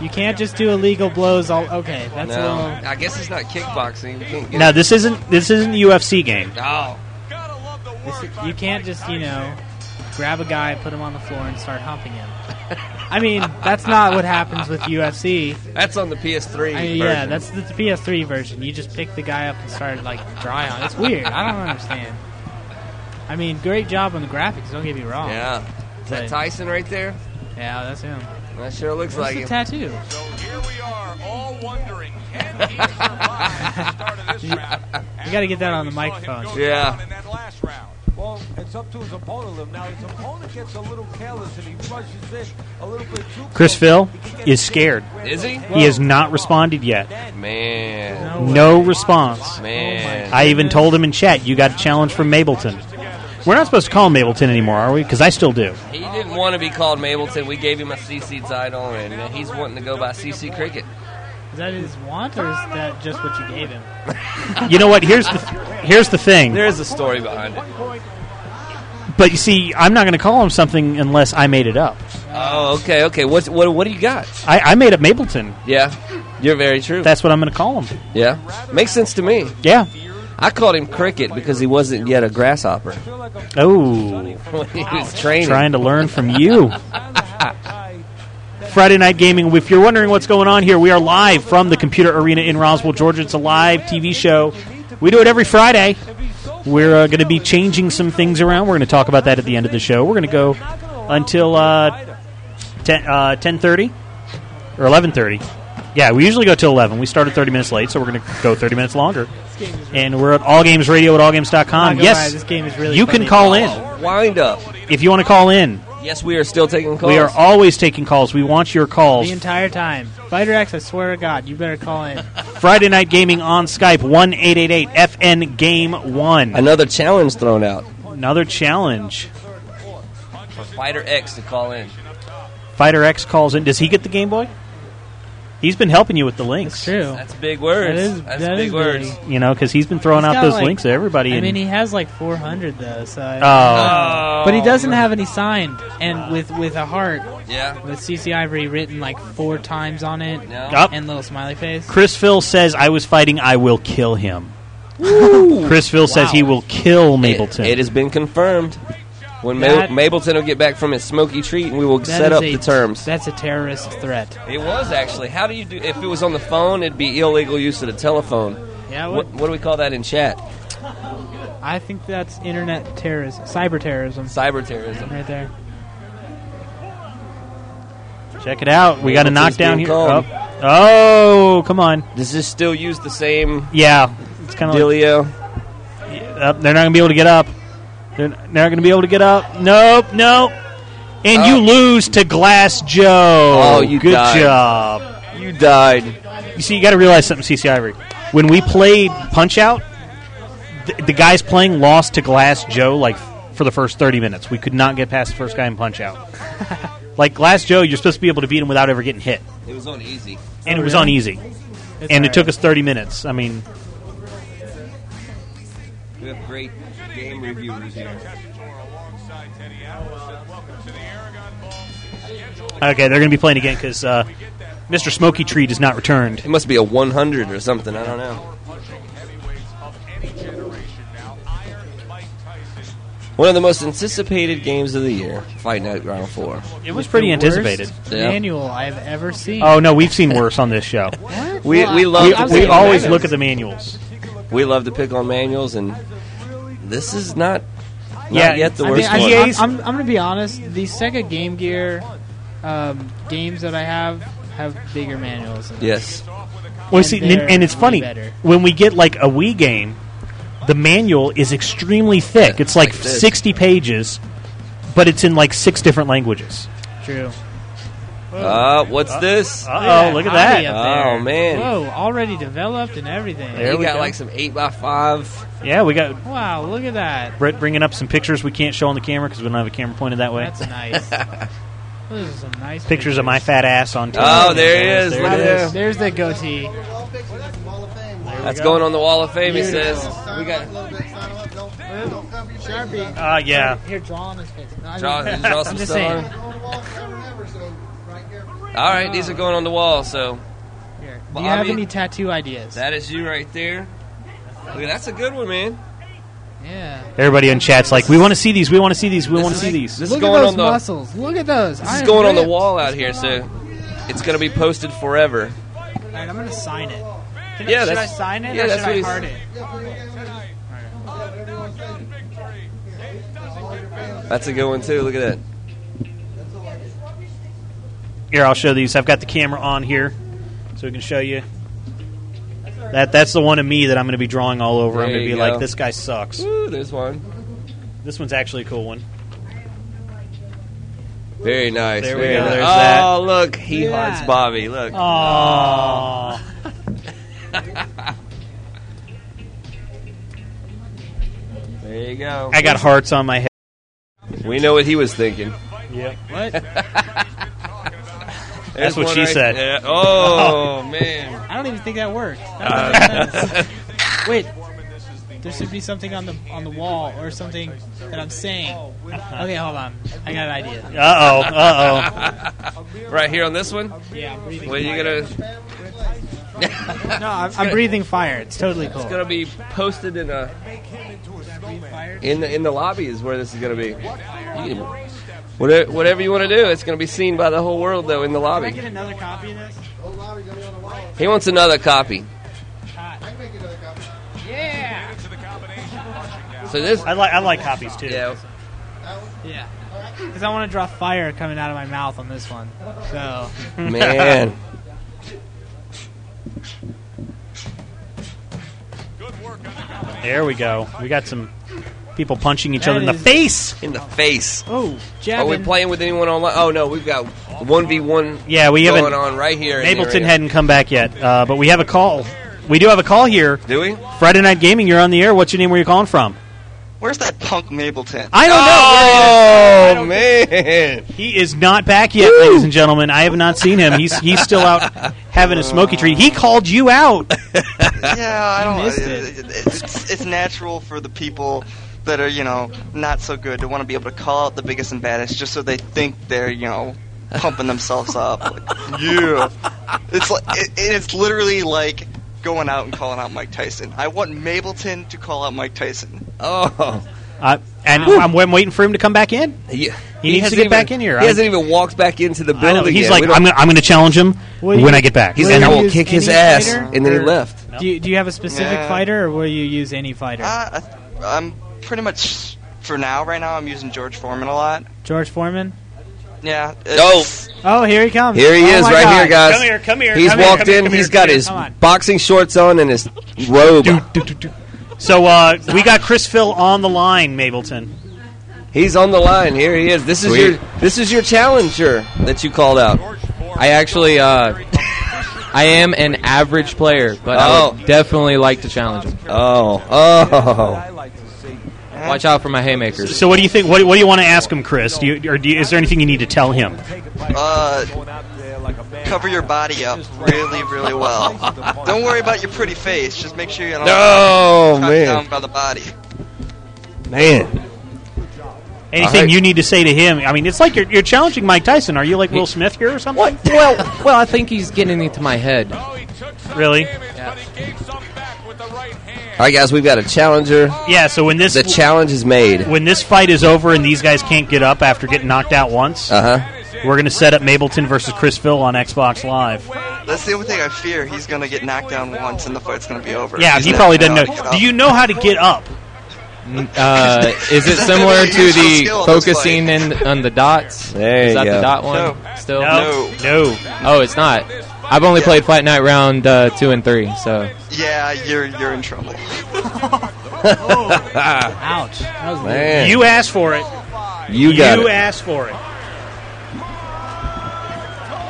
D: You can't just do illegal blows all. Okay, that's a
C: no,
D: little.
C: I guess it's not kickboxing. You can't get
A: Now this isn't this isn't e- a UFC game.
C: Oh.
D: This- you can't just, you know, grab a guy, put him on the floor, and start humping him. I mean, that's not what happens with UFC.
C: That's on the PS3.
D: I mean, Uh, yeah,
C: version.
D: that's the PS3 version. You just pick the guy up and start like dry on. It's weird. I don't understand. I mean, great job on the graphics. Don't get me wrong.
C: Yeah. Is that
D: But-
C: Tyson right there?
D: Yeah, Oh. that's him.
C: That sure looks like
D: What's the
C: him.
D: tattoo? You got to get that on the microphone.
C: Yeah.
R: Well, it's up to his opponent. Now his opponent gets a little careless and he rushes in a little bit too.
A: Chris Phil is scared.
C: Is he?
A: He has not responded yet.
C: Man.
A: No
D: Oh
A: response.
C: Man.
A: I even told him in chat, you got a challenge from Mableton. We're not supposed to call him Mableton anymore, are we? Because I still do.
C: He didn't want to be called Mableton. We gave him a CC title, and uh, he's wanting to go by CC Cricket.
D: Is that his want, or is that just what you gave him?
A: You know what? Here's the here's the thing.
C: There is a story behind it.
A: But you see, I'm not going to call him something unless I made it up.
C: Oh, okay, okay. What's, what what do you got?
A: I, I made up Mableton.
C: Yeah, you're very true.
A: That's what I'm going to call him.
C: yeah, makes sense to me.
A: Yeah.
C: I called him Cricket because he wasn't yet a grasshopper
A: Oh,
C: when he was training.
A: trying to learn from you. Friday Night Gaming. If you're wondering what's going on here, we are live from the Computer Arena in Roswell, Georgia. It's a live TV show. We do it every Friday. We're uh, going to be changing some things around. We're going to talk about that at the end of the show. We're going to go until uh, 10, uh, 10.30 or 11.30. Yeah, we usually go till 11. We started 30 minutes late, so we're going to go 30 minutes longer. And we're at allgamesradio at
D: I'm not
A: allgames.com.
D: gonna lie,
A: Um, Yes,
D: this game is really
A: you can
D: funny.
A: call in.
C: Wind up.
A: If you want to call in,
C: Yes, we are still taking calls.
A: we are always taking calls. We want your calls.
D: The entire time. Fighter X, I swear to God, you better call in.
A: Friday Night Gaming on Skype, 1 888 FN Game 1.
C: Another challenge thrown out.
A: Another challenge.
C: for Fighter X to call in.
A: Fighter X calls in. Does he get the Game Boy? He's been helping you with the links.
D: True.
C: That's big words.
D: That is-
C: That's
D: that
C: big
D: is
C: words.
D: big.
A: You know, because he's been throwing
D: He's
A: out
D: got,
A: those
D: like-
A: links to everybody.
D: I
A: and
D: mean, he has like 400 though, so. I-
A: Oh.
D: But he doesn't have any signed, and with with a heart.
C: Yeah.
D: With CC Ivory written like four times on it,
A: Yup.
D: and little smiley face.
A: Chris Phil says, I was fighting, I will kill him. Chris Phil says he will kill Mableton.
C: It has been confirmed. When
D: That-
C: Ma- Mableton will get back from his smoky treat, and we will
D: That
C: set
D: is
C: up
D: a-
C: the terms.
D: That's a terrorist threat.
C: It was actually. How do you do? If it was on the phone, it'd be illegal use of the telephone.
D: Yeah, it
C: What, what do we call that in chat?
D: I think that's internet terrorism, cyber terrorism,
C: cyber terrorism,
D: right there.
A: Check it out. We got a
C: Mableton's
A: knockdown
C: being
A: here.
C: called.
A: Oh. Oh, come on.
C: Does this still use the same?
A: Yeah. It's kind of like.
C: Dealio.
A: Uh, they're not going to be able to get up. They're they're not going to be able to get up. Nope, nope. And you lose to Glass Joe.
C: Oh, you
A: good
C: died.
A: job.
C: You died.
A: You see, you got to realize something, CC Ivory. When we played Punch Out, th- the guys playing lost to Glass Joe like for the first 30 minutes. We could not get past the first guy in Punch Out. like Glass Joe, you're supposed to be able to beat him without ever getting hit,
C: It was on easy.
A: and it was on easy, and it took us 30 minutes. I mean,
C: We have great game reviewers here.
A: okay, they're going to be playing again because uh, Mr. Smoky Treat is not returned.
C: It must be a 100 or something. I don't know. One of the most anticipated games of the year, Fight Night Round Four.
A: It was pretty
D: the worst
A: anticipated.
D: Manual I've ever seen.
A: Oh no, we've seen worse on this show.
C: We- we love to
A: we,
C: pick on
A: always
C: manuals.
A: look at the manuals.
C: We love to pick on manuals, and this is not, not
A: Yeah,
C: yet the
A: I
C: worst
A: mean,
C: one.
A: EA's
D: I'm, I'm gonna be honest. The Sega Game Gear um, games that I have have bigger manuals. in them.
C: Yes.
A: Well, see, and,
D: they're
A: and it's
D: way
A: funny
D: better.
A: when we get like a Wii game, the manual is extremely thick. It's like,
D: like this.
A: sixty pages, but it's in like six different languages.
D: True.
C: Uh, what's this?
A: Uh-oh, look at that.
C: Oh man,
D: Whoa, already developed and everything.
A: There
C: you
A: we
C: got
A: go.
C: like some eight by five.
A: Yeah, we got
D: Wow, look at that.
A: Brett bringing up some pictures we can't show on the camera because we don't have a camera pointed that way.
D: That's nice. Those are some nice
A: pictures, of my fat ass on.
C: Oh,
A: TV.
C: there it is.
A: There
C: Look
A: it
C: at
A: is.
C: that.
D: There's the goatee.
C: That's going on the Wall of Fame. He
D: Beautiful.
C: says. We got
D: Sharpie.
A: Ah, yeah.
D: Here, draw on his face. No, I
C: Draw-
D: mean-
C: draw some
D: I'm just
C: stuff
D: saying.
C: on all right. These are going on the wall. So
D: Do
C: Well,
D: you
C: I
D: have
C: mean-
D: any tattoo ideas?
C: that is you right there. Look, at- that's a good one, man.
D: Yeah.
A: Everybody in chat's like, we want to see these. We want to see these. We want to see these.
C: This
D: Look
C: is going
D: at those
C: on the
D: muscles. Look at those.
C: this is going on the wall out here. So it's going to be posted forever.
D: All right, I'm gonna sign it. Can I-
C: Yeah,
D: should I
C: that's-
D: sign it
C: yeah,
D: or
C: that's
D: should
C: what he's-
D: I heart it?
C: That's a good one too. Look at that.
A: Here, I'll show these. I've got the camera on here, so we can show you. That that's the one of me that I'm going to be drawing all over. I'm
C: There
A: going to
C: you
A: be like,
C: go.
A: this guy sucks.
C: Ooh, there's one.
A: This one's actually a cool one.
C: Very nice.
A: There we
C: very
A: go,
C: nice.
A: there's that.
C: oh, look, he
A: Look at
C: haunts
A: that.
C: Bobby. Look.
A: Aww.
C: There you go.
A: I got hearts on my head.
C: We know what he was thinking.
A: Yep.
D: What?
A: That's what
C: one
A: she
C: right
A: said.
C: there. Oh man.
D: I don't even think that worked.
C: Uh,
D: That doesn't make sense. Wait, there should be something on the on the wall or something that I'm saying.
C: Uh-huh.
D: Okay, hold on. I got an idea.
A: Uh-oh, uh-oh.
C: right here on this one.
D: Yeah, I'm breathing
C: Well, you
D: fire.
C: gonna.
D: No, I'm, I'm breathing fire. It's totally cool.
C: It's gonna be posted in a. In the in the lobby is where this is gonna be. You can- whatever whatever you want to do, it's gonna be seen by the whole world though in the
D: Can I
C: lobby.
D: get another copy of this?
C: He wants another copy.
D: Yeah.
C: So this.
A: I like I like copies too.
C: Yeah.
D: Yeah. Because I want to draw fire coming out of my mouth on this one. So.
C: Man.
A: There we go. We got some people punching each
D: That
A: other in the
D: is-
A: face.
C: In the face. Are
D: Oh,
C: we
D: jabbing.
C: playing with anyone online? Oh no, we've got one v one.
A: Yeah, we haven't-
C: going on right here. in the
A: Mapleton
C: arena.
A: hadn't come back yet, uh, but we have a call. We do have a call here.
C: Do we?
A: Friday Night Gaming, you're on the air. What's your name? Where are you calling from?
S: Where's that punk Mableton?
A: I don't know.
C: Oh man,
A: he is not back yet, ladies and gentlemen. I have not seen him. He's he's still out having a smoky treat. He called you out.
S: Oh, yeah, I don't.
A: missed
S: it- it- It's, it's natural for the people that are you know not so good to want to be able to call out the biggest and baddest just so they think they're you know pumping themselves up. Like, yeah, it's like it, it's literally like going out and calling out Mike Tyson. I want Mableton to call out Mike Tyson.
C: Oh.
A: Uh, and I'm, I'm waiting for him to come back in.
C: Yeah.
A: He needs to
C: hasn't
A: get
C: even-
A: back in here.
C: He
A: I'm-
C: hasn't even walked back into the
A: I know.
C: building.
A: He's
C: yet.
A: like,
C: We don't-
A: I'm gonna, I'm going to challenge him
D: Will
A: when
D: you-
A: I get back.
C: He's
D: Will
C: like,
D: you
C: I will
D: use
C: kick his
D: any
C: ass,
D: fighter?
C: and then he left.
D: Do you, do you have a specific
S: Yeah.
D: fighter, or will you use any fighter?
S: Uh, I, I'm pretty much for now. Right now, I'm using George Foreman a lot.
D: George Foreman.
S: Yeah.
C: Oh,
D: Oh, here he comes.
C: here he
D: Oh
C: is,
D: my
C: right
D: God.
C: here, guys. He's
D: Come here,
C: walked
D: come here,
C: in.
D: come
C: He's
D: here,
C: got
D: come here.
C: his
D: Come on.
C: boxing shorts on and his robe.
A: So uh, we got Chris Phil on the line, Mableton.
C: He's on the line. Here he is. This is
A: Sweet.
C: your this is your challenger that you called out.
Q: I actually, uh, I am an average Oh. player, but I would definitely like to challenge him.
C: Oh, oh.
Q: Oh. Watch out for my haymakers.
A: So, what do you think? What, what do you want to ask him, Chris? Do you, or do you, is there anything you need to tell him?
S: Uh, cover your body up really, really well. don't worry about your pretty face. Just make sure you don't.
A: No,
S: cut
A: man.
S: Down by the body.
A: Man. Anything you need to say to him? I mean, it's like you're, you're challenging Mike Tyson. Are you like Will Smith here or something?
Q: well, well, I think he's getting into my head.
A: Really?
C: All right, guys, we've got a challenger.
A: Yeah. So when this
C: the challenge is made,
A: When this fight is over and these guys can't get up after getting knocked out once, uh-huh. we're going to set up Mableton versus Chrisville on Xbox Live.
S: That's the only thing I fear. He's gonna get knocked down once, and the fight's gonna be over.
A: Yeah,
S: He's
A: he
S: not
A: probably
S: gonna
A: doesn't
S: know how to
A: know.
S: get
A: Do you know how to get up?
Q: Uh, is it similar to the focusing in on the dots?
C: There
Q: is
C: you
Q: that
C: go.
Q: the dot one?
C: No.
Q: Still
A: No. No.
Q: Oh, it's not. I've only played Fight Night round uh, two and three, so
S: up. Yeah, you're you're in trouble. Uh,
A: Ouch. That
Q: was Man.
A: You asked for it.
C: You got it.
A: asked for it.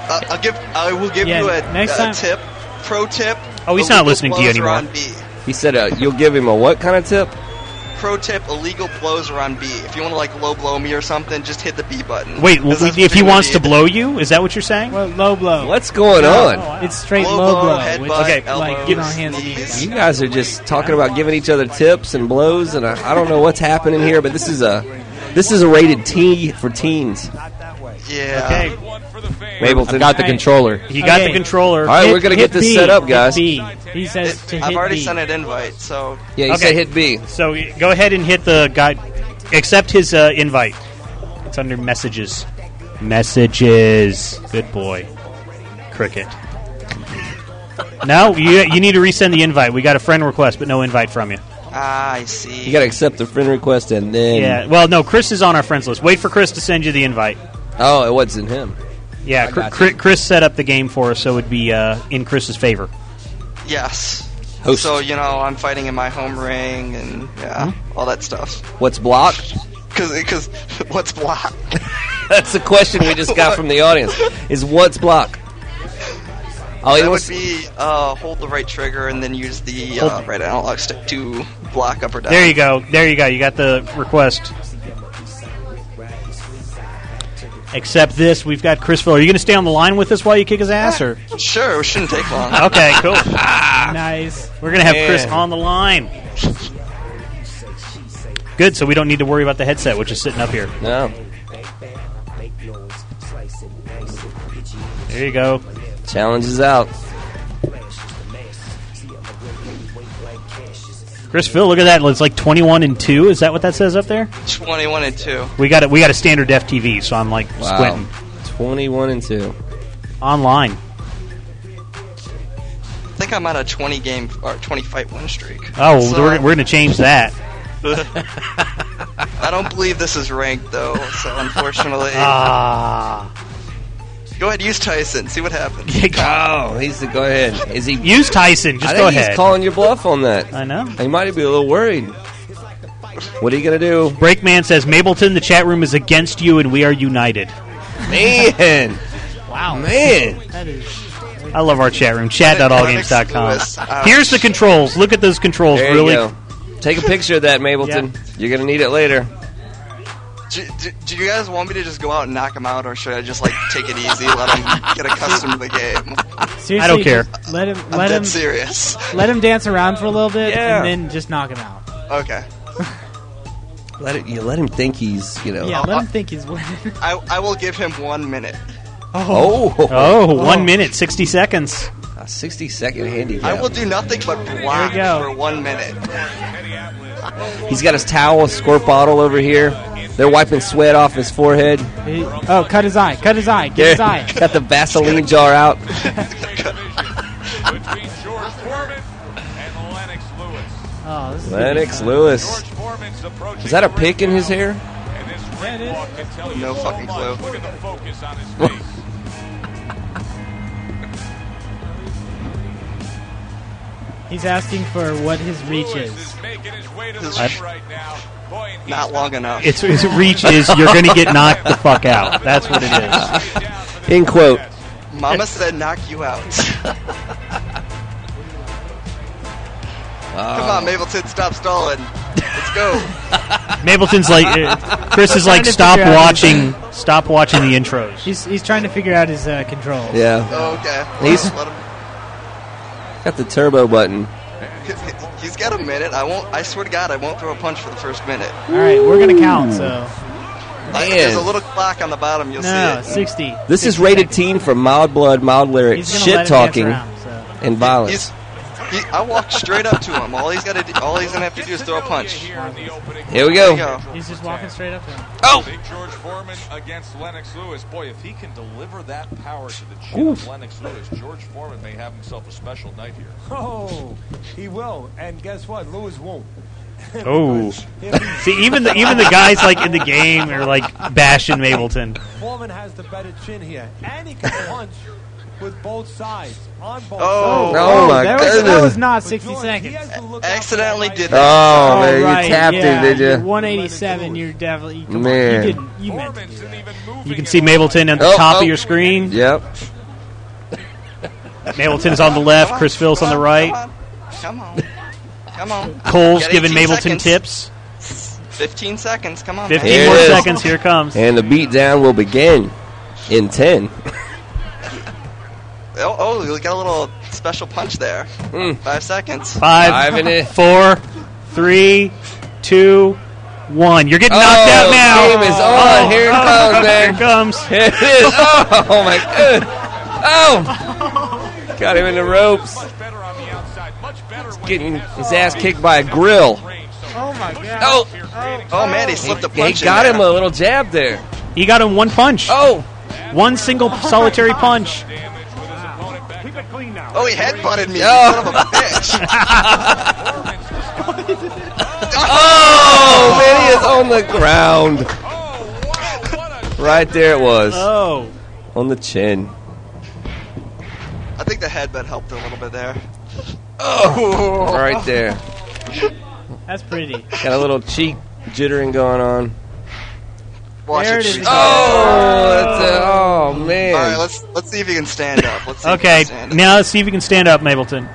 S: Uh, I'll give. I will give
A: Yeah,
S: you a,
A: next
S: a
A: time-
S: tip. Pro tip.
A: Oh, he's not
S: Illegal
A: listening to you
S: blows are on
A: anymore.
S: B.
C: he said uh, you'll give him a what kind of tip?
S: Pro tip: illegal blows are on B. If you want to like low blow me or something, just hit the B button.
A: Wait,
S: Because
A: w-
S: that's
A: if he
S: what you
A: wants
S: need.
A: to blow you, is that what you're saying?
D: Well, low blow.
C: What's going on?
D: It's straight
S: Low
D: low,
S: blow,
D: blow.
S: headbutt,
D: which
S: Okay,
D: is like get on hands and knees.
C: You guys are just talking about giving each other tips and blows, and I, I don't know what's happening here, but this is a this is a rated T for teens.
S: Yeah.
A: Okay.
C: Mableton.
Q: I've got the controller.
A: He got the controller.
C: All right, we're gonna get this set up, guys.
D: He says to
S: I've
D: hit
S: already
D: B.
S: sent an invite, so
C: Yeah, you said hit B.
A: So y- go ahead and hit the guy. Accept his uh, invite. It's under messages. Messages. Good boy. Cricket. no, you, you need to resend the invite. We got a friend request, but no invite from you.
S: Ah, I see.
C: You got to accept the friend request and then.
A: Yeah. Well, no, Chris is on our friends list. Wait for Chris to send you the invite.
C: Oh, it wasn't him.
A: Yeah,
C: I
A: Cr-
C: got
A: Cr- Chris set up the game for us, so it would be uh, in Chris's favor.
S: yes.
A: Host.
S: So you know, I'm fighting in my home ring and yeah,
A: Hmm?
S: all that stuff.
C: What's blocked?
S: Because what's blocked?
C: That's the question we just got from the audience. Is what's blocked? Oh,
S: that
C: it
S: would
C: was.
S: be uh, hold the right trigger and then use the uh,
A: Hold-
S: right analog stick to block up or down.
A: There you go. There you go. You got the request. Accept this. We've got Chris Phil. Are you going to stay on the line with us while you kick his ass? Or
S: Sure, it shouldn't take long.
A: okay, cool.
D: nice.
A: We're gonna have Chris
S: Man.
A: on the line. Good. So we don't need to worry about the headset, which is sitting up here.
C: No.
A: There you go.
C: Challenge is out.
A: Chris Phil, look at that. It's like twenty-one and two. Is that what that says up there?
S: 21 and 2.
A: We got it. We got a standard def TV, so I'm like
C: Wow.
A: squinting.
C: 21 and 2.
A: Online.
S: I think I'm on a 20 game or 20 fight win streak.
A: Oh, well,
S: So-
A: we're, we're going to change that.
S: I don't believe this is ranked though, so unfortunately.
A: Ah.
S: Go ahead, use Tyson. See what happens.
C: Oh, he's the, go ahead. Is he
A: use Tyson?
S: just
C: I
S: go
C: think
S: ahead.
C: He's calling your bluff on that.
A: I know.
C: He might be a little worried. What are you gonna do,
A: Breakman says Mableton. The chat room is against you, and we are united.
C: man?
A: Wow,
C: man.
D: That is
A: I love our chat room. Chat.allgames.com. Here's the controls. Look at those controls.
C: There
A: really.
C: you go. Take a picture of that, Mableton. You're gonna need it later.
S: Do, do, do you guys want me to just go out and knock him out, or should I just like take it easy, let him get accustomed to the game?
D: Seriously,
A: don't care.
D: just Let him.
S: I'm
D: Let
S: dead
D: him.
S: serious.
D: Let him dance around for a little bit,
S: Yeah.
D: and then just knock him out.
S: Okay.
C: Let it, you let him think he's you know.
D: Yeah,
A: Uh,
D: let him think he's winning.
S: I, I will give him one minute.
C: Oh.
A: Oh, one minute, 60 seconds.
C: A 60 second handicap.
S: I will do nothing but block for one minute.
C: He's got his towel, squirt bottle over here. They're wiping sweat off his forehead.
D: He- oh, cut his eye. Cut his eye. Get his
C: Yeah.
D: eye.
C: Got the Vaseline jar out.
D: Oh, this is gonna be
C: Lennox
D: fun.
C: Lewis. Is that a pick in his hair?
S: No fucking clue.
D: He's asking for what his reach is.
S: Not long enough.
A: It's, its reach is you're going to get knocked the fuck out. That's what it is.
C: In quote.
S: Mama said knock you out.
A: Uh,
S: Come on, Mableton, stop stalling. It's go.
A: Mableton's like uh, Chris is like
D: Trying to
A: stop
D: figure out
A: watching, stop watching the intros.
D: He's, he's trying to figure out his uh, controls.
C: Yeah.
S: okay.
C: He's
S: Let him-
C: got the turbo button.
S: He's got a minute. I won't. I swear to God, I won't throw a punch for the first minute.
D: All right, we're gonna count. So
S: I, there's a little clock on the bottom. You'll
D: no,
S: see it.
D: sixty.
C: This is rated teen for mild blood, mild lyrics,
S: He's gonna
C: shit
S: let it dance
C: talking,
S: around,
C: and violence.
S: He's, he, I walked straight up to him. All he's got to. do All he's gonna have to do is throw a punch.
C: Here we go.
D: He's just walking straight up to him.
S: Oh!
T: Big George Foreman against Lennox Lewis. Boy, if he can deliver that power to the chin
B: Oof.
T: of Lennox Lewis, George Foreman may have himself a special night here.
B: Oh, he will. And guess what? Lewis won't.
A: Oh, see, even the even the guys like in the game are like bashing Mableton.
B: Foreman has the better chin here, and he can punch with both sides on both
S: Oh.
B: sides.
C: Oh, my
D: that was, that
C: goodness.
D: was not sixty seconds.
S: Accidentally did that.
C: Oh, man, you tapped
D: yeah.
C: it, did you?
D: One eighty-seven. You're definitely come
C: Man.
D: On, you didn't. You meant to do that.
A: You can see Mableton at the
C: Oh,
A: top
C: oh.
A: of your screen.
C: Yep.
A: Mableton's on the left. Chris Phil's on the right.
S: Come on. Come on.
A: Cole's
S: Got
A: giving
S: 18
A: Mableton tips.
S: seconds. 15 seconds. Come on.
A: 15
S: man.
A: more seconds. Here it comes.
C: And the beatdown will begin in 10.
S: Oh, oh, we got a little special punch there.
C: Hmm.
S: Five seconds.
A: Five, four, three, two, one. You're getting knocked
C: Oh,
A: out now. Oh,
C: game is on. Here it comes, man.
A: Here
C: Here it
A: it comes.
C: is. Oh, my God. Oh! Got him in the ropes. Getting his ass kicked by a grill.
D: Oh my god.
C: Oh.
S: Oh man, he slipped a
C: He
S: punch.
C: got
S: in
C: him
S: there.
C: a little jab there.
A: He got him one punch.
C: Oh,
A: one single solitary punch.
S: Oh, he headbutted me.
C: Oh.
S: Son of a bitch.
C: Oh, man, he is on the ground. Right there it was.
A: Oh.
C: On the chin.
S: I think the headbutt helped a little bit there.
C: Oh. Right there.
D: That's pretty.
C: Got a little cheek jittering going on.
S: Watch
D: There it
S: it.
D: is.
S: She's-
C: Oh, that's a, oh man.
S: All right, let's let's see if he can stand up. Let's see if he
A: Okay,
S: can stand up.
A: now let's see if you can stand up, Mableton.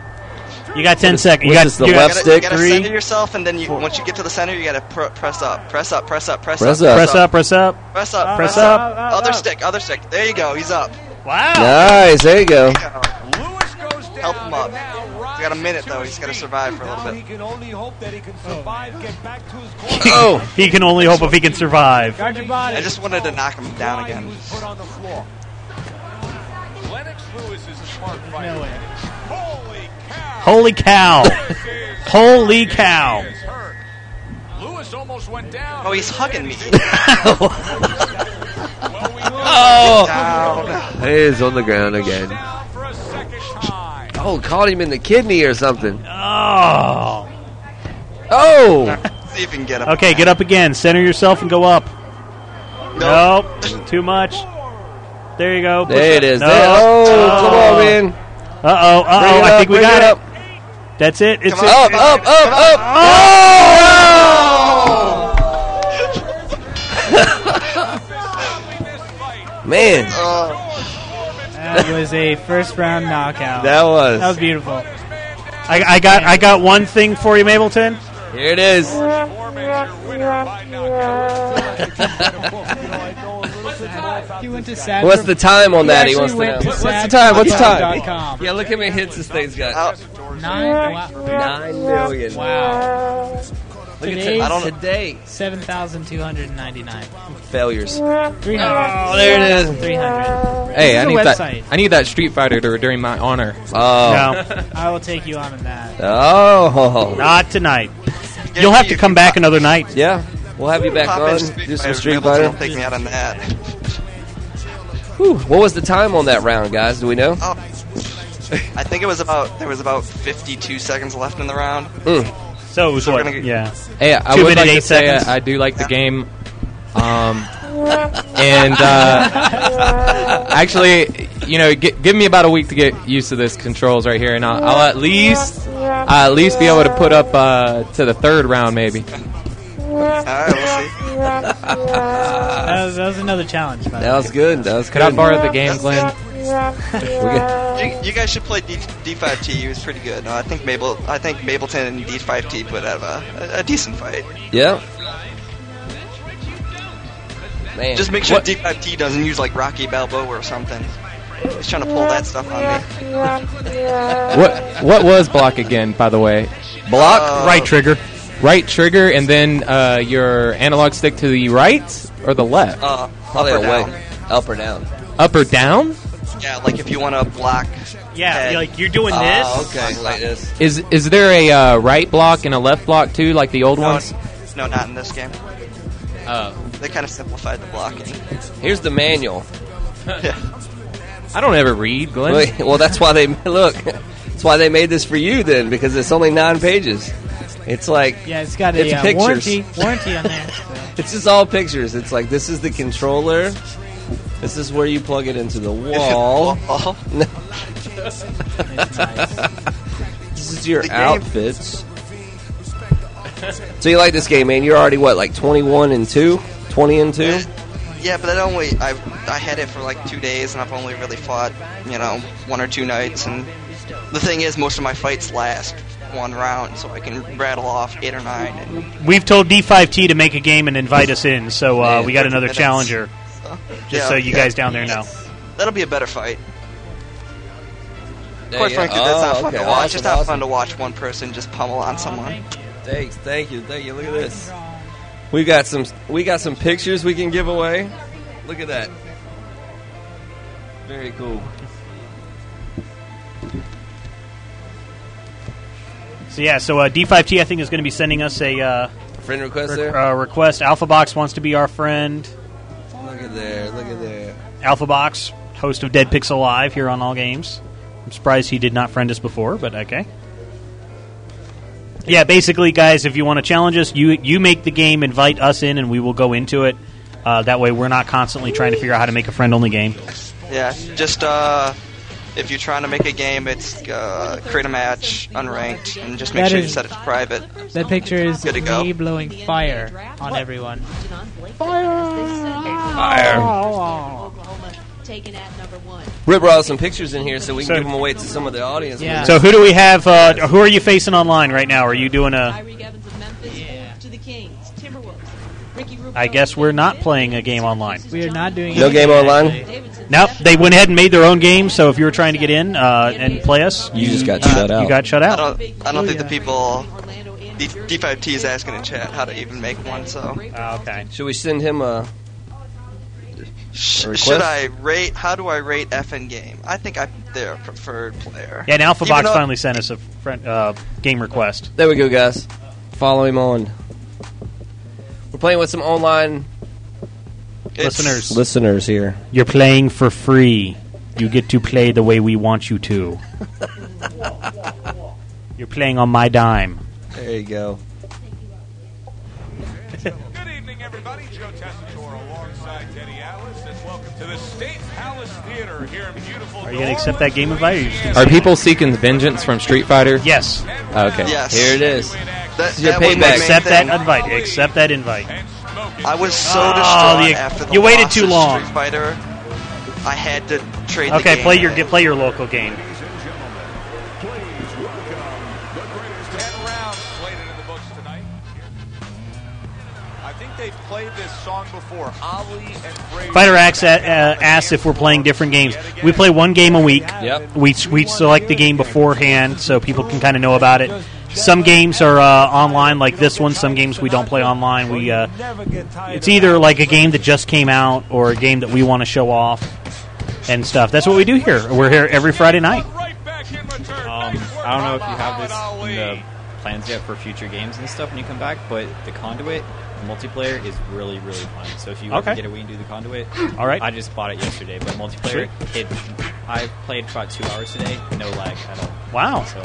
A: You got ten seconds. You
C: what
A: got
C: is the
A: you got
C: left
S: You gotta,
C: stick?
S: you gotta
A: Three.
S: center yourself, and then you, once you get to the center, you gotta pr- press up, press up, press up, press,
C: Press
S: up,
C: up.
A: Press up, press up.
S: press up,
A: Press up.
S: Other stick, other stick. There you go. He's up.
A: Wow.
C: Nice. There you go.
S: Help him up. We got a minute though. He's gotta survive for a little bit.
A: Oh, he can only hope if he can survive.
D: Guard your body.
S: I just wanted to knock him down again.
T: Lennox Lewis is a smart fighter. Holy
A: Holy cow! Holy cow!
T: cow. Lewis almost went down.
S: Oh, he's hugging me.
C: Oh, he's on the ground again. Oh, caught him in the kidney or something.
A: Oh.
C: Oh,
S: See if he can get him.
A: Okay, get up again. Center yourself and go up. Nope. Too much. There you go. Push
C: there it is. There- Oh, come on, man.
A: Uh oh. Uh
C: Bring
A: oh.
C: it
A: I
C: up,
A: think we
C: bring
A: got
C: it
A: it.
C: up.
A: That's it. It's
S: Come
A: it.
C: Up, up, up, up. Oh! Man,
D: That was a first round knockout.
C: that
D: That was
C: was.
D: beautiful.
A: I, I got. I got one thing for you, Mableton.
C: Here it is.
D: He went to Sad
C: What's the time on that? He
D: actually
C: wants to know.
D: went to
C: What's the
D: sad-
C: time? What's the
D: dot
C: time?
D: com.
C: Yeah, look how many hits this thing's got.
D: Nine. Wow.
C: Nine million.
D: wow.
C: Look at
D: Today's-
C: to- I don't today.
D: 7,299.
C: Failures.
D: 300.
C: Oh, there it is.
D: 300.
Q: Hey,
D: This
Q: I
D: is
Q: need
D: a
Q: that.
D: website.
Q: I need that Street Fighter to redeem my honor.
C: Oh.
A: No,
D: I will take you on in that.
C: Oh.
A: not tonight. You'll have to come back another night.
C: Yeah. We'll have you back
S: Pop
C: on.
S: in
C: Do some
S: Fighter.
C: Street
S: Mableton
C: Fighter.
S: will take me out on that.
C: Whew, What was the time on that round, guys? Do we know?
S: Oh. I think it was about there was about 52 seconds left in the round.
C: Hmm.
A: So it was
S: So we're
A: what?
S: gonna get-
A: Yeah.
Q: Hey, I
A: Two
Q: would
A: minute,
Q: like
A: eight
Q: to say
A: seconds.
Q: uh, I do like the game. Um, and uh, actually, you know, gi- give me about a week to get used to this controls right here, and I'll, I'll at least, I'll at least be able to put up uh, to the third round, maybe.
S: All right, we'll see.
D: That was, that was another challenge, by the
C: That was good. That was
Q: Could I
C: good.
Q: borrow the game, Glenn?
S: you, you guys should play D, D5T. It was pretty good. No, I think Mabel, I think Mableton and D5T put out a, a, a decent fight.
T: Yeah.
S: Man. Just make sure D5T doesn't use like Rocky Balboa or something. He's trying to pull that stuff on me.
Q: What what was block again? By the way,
S: Block? Uh,
Q: right trigger, right trigger, and then uh, your analog stick to the right or the left,
S: Uh, up
T: Probably
S: or
T: away.
S: down.
T: Up or down.
Q: up or down.
S: Yeah, like if you want to block.
A: Yeah,
S: head.
A: like, you're doing
S: Oh,
A: this?
S: Okay, like this.
Q: Is is there a uh, right block and a left block too, like the old ones?
S: No, not in this game.
T: Oh.
S: They kind of simplified the blocking.
T: Here's the manual.
Q: I don't ever read, Glenn.
T: Well, well, that's why they look. That's why they made this for you then, because it's only nine pages. It's like
D: Yeah, it's got a
T: it's
D: uh,
T: pictures.
D: warranty warranty on there.
T: It's just all pictures. It's like this is the controller. This is where you plug it into the wall.
S: Wall.
T: No.
S: This
T: is your
S: The game-
T: outfits. So you like this game, man? You're already what, like 21 and two, 20 and two?
S: Yeah, but I only I I had it for like two days, and I've only really fought you know one or two nights. And the thing is, most of my fights last one round, so I can rattle off eight or nine. And
A: We've told D5T to make a game and invite us in, so uh,
S: Yeah,
A: we got another
S: that's-
A: challenger. Just
S: Yeah,
A: so you
S: yeah.
A: guys down there know.
S: that'll be a better fight.
T: There
S: Quite
T: you-
S: frankly, that's not
T: oh,
S: fun to
T: okay,
S: watch.
T: awesome,
S: it's not
T: awesome.
S: fun to watch one person just pummel on someone.
T: Thanks, thank you, thank you. Look at this. We got some. We got some pictures we can give away. Look at that. Very cool.
A: So yeah, so uh, D5T I think is going to be sending us a uh,
T: Friend request there?
A: Uh, request. AlphaBox wants to be our friend.
T: Look at there. Look at there.
A: AlphaBox, host of Dead Pixel Live here on All Games. I'm surprised he did not friend us before, but okay. Yeah, basically, guys, if you want to challenge us, you you make the game, invite us in, and we will go into it. Uh, that way, we're not constantly trying to figure out how to make a friend-only game.
S: Yeah, just uh, if you're trying to make a game, it's uh, create a match unranked, and just make
D: That
S: sure you
D: is-
S: set it to private.
D: That picture is
S: Good to go.
D: me blowing fire on everyone.
T: Fire. Rip brought us some pictures in here so we can
A: So-
T: give them away to some of the audience.
D: Yeah.
A: So, who do we have? Uh, who are you facing online right now? Are you doing a?
U: Tyreek Evans of Memphis moves to the Kings. Timberwolves. Ricky Rubio.
A: I guess we're not playing a game online.
D: We are not doing
T: No game online?
A: Nope, they went ahead and made their own game. So if you were trying to get in uh, and play us, you just got
T: shut out.
A: You got shut
S: I
A: out.
S: don't, I don't think the people D- D5T is asking in chat how to even make one. So
A: okay.
T: Should we send him a, a request?
S: should I rate? How do I rate FN game? I think I'm their preferred player.
A: Yeah, and
S: Even
A: AlphaBox
S: though-
A: finally sent us a friend, uh, game request.
T: There we go, guys. Follow him on. We're playing with some online
A: Listeners,
T: listeners here.
A: you're playing for free. You get to play the way we want you to. you're playing on my dime.
T: There you go.
P: To the State Palace Theater here in beautiful.
A: Are you gonna accept that game invite? Or you just gonna-
Q: Are people seeking vengeance from Street Fighter?
A: Yes.
Q: Okay.
S: Yes.
T: Here it is.
S: That,
T: is your
S: that was my
T: payback.
S: main
A: accept
S: thing.
A: that invite. Accept that invite.
S: I was so
A: Oh,
S: distraught
A: the-
S: after the
A: you waited
S: loss
A: too
S: of
A: long.
S: Street Fighter. I had to trade. the
A: Okay,
S: game
A: play your
S: away.
A: ge- play your local game.
P: I think they've played this song before. Ali and Brady.
A: Fighter Axe uh, asks if we're playing different games. We play one game a week.
P: Yep.
A: We we select the game beforehand so people can kind of know about it. Some games are uh, online, like this one. Some games we don't play online. We uh, it's either like a game that just came out or a game that we want to show off and stuff. That's what we do here. We're here every Friday night.
V: Um, I don't know if you have this in the plans yet for future games and stuff when you come back, but the Conduit multiplayer is really, really fun. So if you want
A: Okay.
V: to get away and do the Conduit,
A: All right.
V: I just bought it yesterday, but multiplayer, it, I played for about two hours today, no lag at all.
A: Wow.
V: So,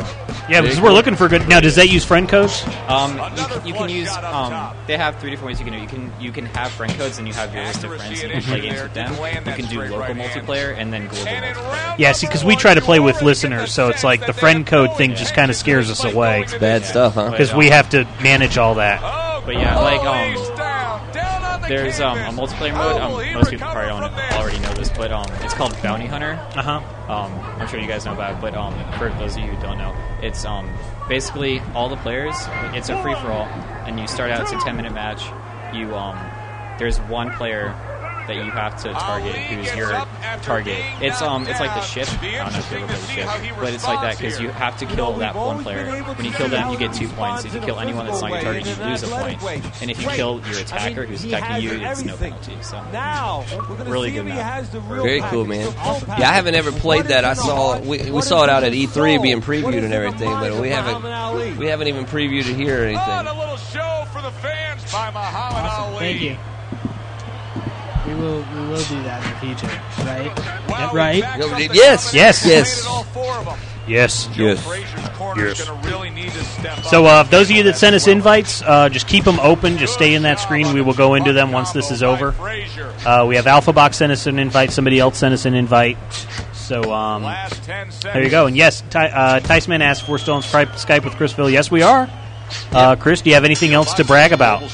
A: Yeah, because we're looking for good. Now, does that use friend codes?
V: Um, you, can- you can use. Um, they have three different ways you can do. it. You can you can have friend codes and you have your list of friends and you can play games with them. You can do local multiplayer and then global. multiplayer.
A: Yeah, see, because we try to play with listeners, so it's like the friend code thing just kind of scares us away.
T: Bad stuff, huh?
A: Because we have to manage all that.
V: But yeah, like um, There's um, a multiplayer mode. Um, most people probably don't already know this, but um, it's called Bounty Hunter. Uh huh. Um, I'm sure you guys know about it, but um, for those of you who don't know, it's um, basically all the players. It's a free for all, and you start out. It's a 10 minute match. You um, there's one player that you have to target who's your target. It's um, it's like the ship. I don't know if you ever played the ship, but it's like that because you have to kill that one player. When you kill them, you get two points. If you kill anyone that's not your target, you lose a point. And if you kill your attacker who's attacking you, it's no penalty. So really good map.
T: Very cool, man. Yeah, I haven't ever played that. I saw we, we saw it out at E3 being previewed and everything, but we haven't we haven't even previewed it here or anything.
D: Thank you. We will we will do that in the future, right? Right?
T: Yes. Yes. Yes.
A: Yes.
T: Yes.
A: Yes. So, uh, if those of you that sent us invites, uh, just keep them open. Just stay in that screen. We will go into them once this is over. Uh, we have AlphaBox sent us an invite. Somebody else sent us an invite. So, um, there you go. And yes, Ty, uh, Ticeman asked if we're still on Skype Skype with Chrisville. Yes, we are. Uh, Chris, do you have anything else to brag about?
S: Yeah,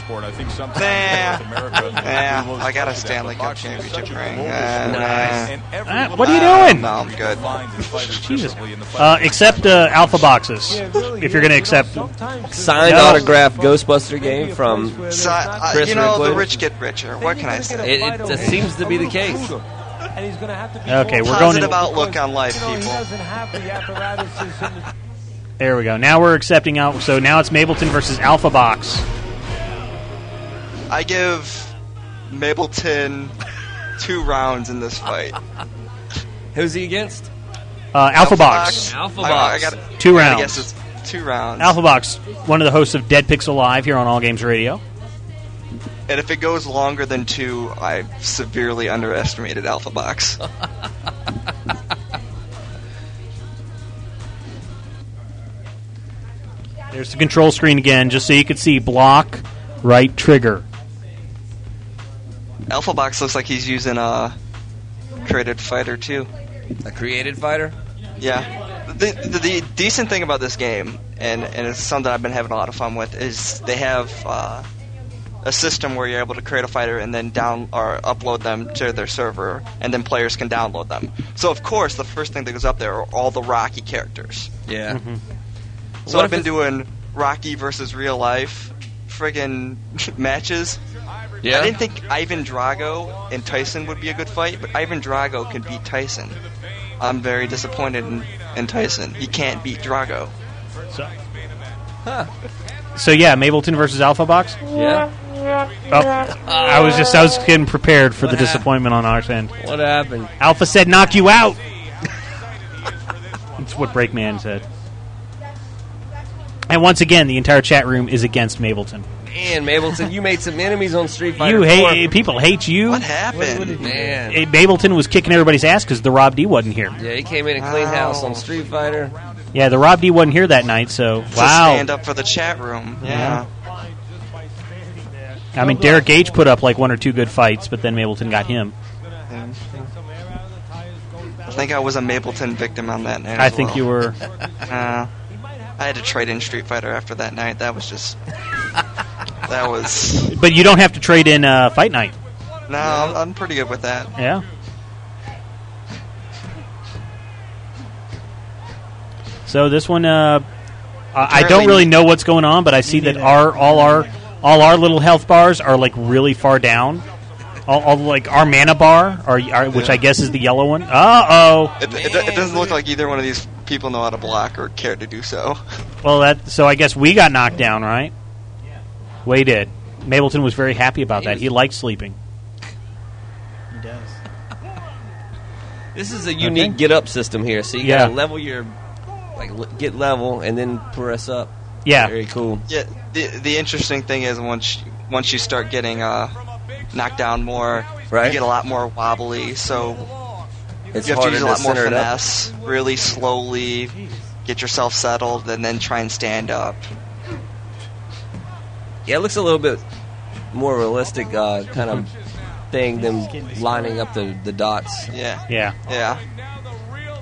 S: I got a Stanley Cup championship ring. Uh,
A: Uh, what are you doing?
S: No, I'm good.
A: Jesus. Uh, accept uh, alpha boxes if you're going to accept them.
T: Signed
A: No.
T: autograph Ghostbuster game from
S: So, uh,
T: Chris
S: you know, the
T: Rickwood.
S: rich get richer. What can I say?
T: It, it, it seems to be the case.
R: And he's going to have to be
A: Okay, we're going.
S: Positive
A: In,
S: outlook on life,
R: You know, he
S: people.
R: doesn't have the apparatuses in the
A: there we go. Now we're accepting out. So now it's Mableton versus Alpha Box.
S: I give Mableton two rounds in this fight.
T: Who's he against?
A: Uh, Alpha Box.
S: I, I got
A: Two
S: I gotta
A: rounds.
S: guess it's two rounds.
A: Alpha Box, one of the hosts of Dead Pixel Live here on All Games Radio.
S: And if it goes longer than two, I severely underestimated Alpha Box.
A: There's the control screen again, just so you could see block, right trigger.
S: Alpha Box looks like he's using a created fighter too.
T: A created fighter?
S: Yeah. The, the, the decent thing about this game, and, and it's something I've been having a lot of fun with, is they have uh, a system where you're able to create a fighter and then down or upload them to their server, and then players can download them. So of course, the first thing that goes up there are all the Rocky characters.
T: Yeah.
S: Mm-hmm. So
T: What
S: I've been doing Rocky versus real life friggin' matches.
T: Yeah.
S: I didn't think Ivan Drago and Tyson would be a good fight, but Ivan Drago can beat Tyson. I'm very disappointed in, in Tyson. He can't beat Drago.
A: So yeah, Mableton versus Alpha Box.
T: Yeah.
A: Oh, I was just I was getting prepared for the disappointment on our end.
T: What happened?
A: Alpha said, "Knock you out." That's what Breakman said. And once again, the entire chat room is against Mableton.
T: Man, Mableton, you made some enemies on Street Fighter.
A: you hate
T: 4.
A: people hate you. What
S: happened?
T: Man.
A: Eh, Mableton was kicking everybody's ass because the Rob D wasn't here.
T: Yeah, he came in and clean house on Street Fighter.
A: Yeah, the Rob D wasn't here that night. So
S: So
A: wow,
S: stand up for the chat room. Yeah.
A: I mean Derek Gage put up like one or two good fights, but then Mableton got him.
S: And I think I was a Mapleton victim on that night.
A: I
S: as
A: think
S: well.
A: you were.
S: Uh, I had to trade in Street Fighter after that night. That was just. that was.
A: But you don't have to trade in uh, fight night.
S: No, I'm, I'm pretty good with that.
A: Yeah. So this one, uh, I I don't
S: Apparently-
A: really know what's going on, but I see that our all our all our little health bars are like really far down. All, all like our mana bar, or, or- which I guess is the yellow one. Uh oh.
S: It, it, it doesn't look like either one of these people know how to block or care to do so.
A: Well, that so I guess we got knocked down, right? We did. Mableton was very happy about that. He liked sleeping.
D: He does.
T: This is a unique get up system here. So you gotta
A: Yeah.
T: level your, like, l- get level and then press up.
A: Yeah.
T: Very cool.
S: Yeah, the the interesting thing is once you- once you start getting uh, knocked down more,
T: Right.
S: you get a lot more wobbly. So
T: It's
S: you have to
T: harder
S: use a
T: to
S: lot more
T: center it up.
S: finesse, really slowly get yourself settled, and then try and stand up.
T: Yeah, it looks a little bit more realistic uh, kind of thing than lining up the, the dots.
S: Yeah.
A: Yeah.
S: Yeah.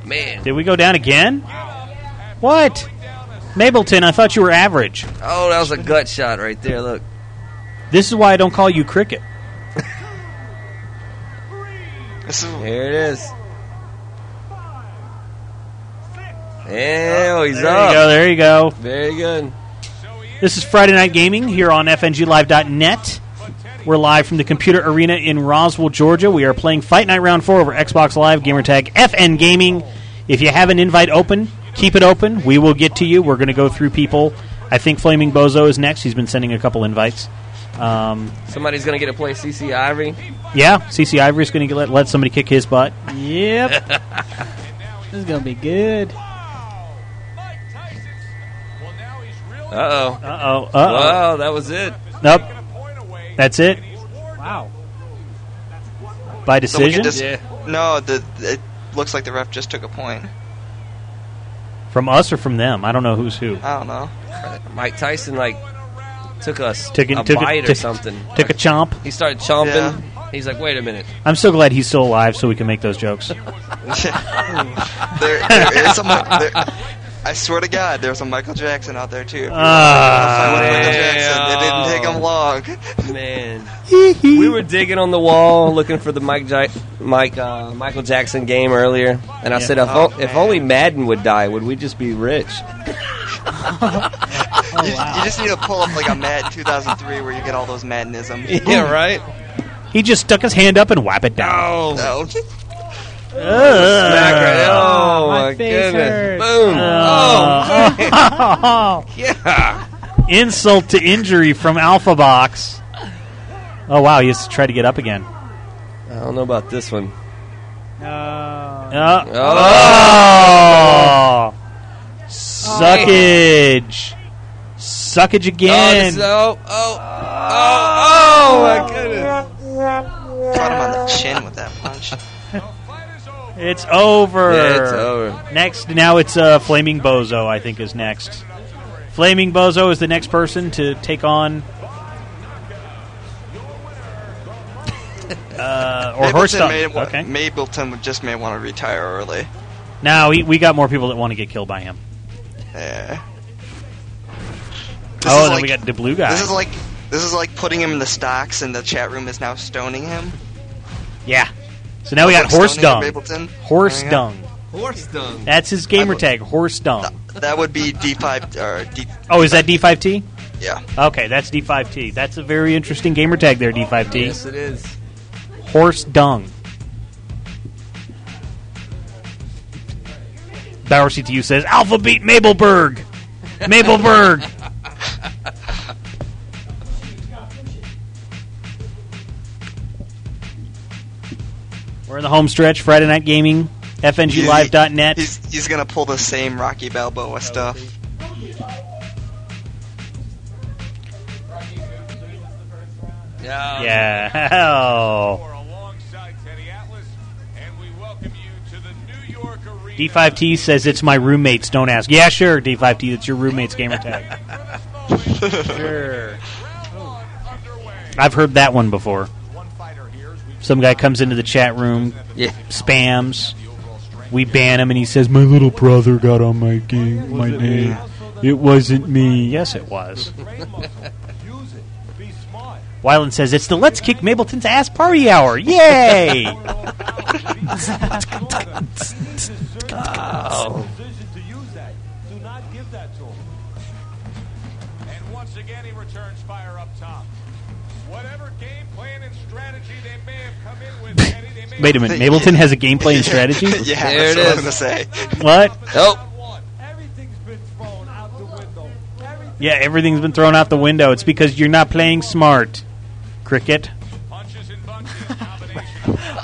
T: Man.
A: Did we go down again? What? Mableton, I thought you were average.
T: Oh, that was a gut shot right there. Look.
A: This is why I don't call you cricket.
T: Here it is. Oh, he's
A: there
T: up.
A: You go, there you go.
T: Very good.
A: This is Friday Night Gaming here on FNGLive.net. We're live from the computer arena in Roswell, Georgia. We are playing Fight Night Round 4 over Xbox Live, gamertag FN Gaming. If you have an invite open, keep it open. We will get to you. We're going to go through people. I think Flaming Bozo is next. He's been sending a couple invites. Um,
T: Somebody's gonna get to play CC Ivory.
A: yeah, CC Ivory's going to let, let somebody kick his butt.
D: Yep. this is gonna be good.
T: Uh oh.
A: Uh-oh, uh-oh.
T: Wow, that was it.
A: Nope. That's it.
D: Wow.
A: By
S: Someone
A: decision
S: could just- No, the it looks like the ref just took a point.
A: from us or from them. I don't know who's who.
S: I don't know.
T: Mike Tyson like took us
A: Took
T: took
A: it-
T: a
A: took it-
T: bite or
A: took-
T: something.
A: took a chomp.
T: He started chomping. He's like, wait a minute.
A: I'm so glad he's still alive so we can make those jokes.
S: there, there is a, Mi- there, I swear to God, there's a Michael Jackson out there too.
T: Ah,
S: If you want to find Michael
T: man.
S: Jackson. It didn't take him
T: Man,
S: long.
T: we were digging on the wall looking for the Mike, Gi- Mike uh, Michael Jackson game earlier, and I
S: Yeah.
T: said, if,
S: Oh,
T: o- if only Madden would die, would we just be rich?
A: Oh,
S: you, you just need to pull up like a Mad 2003 where you get all those Maddenisms.
T: Yeah, right.
A: He just stuck his hand up and whap it down.
S: Oh. No.
A: Ugh.
T: Smack right- Oh,
A: Ah, my
T: my
A: face
T: goodness!
A: hurts.
T: Boom!
A: Ah.
T: Oh, yeah.
A: Insult to injury from Alpha Box. Oh wow, he has to try to get up again.
T: I don't know about this one.
A: Uh,
T: Oh.
A: oh. Suckage.
T: Oh, this
A: Suckage again.
T: is- oh, oh, oh, oh, my goodness!
S: Caught him on the chin with that punch.
A: It's over.
T: Yeah, it's over.
A: Next, now it's uh, Flaming Bozo. I think is next. Flaming Bozo is the next person to take on. Uh, or
S: Mapleton,
A: Horstop.
S: may, wa-
A: okay.
S: Mapleton just may want to retire early.
A: Now we, we got more people that want to get killed by him.
S: Yeah.
A: oh,
S: is
A: then
S: like-
A: we got the blue guy.
S: This is like this is like putting him in the stocks, and the chat room is now stoning him.
A: yeah. So now we got
S: Public
A: horse
S: stoning of
A: dung.
S: Mapleton.
A: Horse
S: There you go.
A: dung.
S: Horse dung.
A: That's his gamer tag. Horse dung.
S: That would be D5 or D.
A: Oh, is that D5T?
S: Yeah.
A: Okay, that's D5T. That's a very interesting gamer tag there, D5T.
T: Oh, Yes, it is.
A: Horse dung. Bauer CTU says Alpha beat Mabelberg. Mabelberg. We're in the home stretch. Friday night gaming. FNGLive.net.
S: He's he's gonna pull the same Rocky Balboa stuff.
T: Yeah.
A: Yeah. Oh. D5T says it's my roommates. Don't ask. Yeah, sure. D5T, it's your roommates gamer tag.
T: Sure.
A: I've heard that one before. Some guy comes into the chat room,
T: Yeah.
A: spams. We ban him, and he says, "My little brother got on my game, my name. It wasn't me. Yes, it was." Wyland says, "It's the Let's Kick Mableton's Ass Party Hour! Yay!"
T: Oh.
A: Wait a minute, Mableton has a gameplay and strategy.
S: yeah,
T: There
S: that's
T: it
S: what I
T: is.
S: was gonna say.
A: What?
T: Oh.
A: Yeah, everything's been thrown out the window. It's because you're not playing smart, cricket.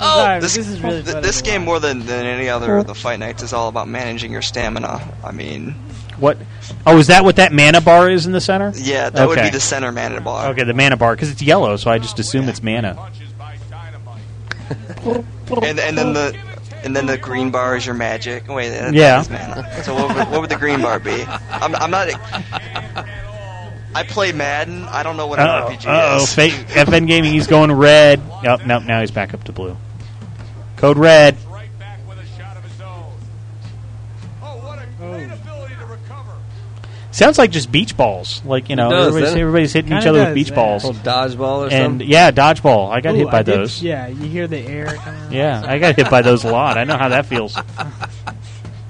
D: Sorry,
S: this,
D: this is really
S: th-
D: fun
S: this
D: to
S: game more than, than any other of the fight nights is all about managing your stamina. I mean,
A: What? Oh, is that what that mana bar is in the center?
S: yeah, that would
A: Okay.
S: be the center mana bar.
A: Okay, the mana bar because it's yellow, so I just assume it's mana.
S: And and then the and then the green bar is your magic. Wait, that, that
A: Yeah.
S: is mana. So what would, what would the green bar be? I'm, I'm not. I play Madden. I don't know what an
A: Uh
S: RPG
A: oh,
S: is.
A: FN Gaming. He's going red. Oh, no, now he's back up to blue. Code red. Sounds like just beach balls. Like you
T: It
A: know,
T: does,
A: everybody's,
T: doesn't it?
A: everybody's hitting each
T: Kinda
A: other with
T: does,
A: beach
T: yeah.
A: balls.
T: Little dodgeball or
A: and
T: something?
A: yeah, dodgeball. I got
D: Ooh,
A: hit by
D: I did-
A: those.
D: yeah, you hear the air. coming.
A: Yeah, I got hit by those a lot. I know how that feels.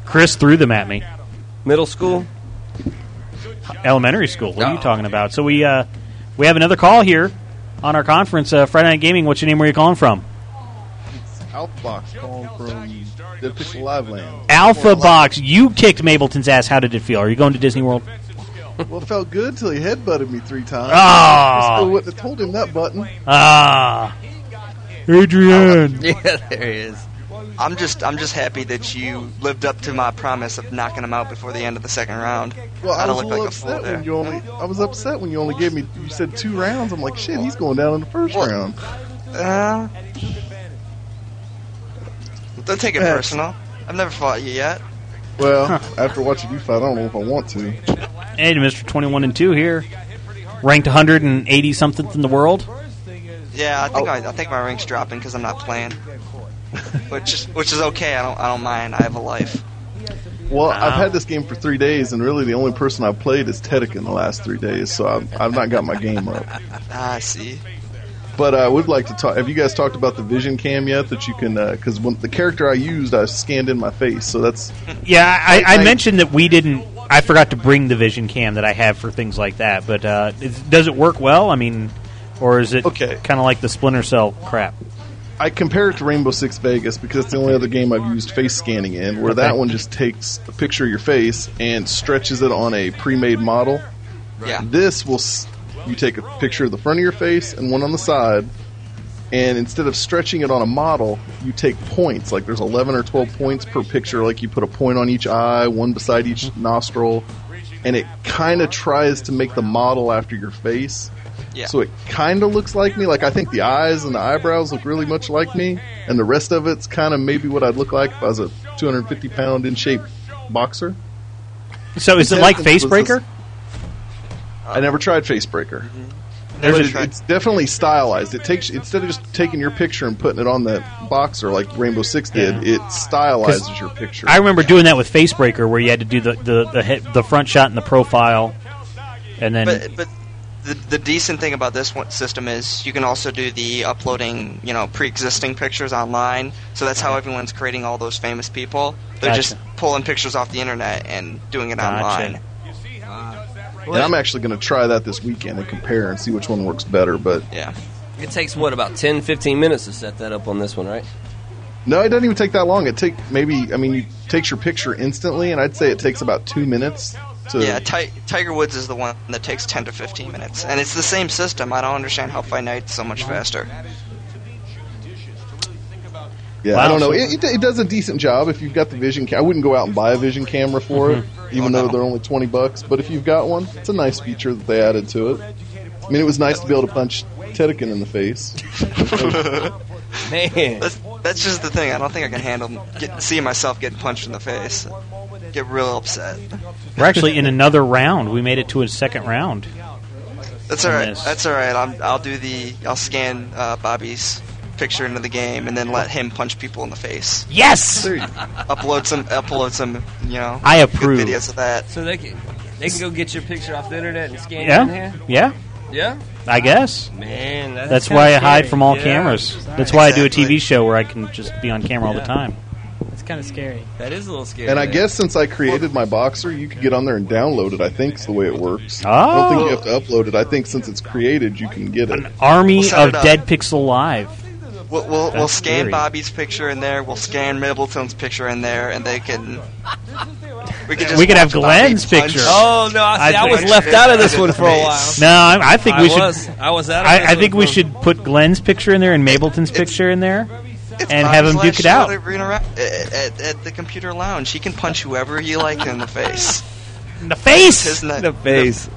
A: Chris threw them at me.
T: Middle school,
A: elementary school. What are you talking about? So we uh, we have another call here on our conference uh, Friday Night Gaming. What's your name? Where are you calling from?
E: Outbox calling from the official live land.
A: Alpha Box. You kicked Mableton's ass. How did it feel? Are you going to Disney World?
E: well, it felt good till he headbutted me three times.
A: Ah.
E: I still wouldn't have told him that button.
A: Ah, Adrian.
S: Yeah, there he is. I'm just I'm just happy that you lived up to my promise of knocking him out before the end of the second round.
E: Well, I
S: I'd have
E: was a
S: looked
E: little
S: like a fool
E: upset
S: there.
E: when you only. I was upset when you only gave me. You said two rounds. I'm like, shit, he's going down in the first round.
S: Uh, don't take it
E: That's-
S: personal. I've never fought you yet.
E: Well, after watching you fight, I don't know if I want to.
A: Hey, Mr. 21 and 2 here. Ranked 180 something in the world.
S: Yeah, I
E: Oh.
S: think I, I think my rank's dropping because I'm not playing, which is which is okay. I don't I don't mind. I have a life.
E: Well, I've had this game for three days, and really the only person I've played is Teddick in the last three days, so I'm, I've not got my game up.
S: Ah, I see.
E: But I would like to talk. Have you guys talked about the vision cam yet? That you can, because when the character I used, I scanned in my face, so that's
A: Yeah, I, I mentioned that we didn't. I forgot to bring the vision cam that I have for things like that. But uh, is, does it work well? I mean, or is it kind of like the Splinter Cell crap?
E: I compare it to Rainbow Six Vegas because it's the only other game I've used face scanning in, where that
A: Okay.
E: one just takes a picture of your face and stretches it on a pre-made model.
S: Yeah.
E: This will s- you take a picture of the front of your face and one on the side, and instead of stretching it on a model, you take points. Like there's 11 or 12 points per picture. Like you put a point on each eye, one beside each nostril, and it kind of tries to make the model after your face.
S: Yeah.
E: So it kind of looks like me. Like I think the eyes and the eyebrows look really much like me, and the rest of it's kind of maybe what I'd look like if I was a 250 pound in shape boxer.
A: So is it like Facebreaker?
E: I never tried Facebreaker.
S: Mm-hmm.
A: There's
E: But
A: a
E: it- it's definitely stylized. It takes instead of just taking your picture and putting it on the boxer like Rainbow Six did, it stylizes your picture.
A: I remember doing that with Facebreaker, where you had to do the the the, he- the front shot and the profile, and then
S: But but the, the decent thing about this one system is you can also do the uploading you know pre-existing pictures online. So that's how everyone's creating all those famous people. They're
E: Gotcha.
S: just pulling pictures off the internet and doing it
E: Gotcha.
S: online.
E: and I'm actually going to try that this weekend and compare and see which one works better. But
S: yeah,
T: It takes what about 10, 15 minutes to set that up on this one, right?
E: no, it doesn't even take that long. It take maybe I mean, it takes your picture instantly, and I'd say it takes about two minutes to
S: yeah, Ti- Tiger Woods is the one that takes 10 to 15 minutes, and it's the same system. I don't understand how Fight Night's so much faster.
E: Yeah,
S: Wow.
E: I don't know. It, it, it does a decent job if you've got the vision. Ca- I wouldn't go out and buy a vision camera for it, even though they're only twenty bucks. But if you've got one, it's a nice feature that they added to it. I mean, it was nice to be able to punch Tedekin in the face.
T: Man,
S: that's, that's just the thing. I don't think I can handle get, seeing myself getting punched in the face. Get real upset.
A: we're actually in another round. We made it to a second round.
S: That's all right. That's all right. I'm, I'll do the. I'll scan uh, Bobby's picture into the game and then let him punch people in the face.
A: Yes.
S: upload some. Upload some. You know.
A: I
S: good
A: approve.
S: videos of that.
T: So they can they can go get your picture off the internet and scan it in
A: Yeah,
T: here.
A: yeah,
T: Yeah?
A: I guess.
T: Man, that's,
A: That's
T: kinda
A: why I hide
T: scary.
A: from all
T: Yeah.
A: cameras. That's why I do a TV show where I can just be on camera all the
T: Yeah.
A: time.
D: It's kind of scary.
T: That is a little scary.
E: And I guess since I created my boxer, you could get on there and download it. I think is the way it works. I don't think you have to upload it. I think since it's created, you can get it.
A: Oh. Army
S: We'll set
A: of
S: it up.
A: Dead Pixel Live.
S: We'll, we'll, we'll
A: That's
S: scan
A: scary.
S: Bobby's picture in there. We'll scan Middleton's picture in there, and they can. We could just.
A: We could have
S: watch Bobby
A: Glenn's
S: punch-
A: picture.
T: Oh no! I, see, I,
A: I
T: was
A: think-
T: left out of this one for a while.
A: No, I, I think we
T: I
A: should.
T: Was, I was out. Of
A: I,
T: this
A: I
T: one
A: think we
T: for-
A: should put Glenn's picture in there and Mableton's picture in there, and have them
S: Bobby's
A: duke
S: last
A: it
S: shot
A: out.
S: At, Arena Ra- at, at, at the computer lounge, he can punch whoever he likes in the face.
A: In the face.
S: Isn't that-
T: face.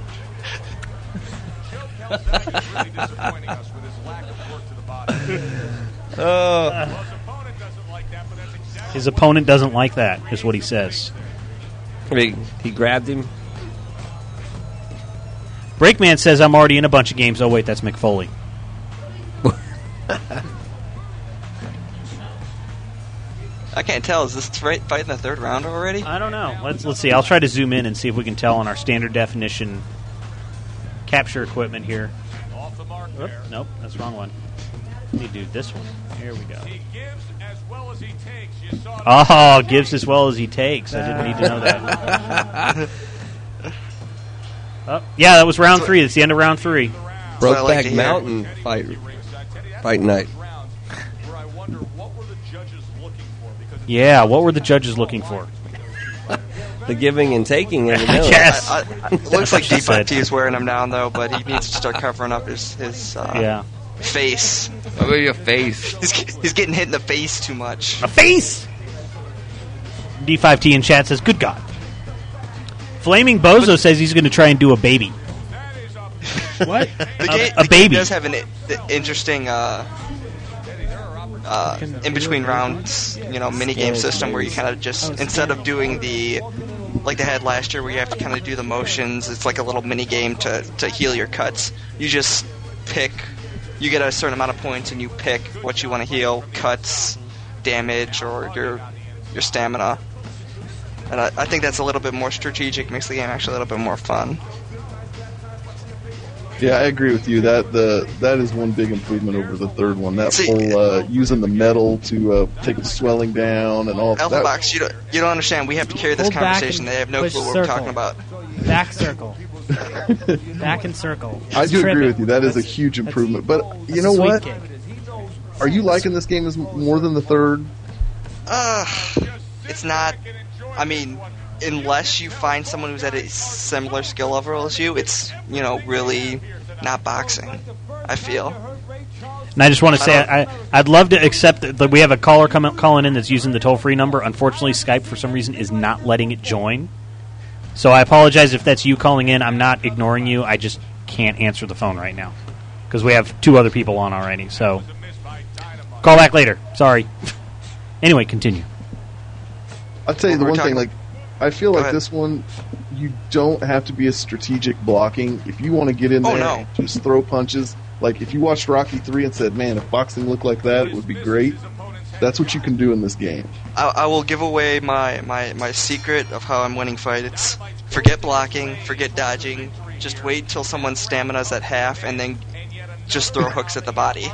A: His opponent doesn't like that, is what he says.
T: I mean, he grabbed him.
A: Breakman says, I'm already in a bunch of games. Oh, wait, that's McFoley.
S: I can't tell. Is this right fight in the third round already?
A: I don't know. Let's let's see. I'll try to zoom in and see if we can tell on our standard definition capture equipment here. Oop, nope, that's the wrong one. Need to do this one. Here we go. Oh, gives as well as he takes. I didn't need to know that. oh, yeah, that was round three. That's the end of round three.
C: Brokeback Mountain fight fight night.
A: Yeah, what were the judges looking for?
C: The giving and taking. In the
A: I
C: middle.
A: guess.
S: I, I, it looks like
A: She said.
S: Deepak T is wearing them down though, but he needs to start covering up his his uh,
A: Yeah.
S: face.
T: Cover your face.
S: He's, ge- he's getting hit in the face too much.
A: A face. D5T in chat says, "Good God." Flaming Bozo says he's going to try and do a baby.
S: What? the
A: A-
S: game,
A: a
S: the game
A: baby.
S: does have an i- the interesting uh, uh, in between rounds, you know, mini game system where you kind of just instead of doing the like they had last year, where you have to kind of do the motions. It's like a little mini game to to heal your cuts. You just pick. You get a certain amount of points, and you pick what you want to heal: cuts, damage, or your your stamina. And I, I think that's a little bit more strategic, makes the game actually a little bit more fun.
E: Yeah, I agree with you. That the that is one big improvement over the third one. That whole uh, using the metal to uh, take the swelling down and all
S: Alpha
E: that.
S: Box, you don't, you don't understand. We have to carry this
E: Hold back and
S: conversation. They have no
E: push
S: clue what we're
E: circle.
S: talking about.
D: Back circle. Back in circle.
E: I do
D: Trip
E: agree
D: it.
E: with you. That is a huge improvement. But you
D: a
E: know
D: sweet
E: what?
D: kick.
E: Are you liking this game as more than the third?
S: Uh, it's not. I mean, unless you find someone who's at a similar skill level as you, it's you know really not boxing. I feel.
A: And I just want to
S: I
A: say,
S: don't-
A: I, I'd love to accept that, that we have a caller coming calling in that's using the toll free number. Unfortunately, Skype for some reason is not letting it join. So I apologize if that's you calling in. I'm not ignoring you. I just can't answer the phone right now because we have two other people on already. So call back later. Sorry. anyway, continue.
E: I'll tell you the
A: We're
E: one
A: talking-
E: thing. Like, I feel like
A: ahead.
E: this one, you don't have to be a strategic blocking. If you want to get in
S: Oh,
E: there,
S: no.
E: and just throw punches. Like, if you watched Rocky three and said, "Man, if boxing looked like that, it would be great." That's what you can do in this game.
S: I, I will give away my, my, my secret of how I'm winning fight. It's forget blocking, forget dodging. Just wait till someone's stamina's at half, and then just throw hooks at the body.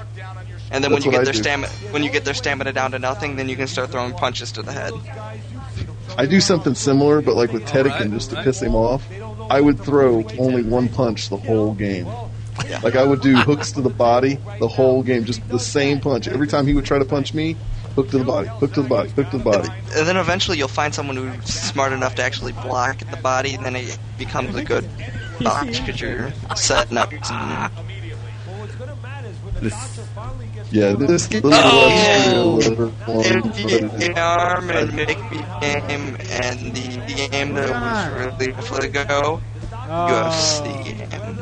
S: And then when
E: That's
S: you
E: what
S: get
E: I
S: their
E: do.
S: stamina when you get their stamina down to nothing, then you can start throwing punches to the head.
E: I do something similar, but like with Tedekin, just to piss him off, I would throw only one punch the whole game. Like I would do hooks to the body the whole game, just the same punch. Every time he would try to punch me, hook to the body, hook to the body, hook to the body.
S: And then eventually you'll find someone who's smart enough to actually block at the body, and then it becomes a good box because you're setting up. some-
E: Yeah, this game.
S: Oh!
E: Little-
S: The arm and make me game, and the, game that was really for the go, UFC game.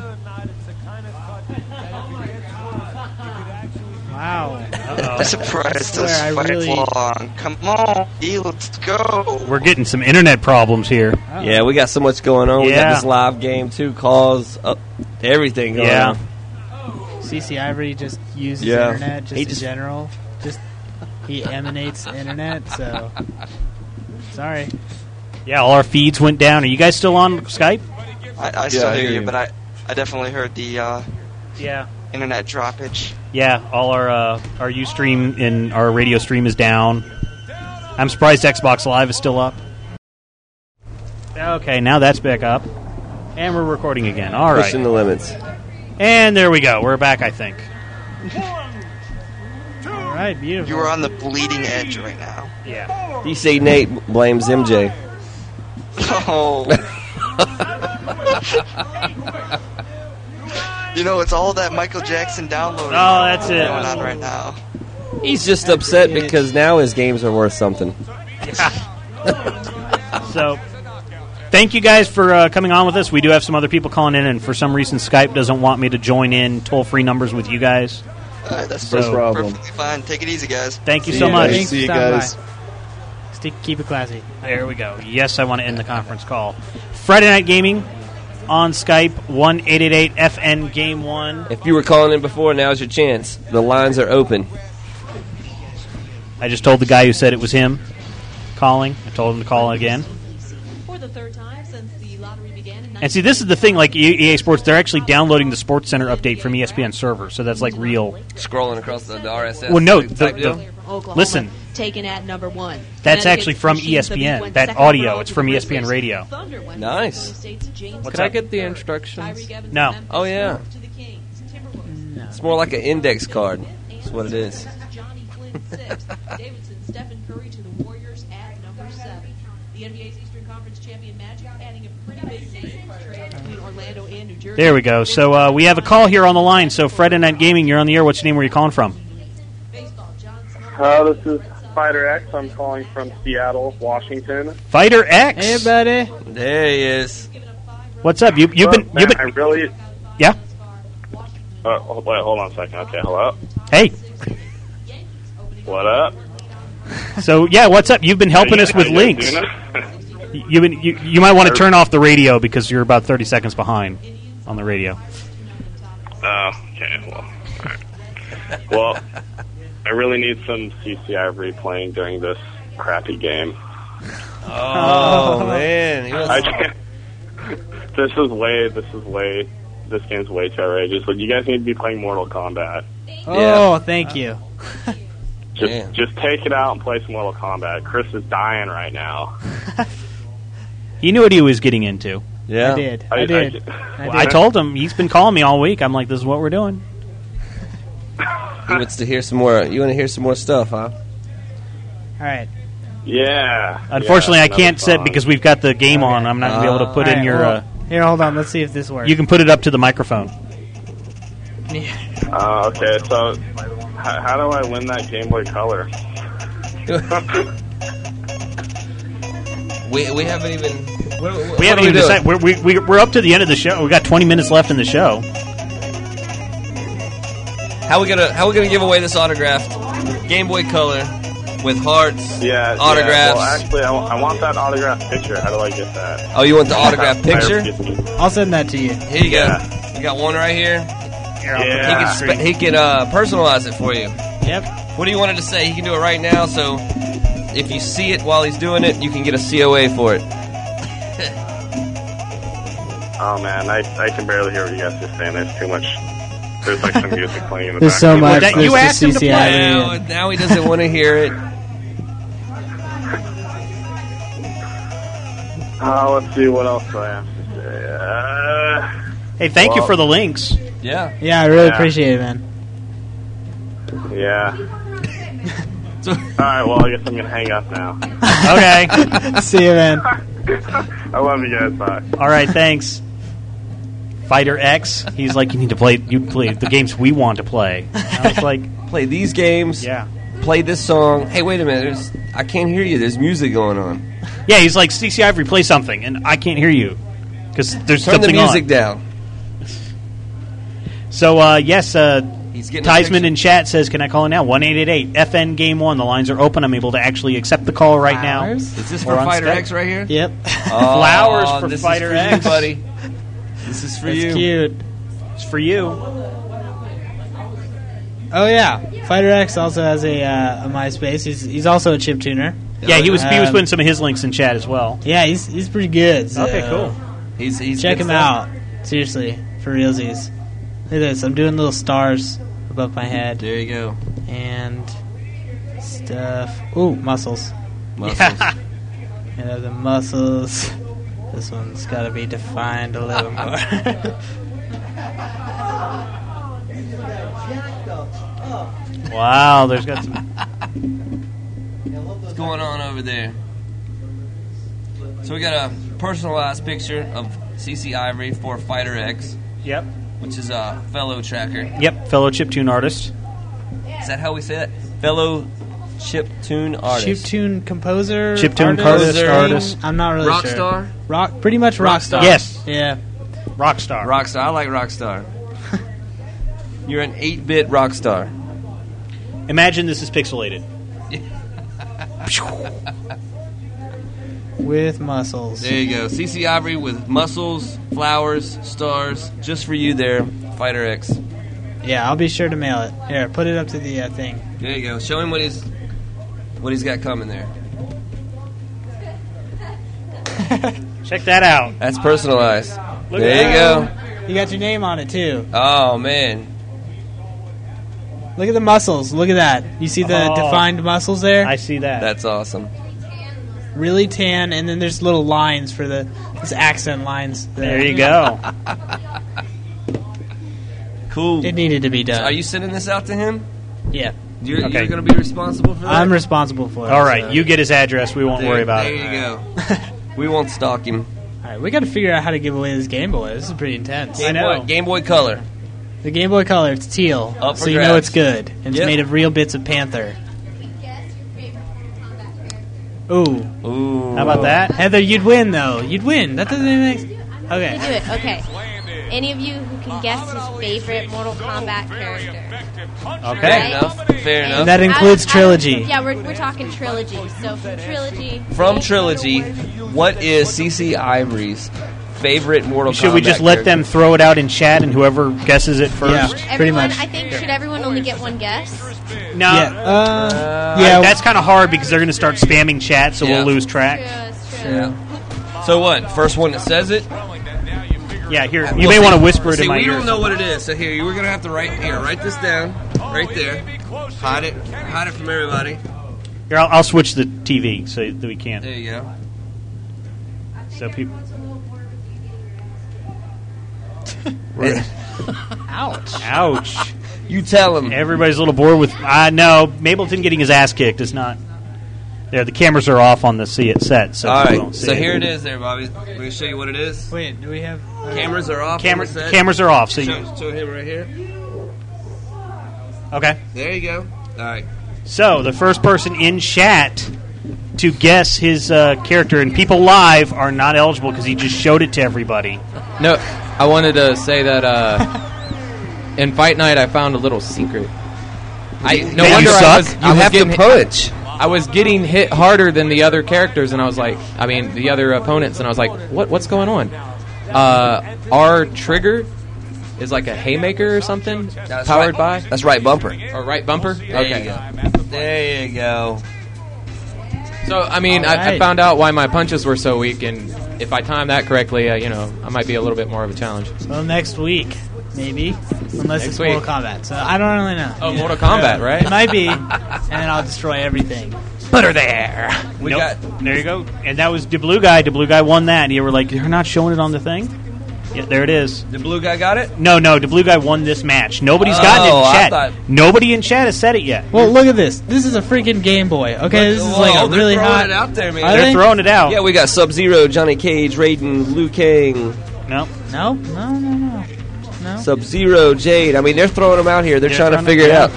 D: Wow.
S: I'm surprised this
D: I
S: fight's
D: really-
S: long. Come on, E, let's go.
A: We're getting some internet problems here.
D: Oh.
C: Yeah, we got so much going on. We
A: Yeah.
C: got this live game too, calls, uh, everything going
A: Yeah.
C: on.
D: CC Ivory just uses
C: Yeah.
D: internet just
C: He
D: in
C: just-
D: general. Just he emanates the internet. So sorry.
A: Yeah, all our feeds went down. Are you guys still on Skype?
S: I, I still hear you, but I, I definitely heard the uh,
A: yeah
S: internet droppage.
A: Yeah, all our uh, our UStream and our radio stream is down. I'm surprised Xbox Live is still up. Okay, now that's back up, and we're recording again. All right,
C: Pushing the limits.
A: and there we go. We're back, I think.
D: All right, beautiful.
S: You are on the bleeding edge right now.
A: Yeah.
C: DC Nate blames MJ.
S: Oh. you know, it's all that Michael Jackson download. Oh,
A: that's it.
S: Going on right now.
C: He's just upset because now his games are worth something.
A: so, thank you guys for uh, coming on with us. We do have some other people calling in, and for some reason, Skype doesn't want me to join in toll free numbers with you guys.
S: All right, that's
A: So-
S: perfectly fine. Take it easy, guys.
A: Thank you so much.
D: Stick, keep it classy.
A: There we go. Yes, I want to end the conference call. Friday Night Gaming on Skype, 1 888 FN Game 1.
C: If you were calling in before, now's your chance. The lines are open.
A: I just told the guy who said it was him. calling. I told him to call again.
O: For the third time since the lottery began in
A: And see, this is the thing. Like E- EA Sports, they're actually downloading the Sports Center update from E ESPN server, so that's like real.
C: Scrolling across the, the RSS.
A: Well, no, the-
C: type deal?
A: the-
O: Oklahoma,
A: Listen.
O: taken at number one.
A: That's
O: Connecticut
A: actually from E
O: machines that
A: ESPN.
O: went
A: That
O: second
A: audio,
O: overall
A: it's
O: to
A: from E
O: the
A: ESPN
O: Grizzlies.
A: Radio.
O: Thunder went from
C: Nice.
O: Golden State to James
C: Could
O: Cook.
C: I get the instructions?
O: Tyreek Evans
A: No.
O: to
C: Oh, yeah.
O: Memphis, to the Kings, Timberwolves.
C: It's more like an index card. That's what it is.
O: Johnny Flynn sixth. Davidson, Stephen Curry to the Warriors at number seven. The NBA's Eastern Conference champion Magic adding a pretty big name trade between Orlando and New Jersey.
A: There we go. So uh, we have a call here on the line. So Friday Night Gaming, you're on the air. What's your name? Where are you calling from?
K: Uh, this is Fighter X. I'm calling from Seattle, Washington.
A: Fighter X. Hey,
D: buddy.
C: There he is.
A: What's up? You, you've been you've
K: Look, man,
A: been
K: I really.
A: yeah.
K: Uh, hold- wait, hold on a second. Okay, hello.
A: Hey.
K: What up?
A: So yeah, what's up? You've been helping
K: How
A: us
K: you-
A: with
K: how you
A: links.
K: guys
A: You've been you, you might want to turn off the radio because you're about 30 seconds behind on the radio.
K: Oh, okay. Well, all right. well, I really need some CCI replaying during this crappy game.
C: Oh, man. He was-
K: I can't- this is way. This is way. This game's way too outrageous. Like, you guys need to be playing Mortal Kombat.
D: Oh, thank you.
K: Just, just take it out and play some Mortal Kombat. Chris is dying right now.
A: He knew what he was getting into.
D: Yeah. I did. I I- I did. did. I
A: Well,
D: did.
A: I told him. He's been calling me all week. I'm like, this is what we're doing.
C: He wants to hear some more. You want to hear some more stuff, huh?
D: All right.
K: Yeah.
A: Unfortunately,
K: Yeah,
A: I can't
K: another
A: sit
K: song.
A: because we've got the game on. I'm not going to be able to put in
D: Alright,
A: your.
D: well, here, hold on. Let's see if this
A: uh,
D: works.
A: you can put it up to the microphone.
K: Uh, okay, so h- how do I win that Game Boy Color?
C: We, we haven't even. what- what-
A: We
C: what
A: haven't
C: are doing?
A: even decided. We're, we, we, we're up to the end of the show. We got 20 minutes left in the show.
C: How we gonna How we gonna give away this autographed Game Boy Color with hearts,
K: yeah,
C: autographs?
K: Yeah, well, actually, I wa- I want that autograph picture. How do I get that?
C: Oh, you want the autograph picture?
D: I'll send that to you.
C: Here you go. You got one right here.
D: Yeah.
C: He can, spe- he can uh, personalize it for you.
D: Yep.
C: What do you want it to say? He can do it right now. So if you see it while he's doing it, you can get a COA for it.
K: Oh man, I, I can barely hear what you guys are saying. There's too much. There's like some music playing in the
D: There's so
K: background.
D: much. There's the CCI
C: Now,
D: radio.
C: now he doesn't want to hear it.
K: Uh, let's see what else do I have to say. Uh,
A: Hey, thank you
K: well,
A: for the links.
C: Yeah.
D: Yeah, I really appreciate it, man.
K: Yeah. All right. Well, I guess I'm gonna hang up now.
A: Okay.
D: See you, man.
K: I love you guys. Bye.
A: All right, thanks. Fighter X. He's like, you need to play. You play the games we want to play. I was like,
C: Play these games.
A: Yeah.
C: Play this song. Hey, wait a minute. There's, I can't hear you. There's music going on.
A: yeah. He's like, CC Ivory, play something, and I can't hear you because there's
C: Turn the
A: something
C: music
A: on.
C: down.
A: So uh, yes, uh,
C: getting
A: Tiesman in chat says, "Can I call in now?" One eight eight eight FN Game One. The lines are open. I'm able to actually accept the call right now.
D: Flowers?
C: Is this
A: Or
C: for
A: on
C: Fighter
A: Skype.
C: X right here? Oh,
D: Yep.
A: Flowers for
C: this is
A: Fighter
C: you,
A: X.
C: buddy. This is for
D: That's
C: you.
D: cute.
A: It's for you.
D: Oh yeah, Fighter X also has a, uh, a MySpace. He's he's also a chip tuner.
A: Yeah, he was he was
D: Um,
A: putting some of his links in chat as well.
D: Yeah, he's he's pretty good. so-
A: Okay, cool.
C: He's, he's
D: Check
C: good
D: him
C: stuff.
D: out. Seriously, for realsies. Look at this. I'm doing little stars above my head.
C: There you go.
D: And stuff. Ooh, muscles.
C: Muscles.
D: You know, the muscles. This one's got to be defined a little more.
A: Wow, there's got some.
C: What's going on over there? So we got a personalized picture of CC Ivory for Fighter X.
A: Yep.
C: Which is a fellow tracker.
A: Yep, fellow chiptune artist.
C: Is that how we say that? Fellow chip tune artist.
D: Chiptune composer. artist,
A: Chiptune composer, artist.
D: I'm not really sure.
C: Rockstar?
D: Rock, pretty much rockstar.
C: Rockstar. Yes.
D: Yeah.
A: Rockstar.
C: Rockstar. I like Rockstar. You're an 8 bit Rockstar.
A: Imagine this is pixelated.
D: With muscles.
C: There you go. CC Ivory with muscles, flowers, stars. Just for you there, Fighter X.
D: Yeah, I'll be sure to mail it. Here, put it up to the uh, thing.
C: There you go. Show him what he's what he's got coming there.
A: Check that out.
C: That's personalized.
D: Look at
C: there you go.
D: that. You got your name on it too.
C: Oh man,
D: Look at the muscles. Look at that. You see the
C: Oh.
D: defined muscles there? I
A: see that.
C: that's awesome.
D: Really tan, and then there's little lines for the this accent lines.
A: There you go.
C: cool.
D: It needed to be done.
C: So are you sending this out to him?
D: Yeah.
C: You're,
A: Okay.
C: you're going to be responsible for that.
D: I'm responsible for it.
A: All right,
D: so-
A: you get his address. We won't
C: There-
A: worry about
C: there
A: it.
C: you go. we won't stalk him.
D: All right, we got to figure out how to give away this Game Boy. This is pretty intense.
C: Game Boy, Game Boy Color.
D: The Game Boy Color, it's teal,
C: Up
D: so
C: for
D: you know
C: grabs.
D: it's good. And it's
C: Yep.
D: made of real bits of panther. Ooh.
C: Ooh.
A: How about that?
D: Heather, you'd win though. You'd win. That doesn't even make
O: You do
D: Okay.
O: it. Okay. Any of you who can guess his favorite Mortal Kombat character.
C: Fair enough. Fair enough.
D: And that includes trilogy.
O: Yeah, we're, we're talking trilogy. So from trilogy.
C: From Trilogy, what is CC Ivory's favorite Mortal
A: Should we
C: Kombat
A: just let
C: character?
A: them throw it out in chat and whoever guesses it first?
O: Everyone, I think should everyone only get one guess?
A: No.
D: Yeah.
A: Uh, that's kind of hard because they're going to start spamming chat, so
C: Yeah.
A: we'll lose track.
C: Yeah. So what? First one that says it.
A: Yeah, here. You
C: We'll
A: may
C: see.
A: want to whisper it
C: See,
A: in my
C: we
A: ear.
C: don't know what it is. So here, you were gonna have to write here. Write this down. Right there. Hide it. Hide it from everybody.
A: Here, I'll, I'll switch the TV so that we can't.
C: There you go.
A: So people.
D: Ouch.
A: Ouch.
C: You tell him.
A: Everybody's a little bored with. I know. Mableton getting his ass kicked is not. There, the cameras are off on the see it set, so
C: All
A: people
C: right.
A: don't see
C: So here it is, there, Bobby. We're gonna show you what it is.
D: Wait, do we have uh,
C: cameras are off?
A: Camera-
C: on the set.
A: cameras are off, so you-
C: show, show him right here.
A: Okay.
C: There you go. All right.
A: So the first person in chat to guess his uh, character, and people live are not eligible because he just showed it to everybody.
Q: No, I wanted to say that uh, in Fight Night I found a little secret. I no
C: That you
Q: wonder I
C: suck?
Q: was
C: You
Q: I was
C: have to
Q: getting hit-
C: punch.
Q: I was getting hit harder than the other characters, and I was like, I mean, the other opponents, and I was like, what what's going on? Uh, our trigger is like a haymaker or something,
C: That's
Q: powered by.
C: right- that's right bumper.
Q: Or right bumper.
C: There
Q: okay.
C: you go. There you go.
Q: So I mean, I, I
C: Alright.
Q: found out why my punches were so weak, and if I time that correctly, uh, you know, I might be a little bit more of a challenge.
D: Well, next week, maybe. Unless
Q: Next
D: it's
Q: week.
D: Mortal Kombat. So I don't really know.
Q: Oh, Mortal Kombat,
D: Yeah.
Q: right?
D: It might be. and then I'll destroy everything.
A: Put her there.
C: We
A: got there you go, and that was the blue guy. The blue guy won that. And you were like, you're not showing it on the thing. Yeah, there it is.
C: The blue guy got it.
A: No, no, the blue guy won this match. Nobody's
C: Oh,
A: gotten it in
C: I
A: chat.
C: thought-
A: Nobody in chat has said it yet.
D: Well, look at this. This is a freaking Game Boy. Okay, this is
C: Whoa,
D: like a
C: they're
D: really
C: throwing
D: hot.
C: it out there, man.
D: Are They're they? throwing it out.
C: Yeah, we got Sub Zero, Johnny Cage, Raiden, Liu Kang.
A: No,
D: no, no, no, no. No,
C: Sub Zero, Jade. I mean, they're throwing them out here. They're,
D: They're
C: trying to
D: trying to-
C: figure it
D: yeah.
C: out.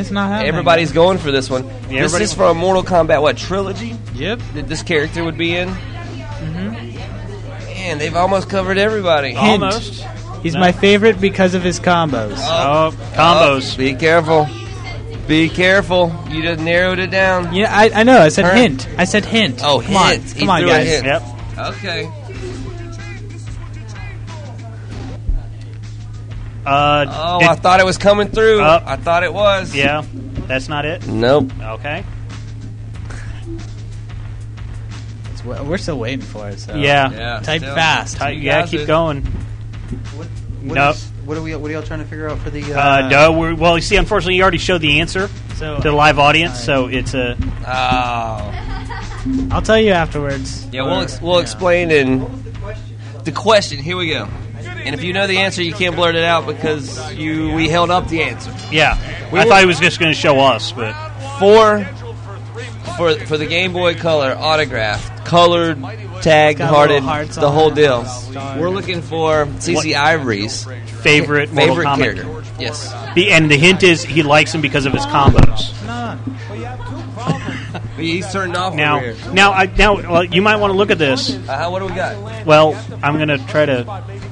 D: it's not happening.
C: Everybody's going for this one. this
D: everybody-
C: is from Mortal Kombat, what, trilogy?
D: Yep. Mm-hmm.
C: That this character would be in? Man, they've almost covered everybody.
D: Hint. He's my favorite because of his combos.
C: Oh,
A: combos.
C: be careful. Be careful. You just narrowed it down.
D: Yeah, I, I know. I said
C: Alright.
D: hint. I said hint.
C: Oh,
D: come on,
C: hint. He
D: come on,
C: threw a
D: guys.
C: hint.
A: Yep.
C: Okay.
A: Uh,
C: Oh,
A: did-
C: I thought it was coming through.
A: Up.
C: I thought it was.
A: Yeah, that's not it.
C: Nope.
A: Okay.
D: It's- We're we're still waiting for it. So.
A: yeah.
D: Type fast.
A: Type, yeah, keep going.
J: What
A: Nope.
J: is- what are we? What are y'all trying to figure out for the?
A: Uh,
J: Uh,
A: no, we're, well, you see, unfortunately, you already showed the answer
J: So-
A: to the live audience, so it's a.
C: Oh.
D: I'll tell you afterwards.
C: Yeah, we'll, ex- we'll explain in the question. Here we go. And if you know the answer, you can't blurt it out because you we held up the answer.
A: Yeah,
C: We
A: I
C: will-
A: thought he was just going to show us, but
C: Four for for the Game Boy Color autograph, colored, tag,
A: little
C: hearted,
A: hearts
C: the
A: on
C: whole
A: it.
C: deal. We're looking for CC
A: What-
C: Ivory's
A: favorite Mortal
C: favorite
A: Kombat
C: character. Yes.
A: the and the hint is he likes him because of his combos.
C: He's turned off
A: Now,
C: over here.
A: now, I, now, well, you might want to look at this.
C: Uh, what do we got?
A: Well, I'm going to try to.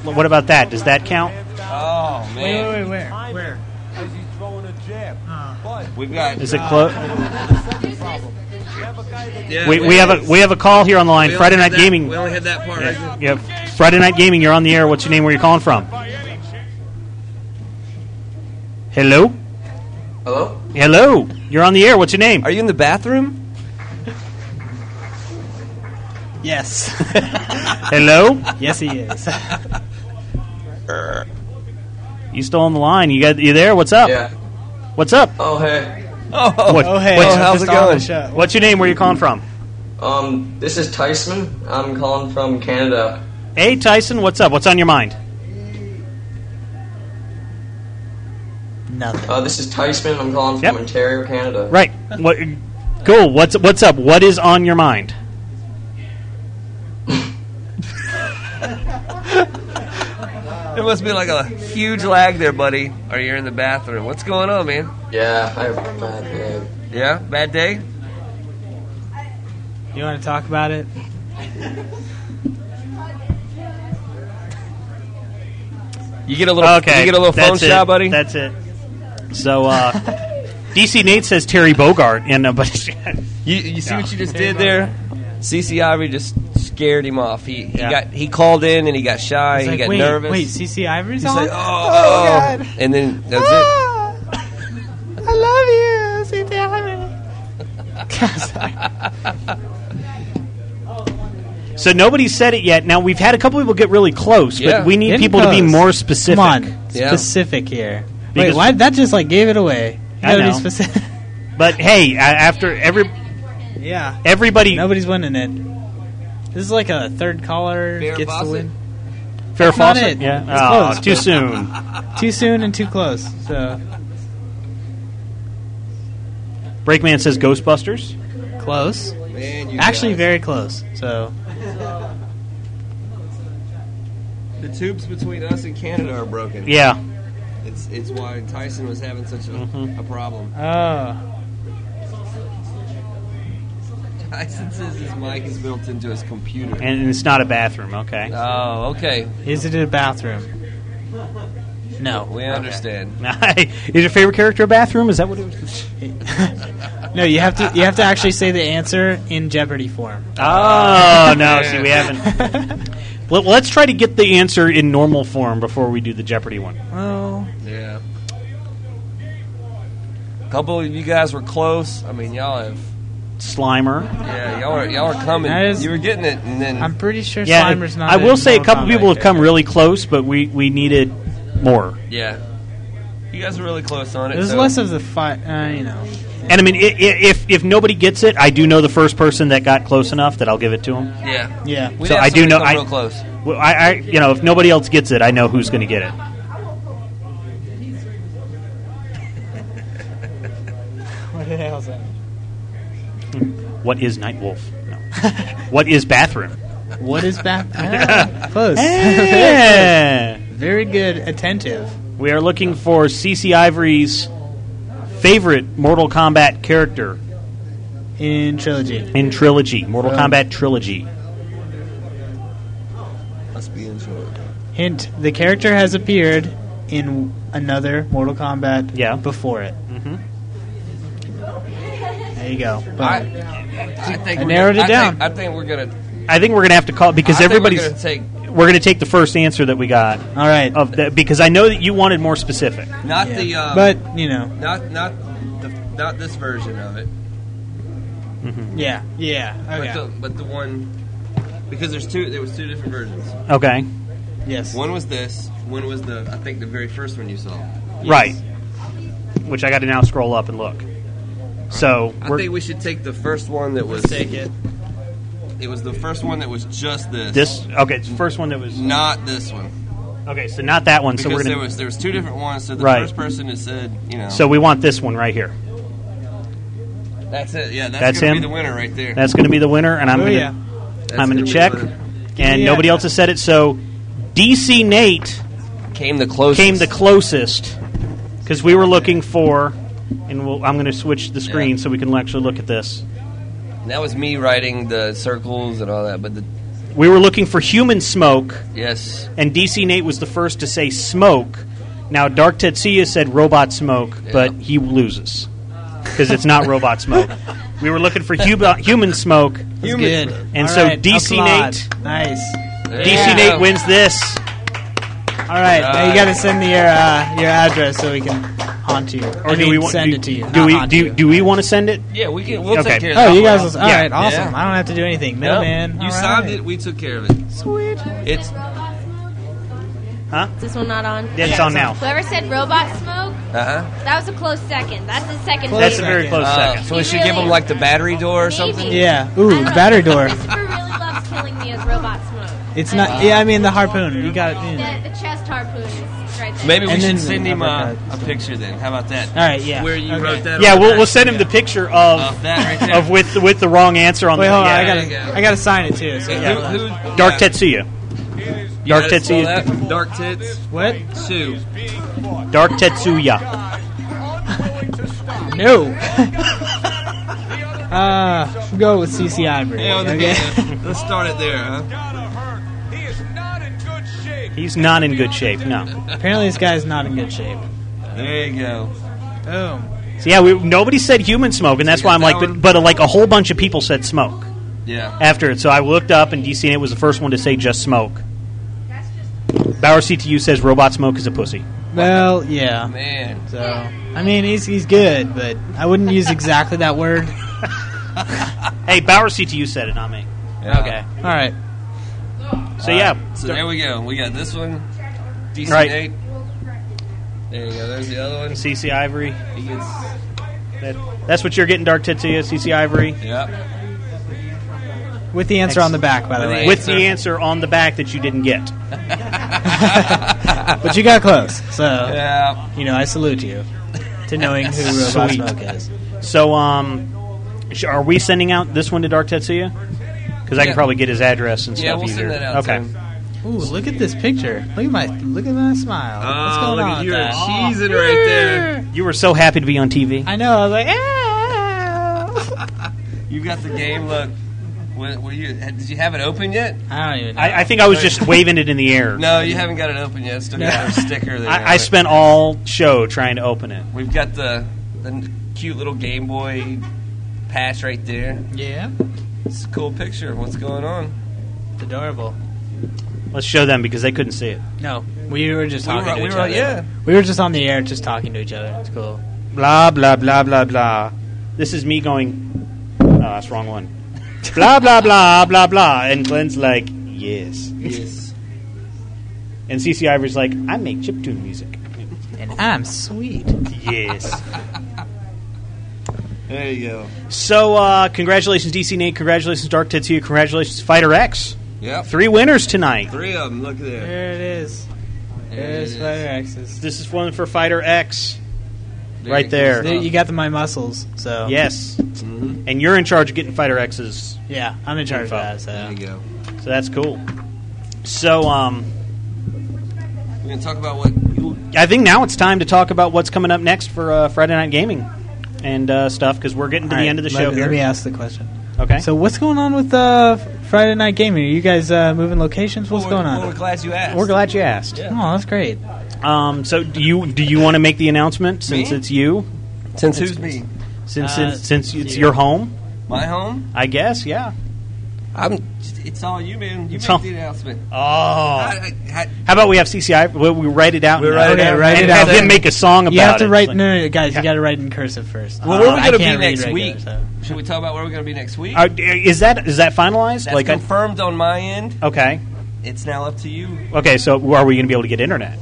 A: What about that? Does that count?
C: Oh man.
D: Wait, wait, wait. Where? Where?
T: As he's throwing a jab. But
C: We've got.
A: Is it close?
C: Yeah,
A: we, we have a we have a call here on the line.
C: We
A: Friday
C: only had
A: Night
C: that-
A: Gaming.
C: We only had that part. right there.
A: Yeah, Friday Night Gaming. You're on the air. What's your name? Where you calling from? Hello.
C: Hello.
A: Hello. You're on the air. What's your name? Are
C: you in the bathroom?
D: Yes.
A: Hello?
D: Yes, he is.
A: You still on the line? You got you there? What's up?
C: Yeah.
A: What's up?
C: Oh hey.
A: What-
D: Oh,
C: Oh,
A: what's-
C: What?
A: What's your name? Where you calling from?
C: Um, this is Tyson. I'm calling from Canada.
A: Hey, Tyson. What's up? What's on your mind?
C: Uh, this is Tyson. I'm calling from Ontario, Canada.
A: Right. What? Cool. What's what's up? What is on your mind?
C: It
W: must be like a
C: huge lag there, buddy. Or you're in the bathroom. What's going on, man? Yeah, I have a bad day. Yeah, bad day.
D: You want to talk about it?
C: You get a little.
A: Okay.
C: You get a little phone
A: That's it.
C: shot, buddy.
A: That's it. So, uh, DC Nate says Terry Bogart, and uh, but
C: You, you see what you just did there? CC Ivory just scared him off. He, he got he called in and he got shy.
D: He's
C: he
D: like,
C: got
D: wait,
C: nervous.
D: Wait, CC Ivory's
C: He's
D: on?
C: like, oh,
D: God.
C: and then that's
A: Ah,
D: I love you, CC Ivory.
A: so nobody said it yet. Now we've had a couple people get really close,
D: Yeah.
A: but we need
D: Getting
A: people to be
D: close.
A: more specific.
D: Come on. Specific here.
A: Because-
D: wait, why? That just like gave it away. You
A: I
D: gotta be
A: know.
D: specific.
A: But hey, a- after every
D: Yeah.
A: everybody
D: Nobody's winning it. This is like a third caller gets
C: Fawcett?
D: to win.
A: fair
D: That's not
A: faucet,
D: it.
A: yeah,
D: It's
A: Aw,
D: close.
A: too soon.
D: too soon and too close. So
A: Breakman says Ghostbusters.
D: close.
C: Man, you
D: Actually,
C: guys.
D: very close.
A: Oh.
D: So
C: it. The tubes between us and Canada are broken.
A: Yeah. Mm-hmm.
C: It's it's why Tyson was having such a, a problem.
A: Ah.
D: Oh.
C: Tyson says his mic is built into his computer.
A: And it's not a bathroom, okay?
C: Oh, okay.
D: Is it a bathroom? No.
C: We understand.
A: is your favorite character a bathroom? Is that what it was?
D: No, you have to you have to actually say the answer in Jeopardy form.
A: Oh no! See, we haven't. Let, let's try to get the answer in normal form before we do the Jeopardy one.
D: Well,
C: Yeah. A couple of you guys were close. I mean, y'all have.
A: Slimer.
C: Yeah, y'all are y'all are coming.
D: That is-
C: you were getting it, and then
D: I'm pretty sure Slimer's not.
A: I
D: in
A: will say a
D: Mortal
A: couple
D: Kombat.
A: people have come really close, but we we needed more.
C: yeah, you guys are really close on it.
D: There's
C: so-
D: less of the fight, uh, you know.
A: And I mean, i- i- if if nobody gets it, I do know the first person that got close enough that I'll give it to him.
C: Yeah,
D: Yeah.
C: We
A: so
C: had
A: I
C: somebody
A: do know.
C: come
A: I,
C: real close.
A: Well, I, I you know if nobody else gets it, I know who's going to get it.
D: What the hell's that?
A: Hmm. What is Night Wolf? No. what is bathroom?
D: What is back? Ah, close.
A: Yeah.
D: Very good. Attentive.
A: We are looking for CC Ivory's favorite Mortal Kombat character
D: in trilogy.
A: In trilogy, Mortal
D: Um,
A: Kombat trilogy.
C: Must be into it.
D: Hint: the character has appeared in another Mortal Kombat. Yeah. Before it.
A: Mm-hmm.
D: There you go.
C: I,
D: Boom.
C: I think
D: I
C: we're
D: narrowed
C: gonna-
D: it down.
C: I think, I think we're gonna.
A: I think we're gonna have to call because
C: I think we're
A: everybody's
C: gonna take-
A: we're gonna take the first answer that we got. All
D: right,
A: of the, because I know that you wanted more specific.
C: Not the. Um,
D: But, you know.
C: Not not the, not this version of it.
A: Mm-hmm.
D: Yeah. Yeah. Okay.
C: But the, but the one because there's two. There was two different versions.
A: Okay.
D: Yes.
C: One was this. One was the. I think the very first one you saw.
A: Right. Which I got to now scroll up and look. So
C: I
A: we're,
C: think we should take the first one that was.
D: Take it.
C: It was the first one that was just this.
A: this okay, it's the first one that was
C: Not this one.
A: okay, so not that one.
C: Because
A: so we're
C: there
A: gonna
C: was there was two different ones. So the
A: Right.
C: first person has said, you know.
A: so we want this one right here.
C: That's it. Yeah, that's,
A: That's
C: gonna
A: him.
C: be the winner right there.
A: That's going to be the winner, and I'm
C: Oh,
A: going to
C: yeah. That's
A: I'm going
C: gonna
A: to
C: be
A: check.
C: the winner.
A: And
C: Yeah.
A: nobody else has said it, so DC Nate
C: came the closest.
A: Came the closest because we were looking for, and we'll, I'm going to switch the screen so we can actually look at this.
C: That was me writing the circles and all that, but the
A: We were looking for human smoke,
C: yes,
A: and DC Nate was the first to say smoke. Now Dark Tetsuya said robot smoke, but he loses because it's not robot smoke. We were looking for huba- human smoke.
D: That's good. All
A: And so
D: right,
A: DC
D: applaud.
A: Nate,
D: Nice.
A: DC Nate wins this.
D: All right. now you got to send me your uh, your address so we can. onto you.
A: Or
D: I
A: do
D: mean,
A: we want
D: send
A: do,
D: it to you?
A: Do
D: not
A: we
D: onto
A: do, do we want to send it?
C: Yeah, we can- we'll
A: okay.
C: take care of
D: Oh,
C: that
D: you
C: one
D: guys.
C: else.
D: All
C: Yeah.
D: right, awesome.
C: Yeah.
D: I don't have to do anything, middleman.
C: You
D: All
C: signed
D: right.
C: it. We took care of it. Sweet. It's
A: huh?
O: Is this one not on?
A: Yeah, it's on now.
O: Whoever said robot smoke,
C: Uh huh.
O: that was a close second. That's the second.
A: That's a
O: favorite.
A: very close second.
C: Uh, So we should give him like the battery door or something.
D: Yeah. Ooh, battery door.
O: Christopher really loves killing me as robot smoke.
D: It's not. Yeah, I mean the harpoon. You got it. yeah.
O: The, the chest harpoon is right there.
C: Maybe we
D: And
C: should
D: then
C: send
D: the
C: him uh,
D: uppercut,
C: a picture then. How about that?
D: All right, yeah.
C: Where you
D: Okay.
C: wrote that.
A: Yeah,
C: on
A: we'll,
C: that.
A: we'll send him the picture of
C: Of that right there.
A: of with with the wrong answer on
D: Wait,
A: the
D: hold on.
A: yeah.
D: I gotta. I gotta sign it too. So
A: Yeah.
D: hold on.
A: Dark Tetsuya.
C: You
A: Dark
C: gotta spell
A: Tetsuya.
C: that? Dark tits.
D: What?
C: Sue.
A: Dark Tetsuya.
D: No. uh, go with CC Ivory.
C: Yeah, well,
D: okay.
C: yeah. Let's start it there, huh?
A: He's not in good shape. No.
D: Apparently, this guy's not in good shape.
C: There you go.
D: Boom.
A: So yeah, we, nobody said human smoke, and that's why I'm like, but, but uh, like a whole bunch of people said smoke
C: Yeah.
A: after it. So I looked up, and DCNA was the first one to say just smoke. Bauer CTU says robot smoke is a pussy.
D: Well, yeah.
C: Man.
D: So, I mean, he's he's good, but I wouldn't use exactly that word.
A: Hey, Bauer CTU said it, not me.
C: Yeah.
A: Okay.
D: All right.
A: So yeah,
C: So there we go. We got this one. DC
A: Right.
C: eight. There you go. There's the other one.
A: CC Ivory.
C: He gets.
A: That- that's what you're getting, Dark Tetsuya, CC Ivory.
C: Yep.
D: With the answer on the back, by the way.
A: With the answer on the back that you didn't get.
D: but you got close, so
C: Yeah.
D: you know I salute you to knowing who Robot
A: Sweet.
D: Smoke is.
A: So, um, sh- are we sending out this one to Dark Tetsuya? Because I
C: Yeah.
A: can probably get his address and
C: Yeah,
A: stuff
C: we'll
A: easier.
C: send that out to
A: okay.
C: him.
D: Ooh, look at this picture. Look at my look at my smile. What's
C: Oh,
D: going
C: look
D: on?
C: at
D: with
C: you
D: that?
C: cheesing right there.
A: You were so happy to be on TV.
D: I know. I was like, ah.
C: You got the game. Look. Were, were you? Did you have it open yet?
D: I don't even. Know.
A: I, I think I was just waving it in the air.
C: No, you haven't got it open yet. Still got a sticker there.
A: I, I spent all show trying to open it.
C: We've got the the cute little Game Boy patch right there.
D: yeah,
C: It's a cool picture. What's going on?
D: it's adorable.
A: Let's show them because they couldn't see it.
D: No, we were just
C: We
D: talking
C: were-
D: to
C: we
D: each
C: were-
D: other.
C: yeah.
D: we were just on the air, just talking to each other. It's cool.
A: Blah blah blah blah blah. This is me going. Oh, that's wrong one. blah blah blah blah blah. And Glenn's like, yes.
C: Yes.
A: And CC Ivory's like, I make chiptune music.
D: And I'm sweet.
A: Yes.
C: There you go.
A: so, uh, congratulations, DC Nate. Congratulations, Dark Tetsuya. Congratulations, Fighter X.
C: Yep.
A: Three winners tonight.
C: Three of them. Look there.
D: There it is. There's Spider X's.
A: This is one for Fighter X.
C: There
A: right
C: it
A: there.
D: There, you got the, my muscles, so
A: Yes.
C: Mm-hmm.
A: And you're in charge of getting Fighter X's,
D: yeah, I'm in charge of that.
C: There
D: So
C: you go.
A: so that's cool. So, um,
C: We're gonna talk about what you
A: I think now it's time to talk about what's coming up next for uh, Friday Night Gaming and uh, stuff because we're getting to
D: All
A: the
D: right,
A: end of the
D: let
A: show
D: me-
A: here.
D: Let me ask the question.
A: Okay.
D: So what's going on with uh, Friday Night Gaming? Are you guys uh, moving locations? What's
C: Well,
D: going
C: we're- well,
D: on?
C: We're glad you asked.
A: we're glad you asked.
D: Oh, that's great.
A: Um, so do you do you want to make the announcement since
C: Me?
A: it's you
C: Since who's me?
A: since
D: Uh,
A: it's, since it's
D: yeah.
A: your home?
C: My home.
A: I guess yeah.
C: I'm. It's all you, man. You
A: It's
C: make
A: all-
C: the announcement.
A: Oh,
C: I, I,
A: how about we have CCI? We, we write it out.
C: We
A: now.
C: write it
A: Okay,
C: out.
A: and
D: Write it
A: have
D: out.
A: him make a song about
D: You have to
A: it.
D: write.
A: Like,
D: no, no, no, guys, you got to write in cursive first.
C: I, well, where are
D: Uh,
C: we
D: I
C: gonna be
D: can't read
C: next
D: regular,
C: week?
D: so.
C: Should we talk about where we're gonna be next week?
A: are- is that is that finalized?
C: That's
A: like I-
C: confirmed on my end.
A: okay,
C: It's now up to you.
A: okay. So are we going to be able to get internet?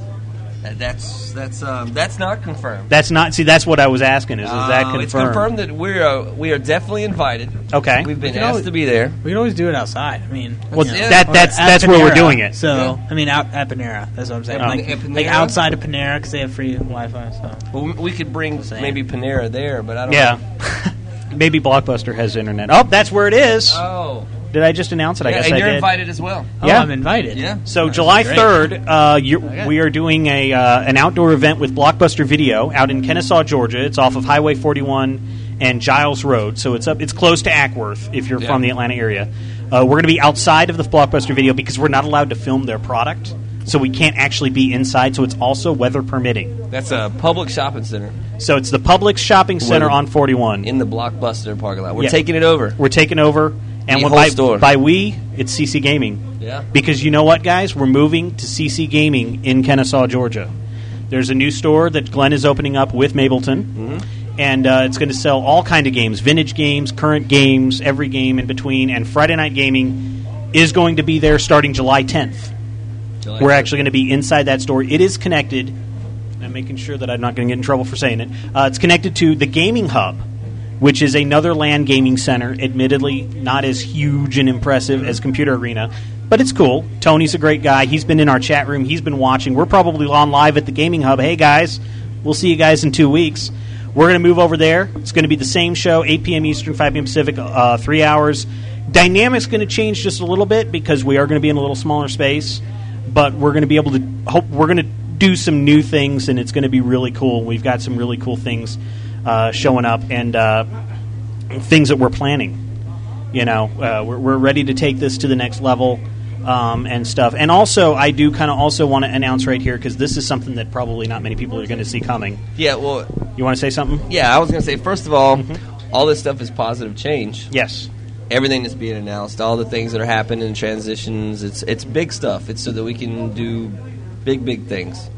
C: That- That's that's um, that's not confirmed.
A: That's not. See, that's what I was asking. Is, is that
C: Uh,
A: confirmed?
C: It's confirmed that we are we are definitely invited.
A: Okay.
C: We've been
D: can
C: asked
D: always-
C: to be there.
D: We could always do it outside. I mean,
A: Well,
D: you know.
A: that
D: Or
A: that's
D: at
A: that's where we're
D: Panera.
A: doing it.
D: So I mean, out at Panera. That's what I'm saying.
C: Oh.
D: Like,
C: At Panera?
D: like outside of Panera because they have free Wi-Fi. So
C: Well, we- we could bring maybe Panera there, but I don't.
A: Yeah. Maybe Blockbuster has internet. Oh, that's where it is.
C: Oh,
A: did I just announce it? I
C: yeah,
A: guess
C: and
A: I
C: you're
A: did.
C: invited as well.
D: oh,
A: Yeah.
D: I'm invited.
C: Yeah.
A: So July
D: great.
A: third, uh, you
D: Okay.
A: we are doing a uh, an outdoor event with Blockbuster Video out in Kennesaw, Georgia. It's off of Highway 41 and Giles Road, so it's up. It's close to Ackworth if you're
C: Yeah.
A: from the Atlanta area. Uh, we're going to be outside of the Blockbuster Video because we're not allowed to film their product, so we can't actually be inside. So it's also weather permitting.
C: That's a public shopping center
A: So it's the Publix Shopping Center
C: Weather-
A: on 41.
C: in the Blockbuster parking lot. We're
A: Yeah.
C: taking it over.
A: We're taking over, and
C: The
A: when-
C: whole
A: by,
C: store.
A: by we, it's CC Gaming.
C: Yeah.
A: Because you know what, guys, we're moving to CC Gaming in Kennesaw, Georgia. There's a new store that Glenn is opening up with Mableton,
C: Mm-hmm.
A: and uh, it's going to sell all kind of games, vintage games, current games, every game in between. And Friday Night Gaming is going to be there starting July 10th.
I: July
A: We're
I: 10th.
A: actually going to be inside that store. It is connected. and I'm making sure that I'm not going to get in trouble for saying it. Uh, it's connected to the Gaming Hub, which is another land gaming center. Admittedly, not as huge and impressive as Computer Arena, but it's cool. Tony's a great guy. He's been in our chat room. He's been watching. We're probably on live at the Gaming Hub. Hey guys, we'll see you guys in two weeks. We're going to move over there. It's going to be the same show, 8 p.m. Eastern, 5 p.m. Pacific, uh, three hours. Dynamic's going to change just a little bit because we are going to be in a little smaller space, but we're going to be able to hope we're going to do some new things, and it's going to be really cool. We've got some really cool things uh, showing up and uh, things that we're planning. You know, uh, we're, we're ready to take this to the next level um, and stuff. And also, I do kind of also want to announce right here because this is something that probably not many people are going to see coming.
T: Yeah, well,
A: You want to say something?
T: yeah, I was going to say, first of all, all this stuff is positive change.
A: Yes.
T: Everything that's being announced, all the things that are happening, transitions, it's it's big stuff. It's so that we can do big, big things.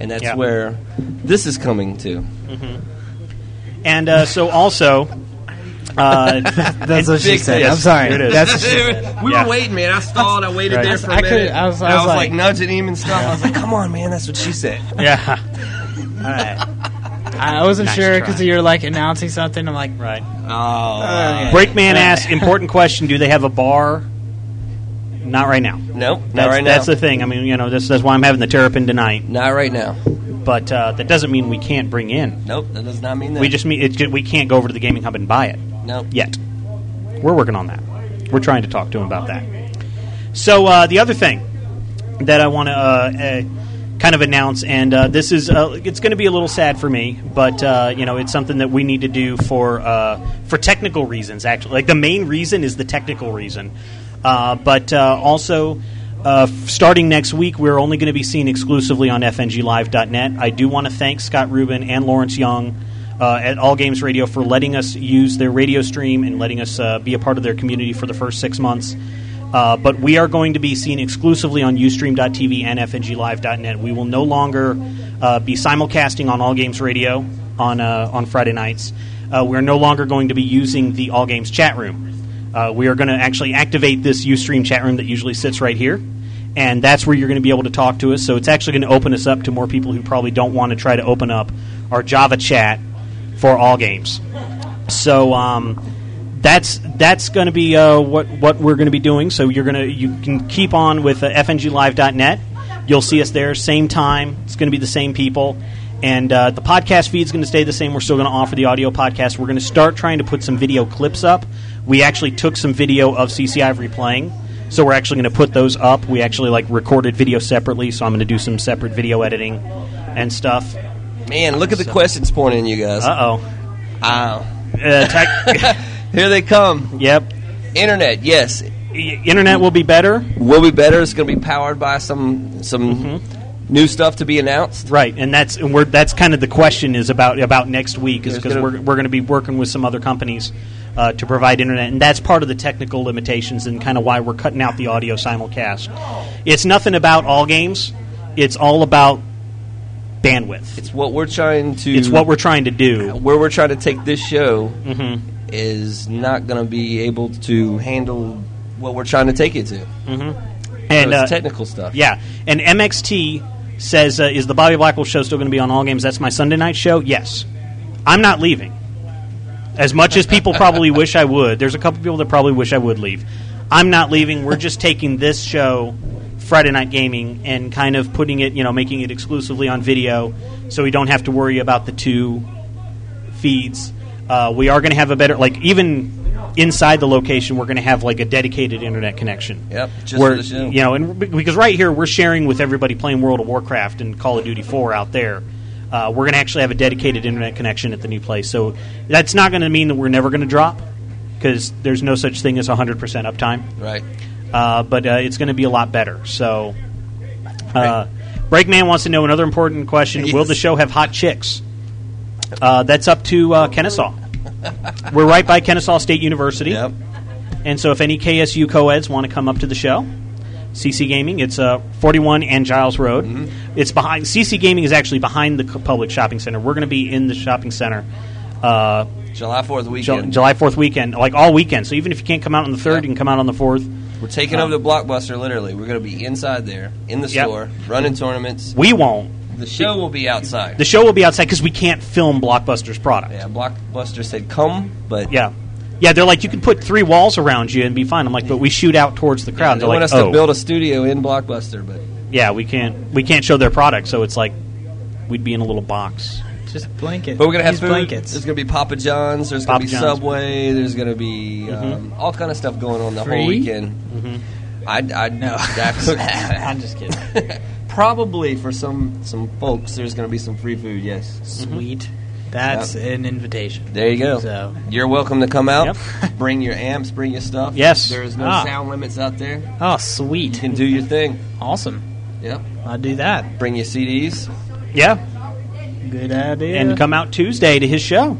T: And that's
A: Yeah.
T: where this is coming to.
C: Mm-hmm.
A: And uh, so also. Uh, that's
T: what she said. I'm sorry.
A: Here it is.
T: That's what she said. We were waiting, man. I stalled. I waited
A: Right.
T: there for a
A: I
T: minute.
A: could- I was- I
T: And
A: was
T: like,
A: like-
T: nudging him and stuff. I was like, come on, man. That's what she said.
A: Yeah. All right.
D: I wasn't
A: Nice
D: sure
A: try.
D: because you were like announcing something. I'm like,
A: right.
T: Oh.
A: Breakman asks important question: Do they have a bar? Not right now.
T: Nope, not
A: that's,
T: right now.
A: That's the thing. I mean, you know, this that's why I'm having the terrapin tonight.
T: Not right now.
A: But uh, that doesn't mean we can't bring in.
T: Nope, that does not mean that.
A: We just mean it, we can't go over to the gaming hub and buy it.
T: Nope.
A: Yet, we're working on that. We're trying to talk to him about that. So uh, the other thing that I want to uh, uh, kind of announce, and uh, this is uh, it's going to be a little sad for me, but uh, you know it's something that we need to do for uh, for technical reasons. Actually, like the main reason is the technical reason, uh, but uh, also. Uh, f- starting next week, we're only going to be seen exclusively on FNGLive.net. I do want to thank Scott Rubin and Lawrence Young uh, at All Games Radio for letting us use their radio stream and letting us uh, be a part of their community for the first six months. Uh, but we are going to be seen exclusively on Ustream.tv and FNGLive.net. We will no longer uh, be simulcasting on All Games Radio on uh, on Friday nights. Uh, we're no longer going to be using the All Games chat room. Uh, we are going to actually activate this Ustream chat room that usually sits right here and that's where you're going to be able to talk to us. So it's actually going to open us up to more people who probably don't want to try to open up our Java chat for all games. So um, that's that's going to be uh, what what we're going to be doing. So you're going to you can keep on with uh, fnglive.net. You'll see us there, same time. It's going to be the same people. And uh, the podcast feed's going to stay the same. We're still going to offer the audio podcast. We're going to start trying to put some video clips up. We actually took some video of CC Ivory playing, so we're actually going to put those up. We actually like recorded video separately, so I'm going to do some separate video editing and stuff.
T: Man, look at the questions pouring in, you guys.
A: Uh-oh.
T: Wow.
A: Uh,
T: Here they come.
A: Yep.
T: Internet, yes.
A: Internet will be better.
T: Will be better. Mm-hmm. It's going to be powered by some some new stuff to be announced.
A: Right, and that's and we're that's kind of the question is about about next week is
T: There's
A: because
T: gonna-
A: we're we're going to be working with some other companies uh, to provide internet, and that's part of the technical limitations and kind of why we're cutting out the audio simulcast. It's nothing about all games; it's all about bandwidth.
T: It's what we're trying to.
A: It's what we're trying to do. Mm-hmm.
T: Where we're trying to take this show is not going to be able to handle what we're trying to take it to.
A: Mm-hmm.
T: And it's technical stuff.
A: Yeah, and MXT says, uh, "Is the Bobby Blackwell show still going to be on all games?" That's my Sunday night show. Yes, I'm not leaving. As much as people probably wish I would, there's a couple people that probably wish I would leave. I'm not leaving. We're just taking this show, Friday Night Gaming, and kind of putting it, you know, making it exclusively on video, so we don't have to worry about the two feeds. Uh, we are going to have a better, like even inside the location, we're going to have like a dedicated internet connection.
T: Yep, just
A: Where-
T: for the show.
A: You know, and b- because right here we're sharing with everybody playing World of Warcraft and Call of Duty Four out there. Uh, we're going to actually have a dedicated internet connection at the new place, so that's not going to mean that we're never going to drop because there's no such thing as 100% uptime.
T: Right.
A: Uh, but uh, it's going to be a lot better. So, uh, Breakman wants to know another important question: Will the show have hot chicks? Uh, that's up to uh, Kennesaw. We're right by Kennesaw State University, and so if any KSU co-eds want to come up to the show, CC Gaming. It's uh, 41 and Giles Road.
C: Mm-hmm.
A: It's behind. CC Gaming is actually behind the c- public shopping center. We're going to be in the shopping center. Uh,
C: July 4th
A: Ju-
C: weekend.
A: July Fourth weekend, like all weekend. So even if you can't come out on the third, you can come out on the fourth. Uh,
C: We're taking over the Blockbuster, literally. We're going to be inside there, in the
A: Uh-huh. Yep.
C: store, running tournaments.
A: We won't.
C: The show will be outside.
A: The show will be outside because we can't film Blockbuster's product.
C: Yeah, Blockbuster said come, but
A: yeah, yeah. They're like you can put three walls around you and be fine. I'm like, but we shoot out towards the crowd.
C: They
A: they're
C: want
A: like,
C: us
A: oh,
C: to build a studio in Blockbuster, but
A: yeah, we can't we can't show their product. So it's like we'd be in a little box.
D: Just blanket.
C: but we're gonna have
D: Use
C: food.
D: blankets.
C: There's gonna be Papa John's. There's gonna
A: Papa
C: be
A: John's.
C: Subway. There's gonna be
D: Mm-hmm.
C: um, all kind of stuff going on the
D: Free?
C: whole weekend.
D: Mm-hmm.
C: I I know. I'm just kidding. Probably for some some folks, there's gonna be some free food. Yes.
D: Sweet. Mm-hmm. That's
C: Yep.
D: an invitation.
C: There you go.
D: So
C: You're welcome to come out. Bring your amps. Bring your stuff.
D: Yes.
C: There's no
D: Ah.
C: sound limits out there.
D: Oh, sweet. You
C: can do your thing.
D: Awesome.
C: Yep.
D: I'll do that.
C: Bring your CDs.
A: Yeah.
D: Good idea.
A: And come out Tuesday to his show.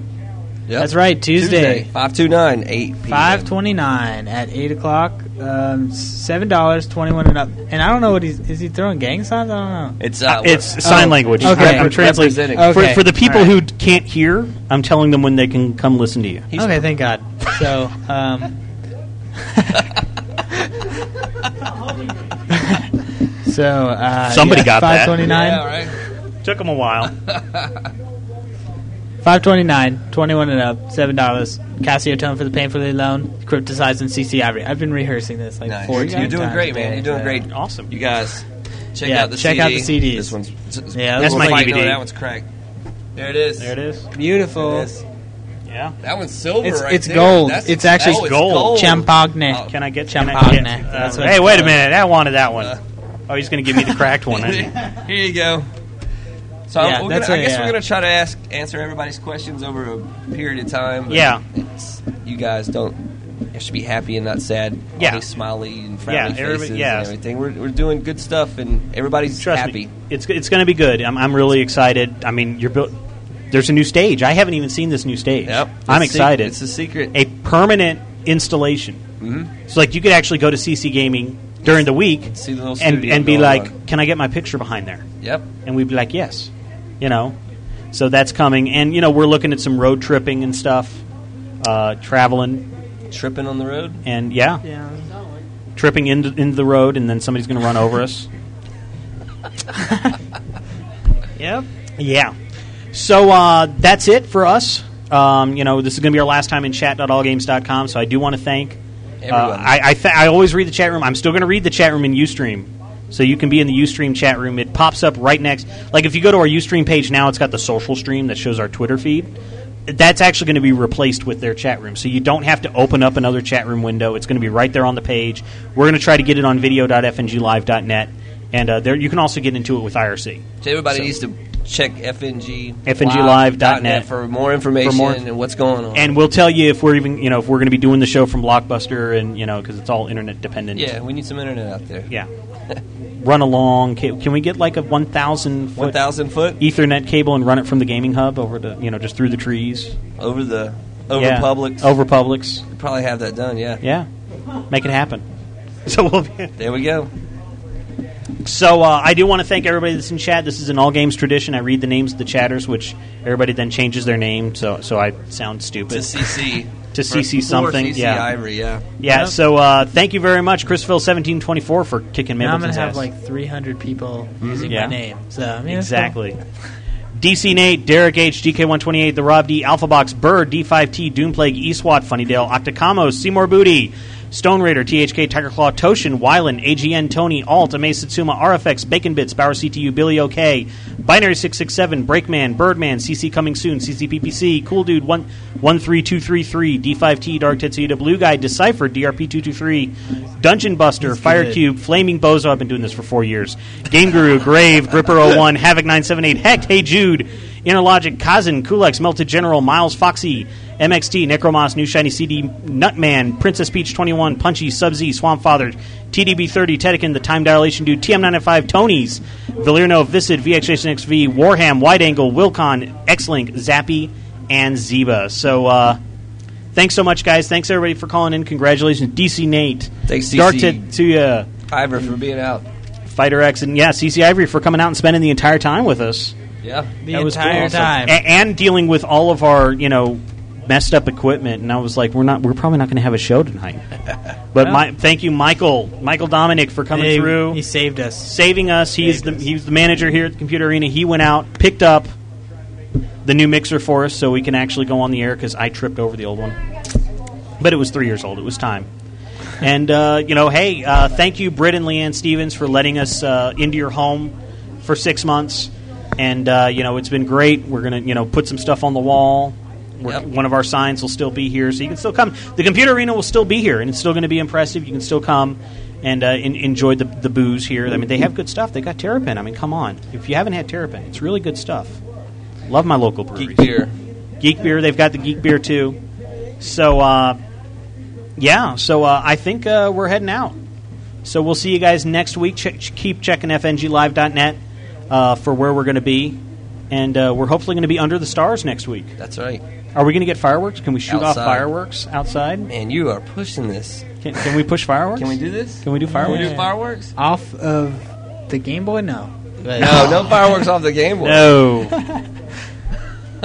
C: Yep.
D: That's right, Tuesday.
C: 529 8
D: Five twenty nine at eight o'clock. Um, Seven dollars twenty one and up. And I don't know what he's is he throwing gang signs. I don't know.
C: It's uh,
A: it's
C: what-
A: sign language.
D: Oh, Okay.
A: I'm translating
D: Okay.
A: for, for the people
D: All right.
A: who d- can't hear. I'm telling them when they can come listen to you.
D: okay, thank God. So, um, so uh,
A: Somebody got that.
D: five twenty nine.
A: Took them a while.
D: Five twenty nine, twenty one and up, seven dollars. Casio tone for the painfully alone. Crypticize and CC Ivory. I've been rehearsing this like
C: Nice.
D: 14
C: You're, you're doing
D: times
C: great,
D: today,
C: man. You're doing
D: so-
C: great.
A: Awesome.
C: You guys, check
D: Yeah,
C: out the
D: check
C: CD.
D: out the CDs.
C: This one's this-
D: Yeah,
C: this
D: that's
C: one's
D: my
C: like-
D: DVD.
C: No, that one's cracked. There it is. There
A: it is.
D: Beautiful.
A: Yeah.
C: That one's silver
D: It's-
C: right
D: it's
C: there.
D: gold.
C: That's-
D: It's actually
C: oh,
D: gold.
C: gold.
D: Champagne.
C: Oh,
A: Can I get
D: Champagne.
A: Can I get, uh,
D: That's what
A: hey,
D: it's
A: wait a
D: called.
A: minute! I wanted that
C: Uh.
A: one. oh, he's going to give me the cracked one. isn't he?
C: Here you go. So I'm-
D: Yeah,
C: we're
D: that's
C: gonna, I
D: a,
C: guess
D: uh,
C: we're gonna try to ask answer everybody's questions over a period of time. but
A: Yeah.
C: it's- you guys don't. You should be happy and not sad.
A: Yeah.
C: all these smiley and
A: Yeah,
C: frowny
A: everybody-
C: faces
A: yeah.
C: and everything. We're, we're doing good stuff, and everybody's
A: Trust
C: happy.
A: me, it's it's going to be good. I'm, I'm really excited. I mean, you're built. There's a new stage. I haven't even seen this new stage.
C: Yep.
A: I'm
C: It's a sec-
A: excited.
C: it's a secret.
A: A permanent installation.
C: Mhm.
A: So like you could actually go to CC Gaming during the week
C: See the little
A: and
C: studio
A: and be
C: going
A: like,
C: on.
A: "Can I get my picture behind there?"
C: Yep.
A: And we'd be like, "Yes." You know. So that's coming and you know, we're looking at some road tripping and stuff. Uh, traveling
C: Tripping on the road.
A: and yeah. Tripping into into the road and then somebody's going to run over us.
D: Yep.
A: Yeah. So uh, that's it for us. Um, you know, this is going to be our last time in chat.allgames.com, so I do want to thank. Uh,
C: Everyone.
A: I I, th- I always read the chat room. I'm still going to read the chat room in Ustream, so you can be in the Ustream chat room. It pops up right next. Like if you go to our Ustream page now, it's got the social stream that shows our Twitter feed. That's actually going to be replaced with their chat room, so you don't have to open up another chat room window. It's going to be right there on the page. We're going to try to get it on video.fnglive.net, and uh, there you can also get into it with IRC.
C: So everybody
A: So-
C: needs to check FNG
A: FNGLive.net
C: for more information
A: For more-
C: and what's going on.
A: and we'll tell you if we're even you know if we're going to be doing the show from Blockbuster and you know because it's all internet dependent.
C: yeah, we need some internet out there.
A: Yeah. run along. Can, can we get like a one thousand
C: One thousand foot
A: Ethernet cable and run it from the gaming hub over to you know just through the trees
C: over the over
A: Yeah.
C: Publix.
A: over Publix.
C: Probably have that done. Yeah.
A: Yeah, make it happen. So we'll be.
C: There we go.
A: So uh, I do want to thank everybody that's in chat. This is an all games tradition. I read the names of the chatters, which everybody then changes their name, so so I sound stupid.
C: To CC.
A: to
C: For-
A: CC
C: for
A: something,
C: CC
A: yeah.
C: Ivory, yeah.
A: yeah.
D: Yeah.
A: So uh, thank you very much, Chris Phil seventeen twenty four for kicking
D: Now I'm gonna
A: Mableton's
D: have
A: ass.
D: like 300 people Mm-hmm. using
A: Mm-hmm.
D: my
A: Yeah.
D: name. So I mean, that's cool.
A: exactly. DC Nate, Derek H, DK128, The Rob D, Alpha Box, Burr, D5T, Doomplague, Eastwat, Funnydale, Octocamos, Seymour Booty, Stone Raider, THK, Tiger Claw, Toshin, Wylan, AGN, Tony, Alt, Ame Satsuma, RFX, Bacon Bits, Bauer CTU, Billy OK, Binary667, Breakman, Birdman, CC Coming Soon, CCPPC, Cool Dude, one- 13233, D5T, Dark Tetsuya, Blue Guy, Decipher, DRP223, Dungeon Buster, Fire
D: good.
A: Cube, Cube, Flaming Bozo. I've been doing this for four years. Game Guru, Grave, Gripper01, Havoc978, Heck, Hey Jude, Interlogic, Kazan, Kulex, Melted General, Miles Foxy, MXT, Necromoss, New Shiny CD, Nutman, Princess Peach21, Punchy, Sub Z, Swamp Father, TDB30, Tedekin, The Time Dilation Dude, TM95, oh Tony's, Valerno, Visid, VXHXV, Warham, Wide Angle, Wilcon, X Link, Zappy, and Zeba. So, uh, Thanks so much, guys. Thanks everybody for calling in. Congratulations, DC Nate.
C: Thanks,
A: Dark
C: DC.
A: Ted- to you.
T: Ivor for being out.
A: Fighter X and yeah, CC Ivory for coming out and spending the entire time with us.
T: Yeah.
D: The entire time.
A: A- and dealing with all of our you know messed up equipment. And I was like, we're not, we're probably not going to have a show tonight. But
D: Yeah.
A: my, thank you, Michael, Michael Dominic, for coming
D: Hey,
A: through.
D: he saved us,
A: saving us. He is the he was the manager here at the Computer Arena. He went out, picked up the new mixer for us, so we can actually go on the air because I tripped over the old one. But it was three years old. It was time. And uh, you know, hey, uh, thank you, Britt and Leanne Stevens, for letting us uh, into your home for six months. And uh, you know, it's been great. We're gonna you know put some stuff on the wall. We're, One of our signs will still be here, so you can still come. The computer arena will still be here, and it's still going to be impressive. You can still come and uh, en- enjoy the, the booze here. I mean, they have good stuff. They got Terrapin. I mean, come on. If you haven't had Terrapin, it's really good stuff. Love my local breweries. Geek
T: beer.
A: Geek beer. They've got the geek beer too. So, uh, yeah. So uh, I think uh, we're heading out. So we'll see you guys next week. Check, keep checking fnglive.net uh, for where we're going to be, and uh, we're hopefully going to be under the stars next week.
T: That's right.
A: Are we going to get fireworks? Can we shoot
T: Outside.
A: off fireworks outside?
T: Man, you are pushing this.
A: Can, can we push fireworks?
T: Can we do this?
A: Can we do fireworks?
T: Can we do fireworks?
D: Off of the Game Boy? No.
T: No, no fireworks off the Game Boy.
A: No.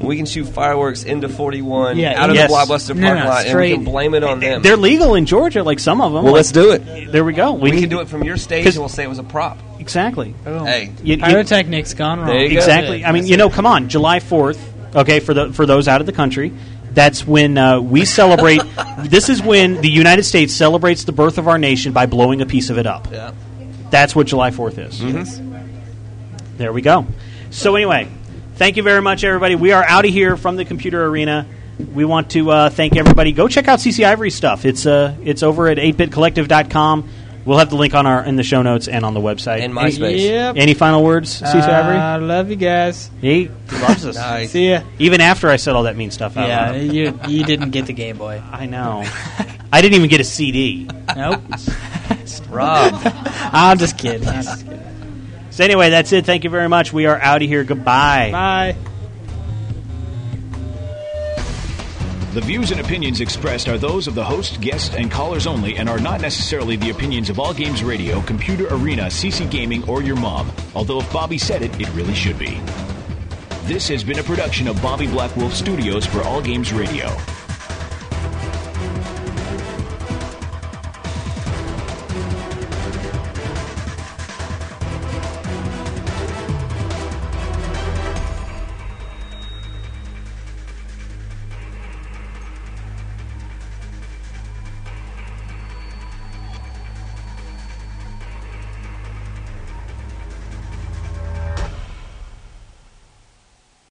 T: we can shoot fireworks into 41
A: Yeah,
T: out of
A: yes.
T: the Blockbuster
A: No,
T: parking
A: no,
T: lot, and we can
A: straight-
T: blame it on them.
A: They're legal in Georgia, like some of them.
T: Well, let's do
A: it. There we go.
T: we can do it from your stage,
A: 'cause-
T: and we'll say it was a prop.
A: Exactly.
T: Hey,
A: You- you-
D: Pyrotechnics gone wrong.
T: There you go.
A: exactly. I mean, you know, come on, July Fourth. Okay, for the for those out of the country, that's when uh, we celebrate. this is when the United States celebrates the birth of our nation by blowing a piece of it up.
T: Yeah.
A: That's what July Fourth is.
D: Mm-hmm.
A: There we go. So anyway, thank you very much, everybody. We are out of here from the computer arena. We want to uh, thank everybody. Go check out CC Ivory stuff. It's uh, it's over at 8bitcollective.com. We'll have the link on our in the show notes and on the website.
T: And MySpace.
D: Yep.
A: Any final words, CC Ivory?
D: I uh, love you guys.
A: He loves us.
D: Nice. See ya.
A: Even after I said all that mean stuff. out
D: Yeah,
A: loud.
D: you you didn't get the Game Boy.
A: I know. I didn't even get a CD.
D: Nope.
T: Rob.
D: I'm just kidding. I'm just kidding.
A: So anyway, that's it. Thank you very much. We are out of here. Goodbye.
D: Bye.
B: The views and opinions expressed are those of the host, guest, and callers only and are not necessarily the opinions of All Games Radio, Computer Arena, CC Gaming, or your mom. Although if Bobby said it, it really should be. This has been a production of Bobby Blackwolf Studios for All Games Radio.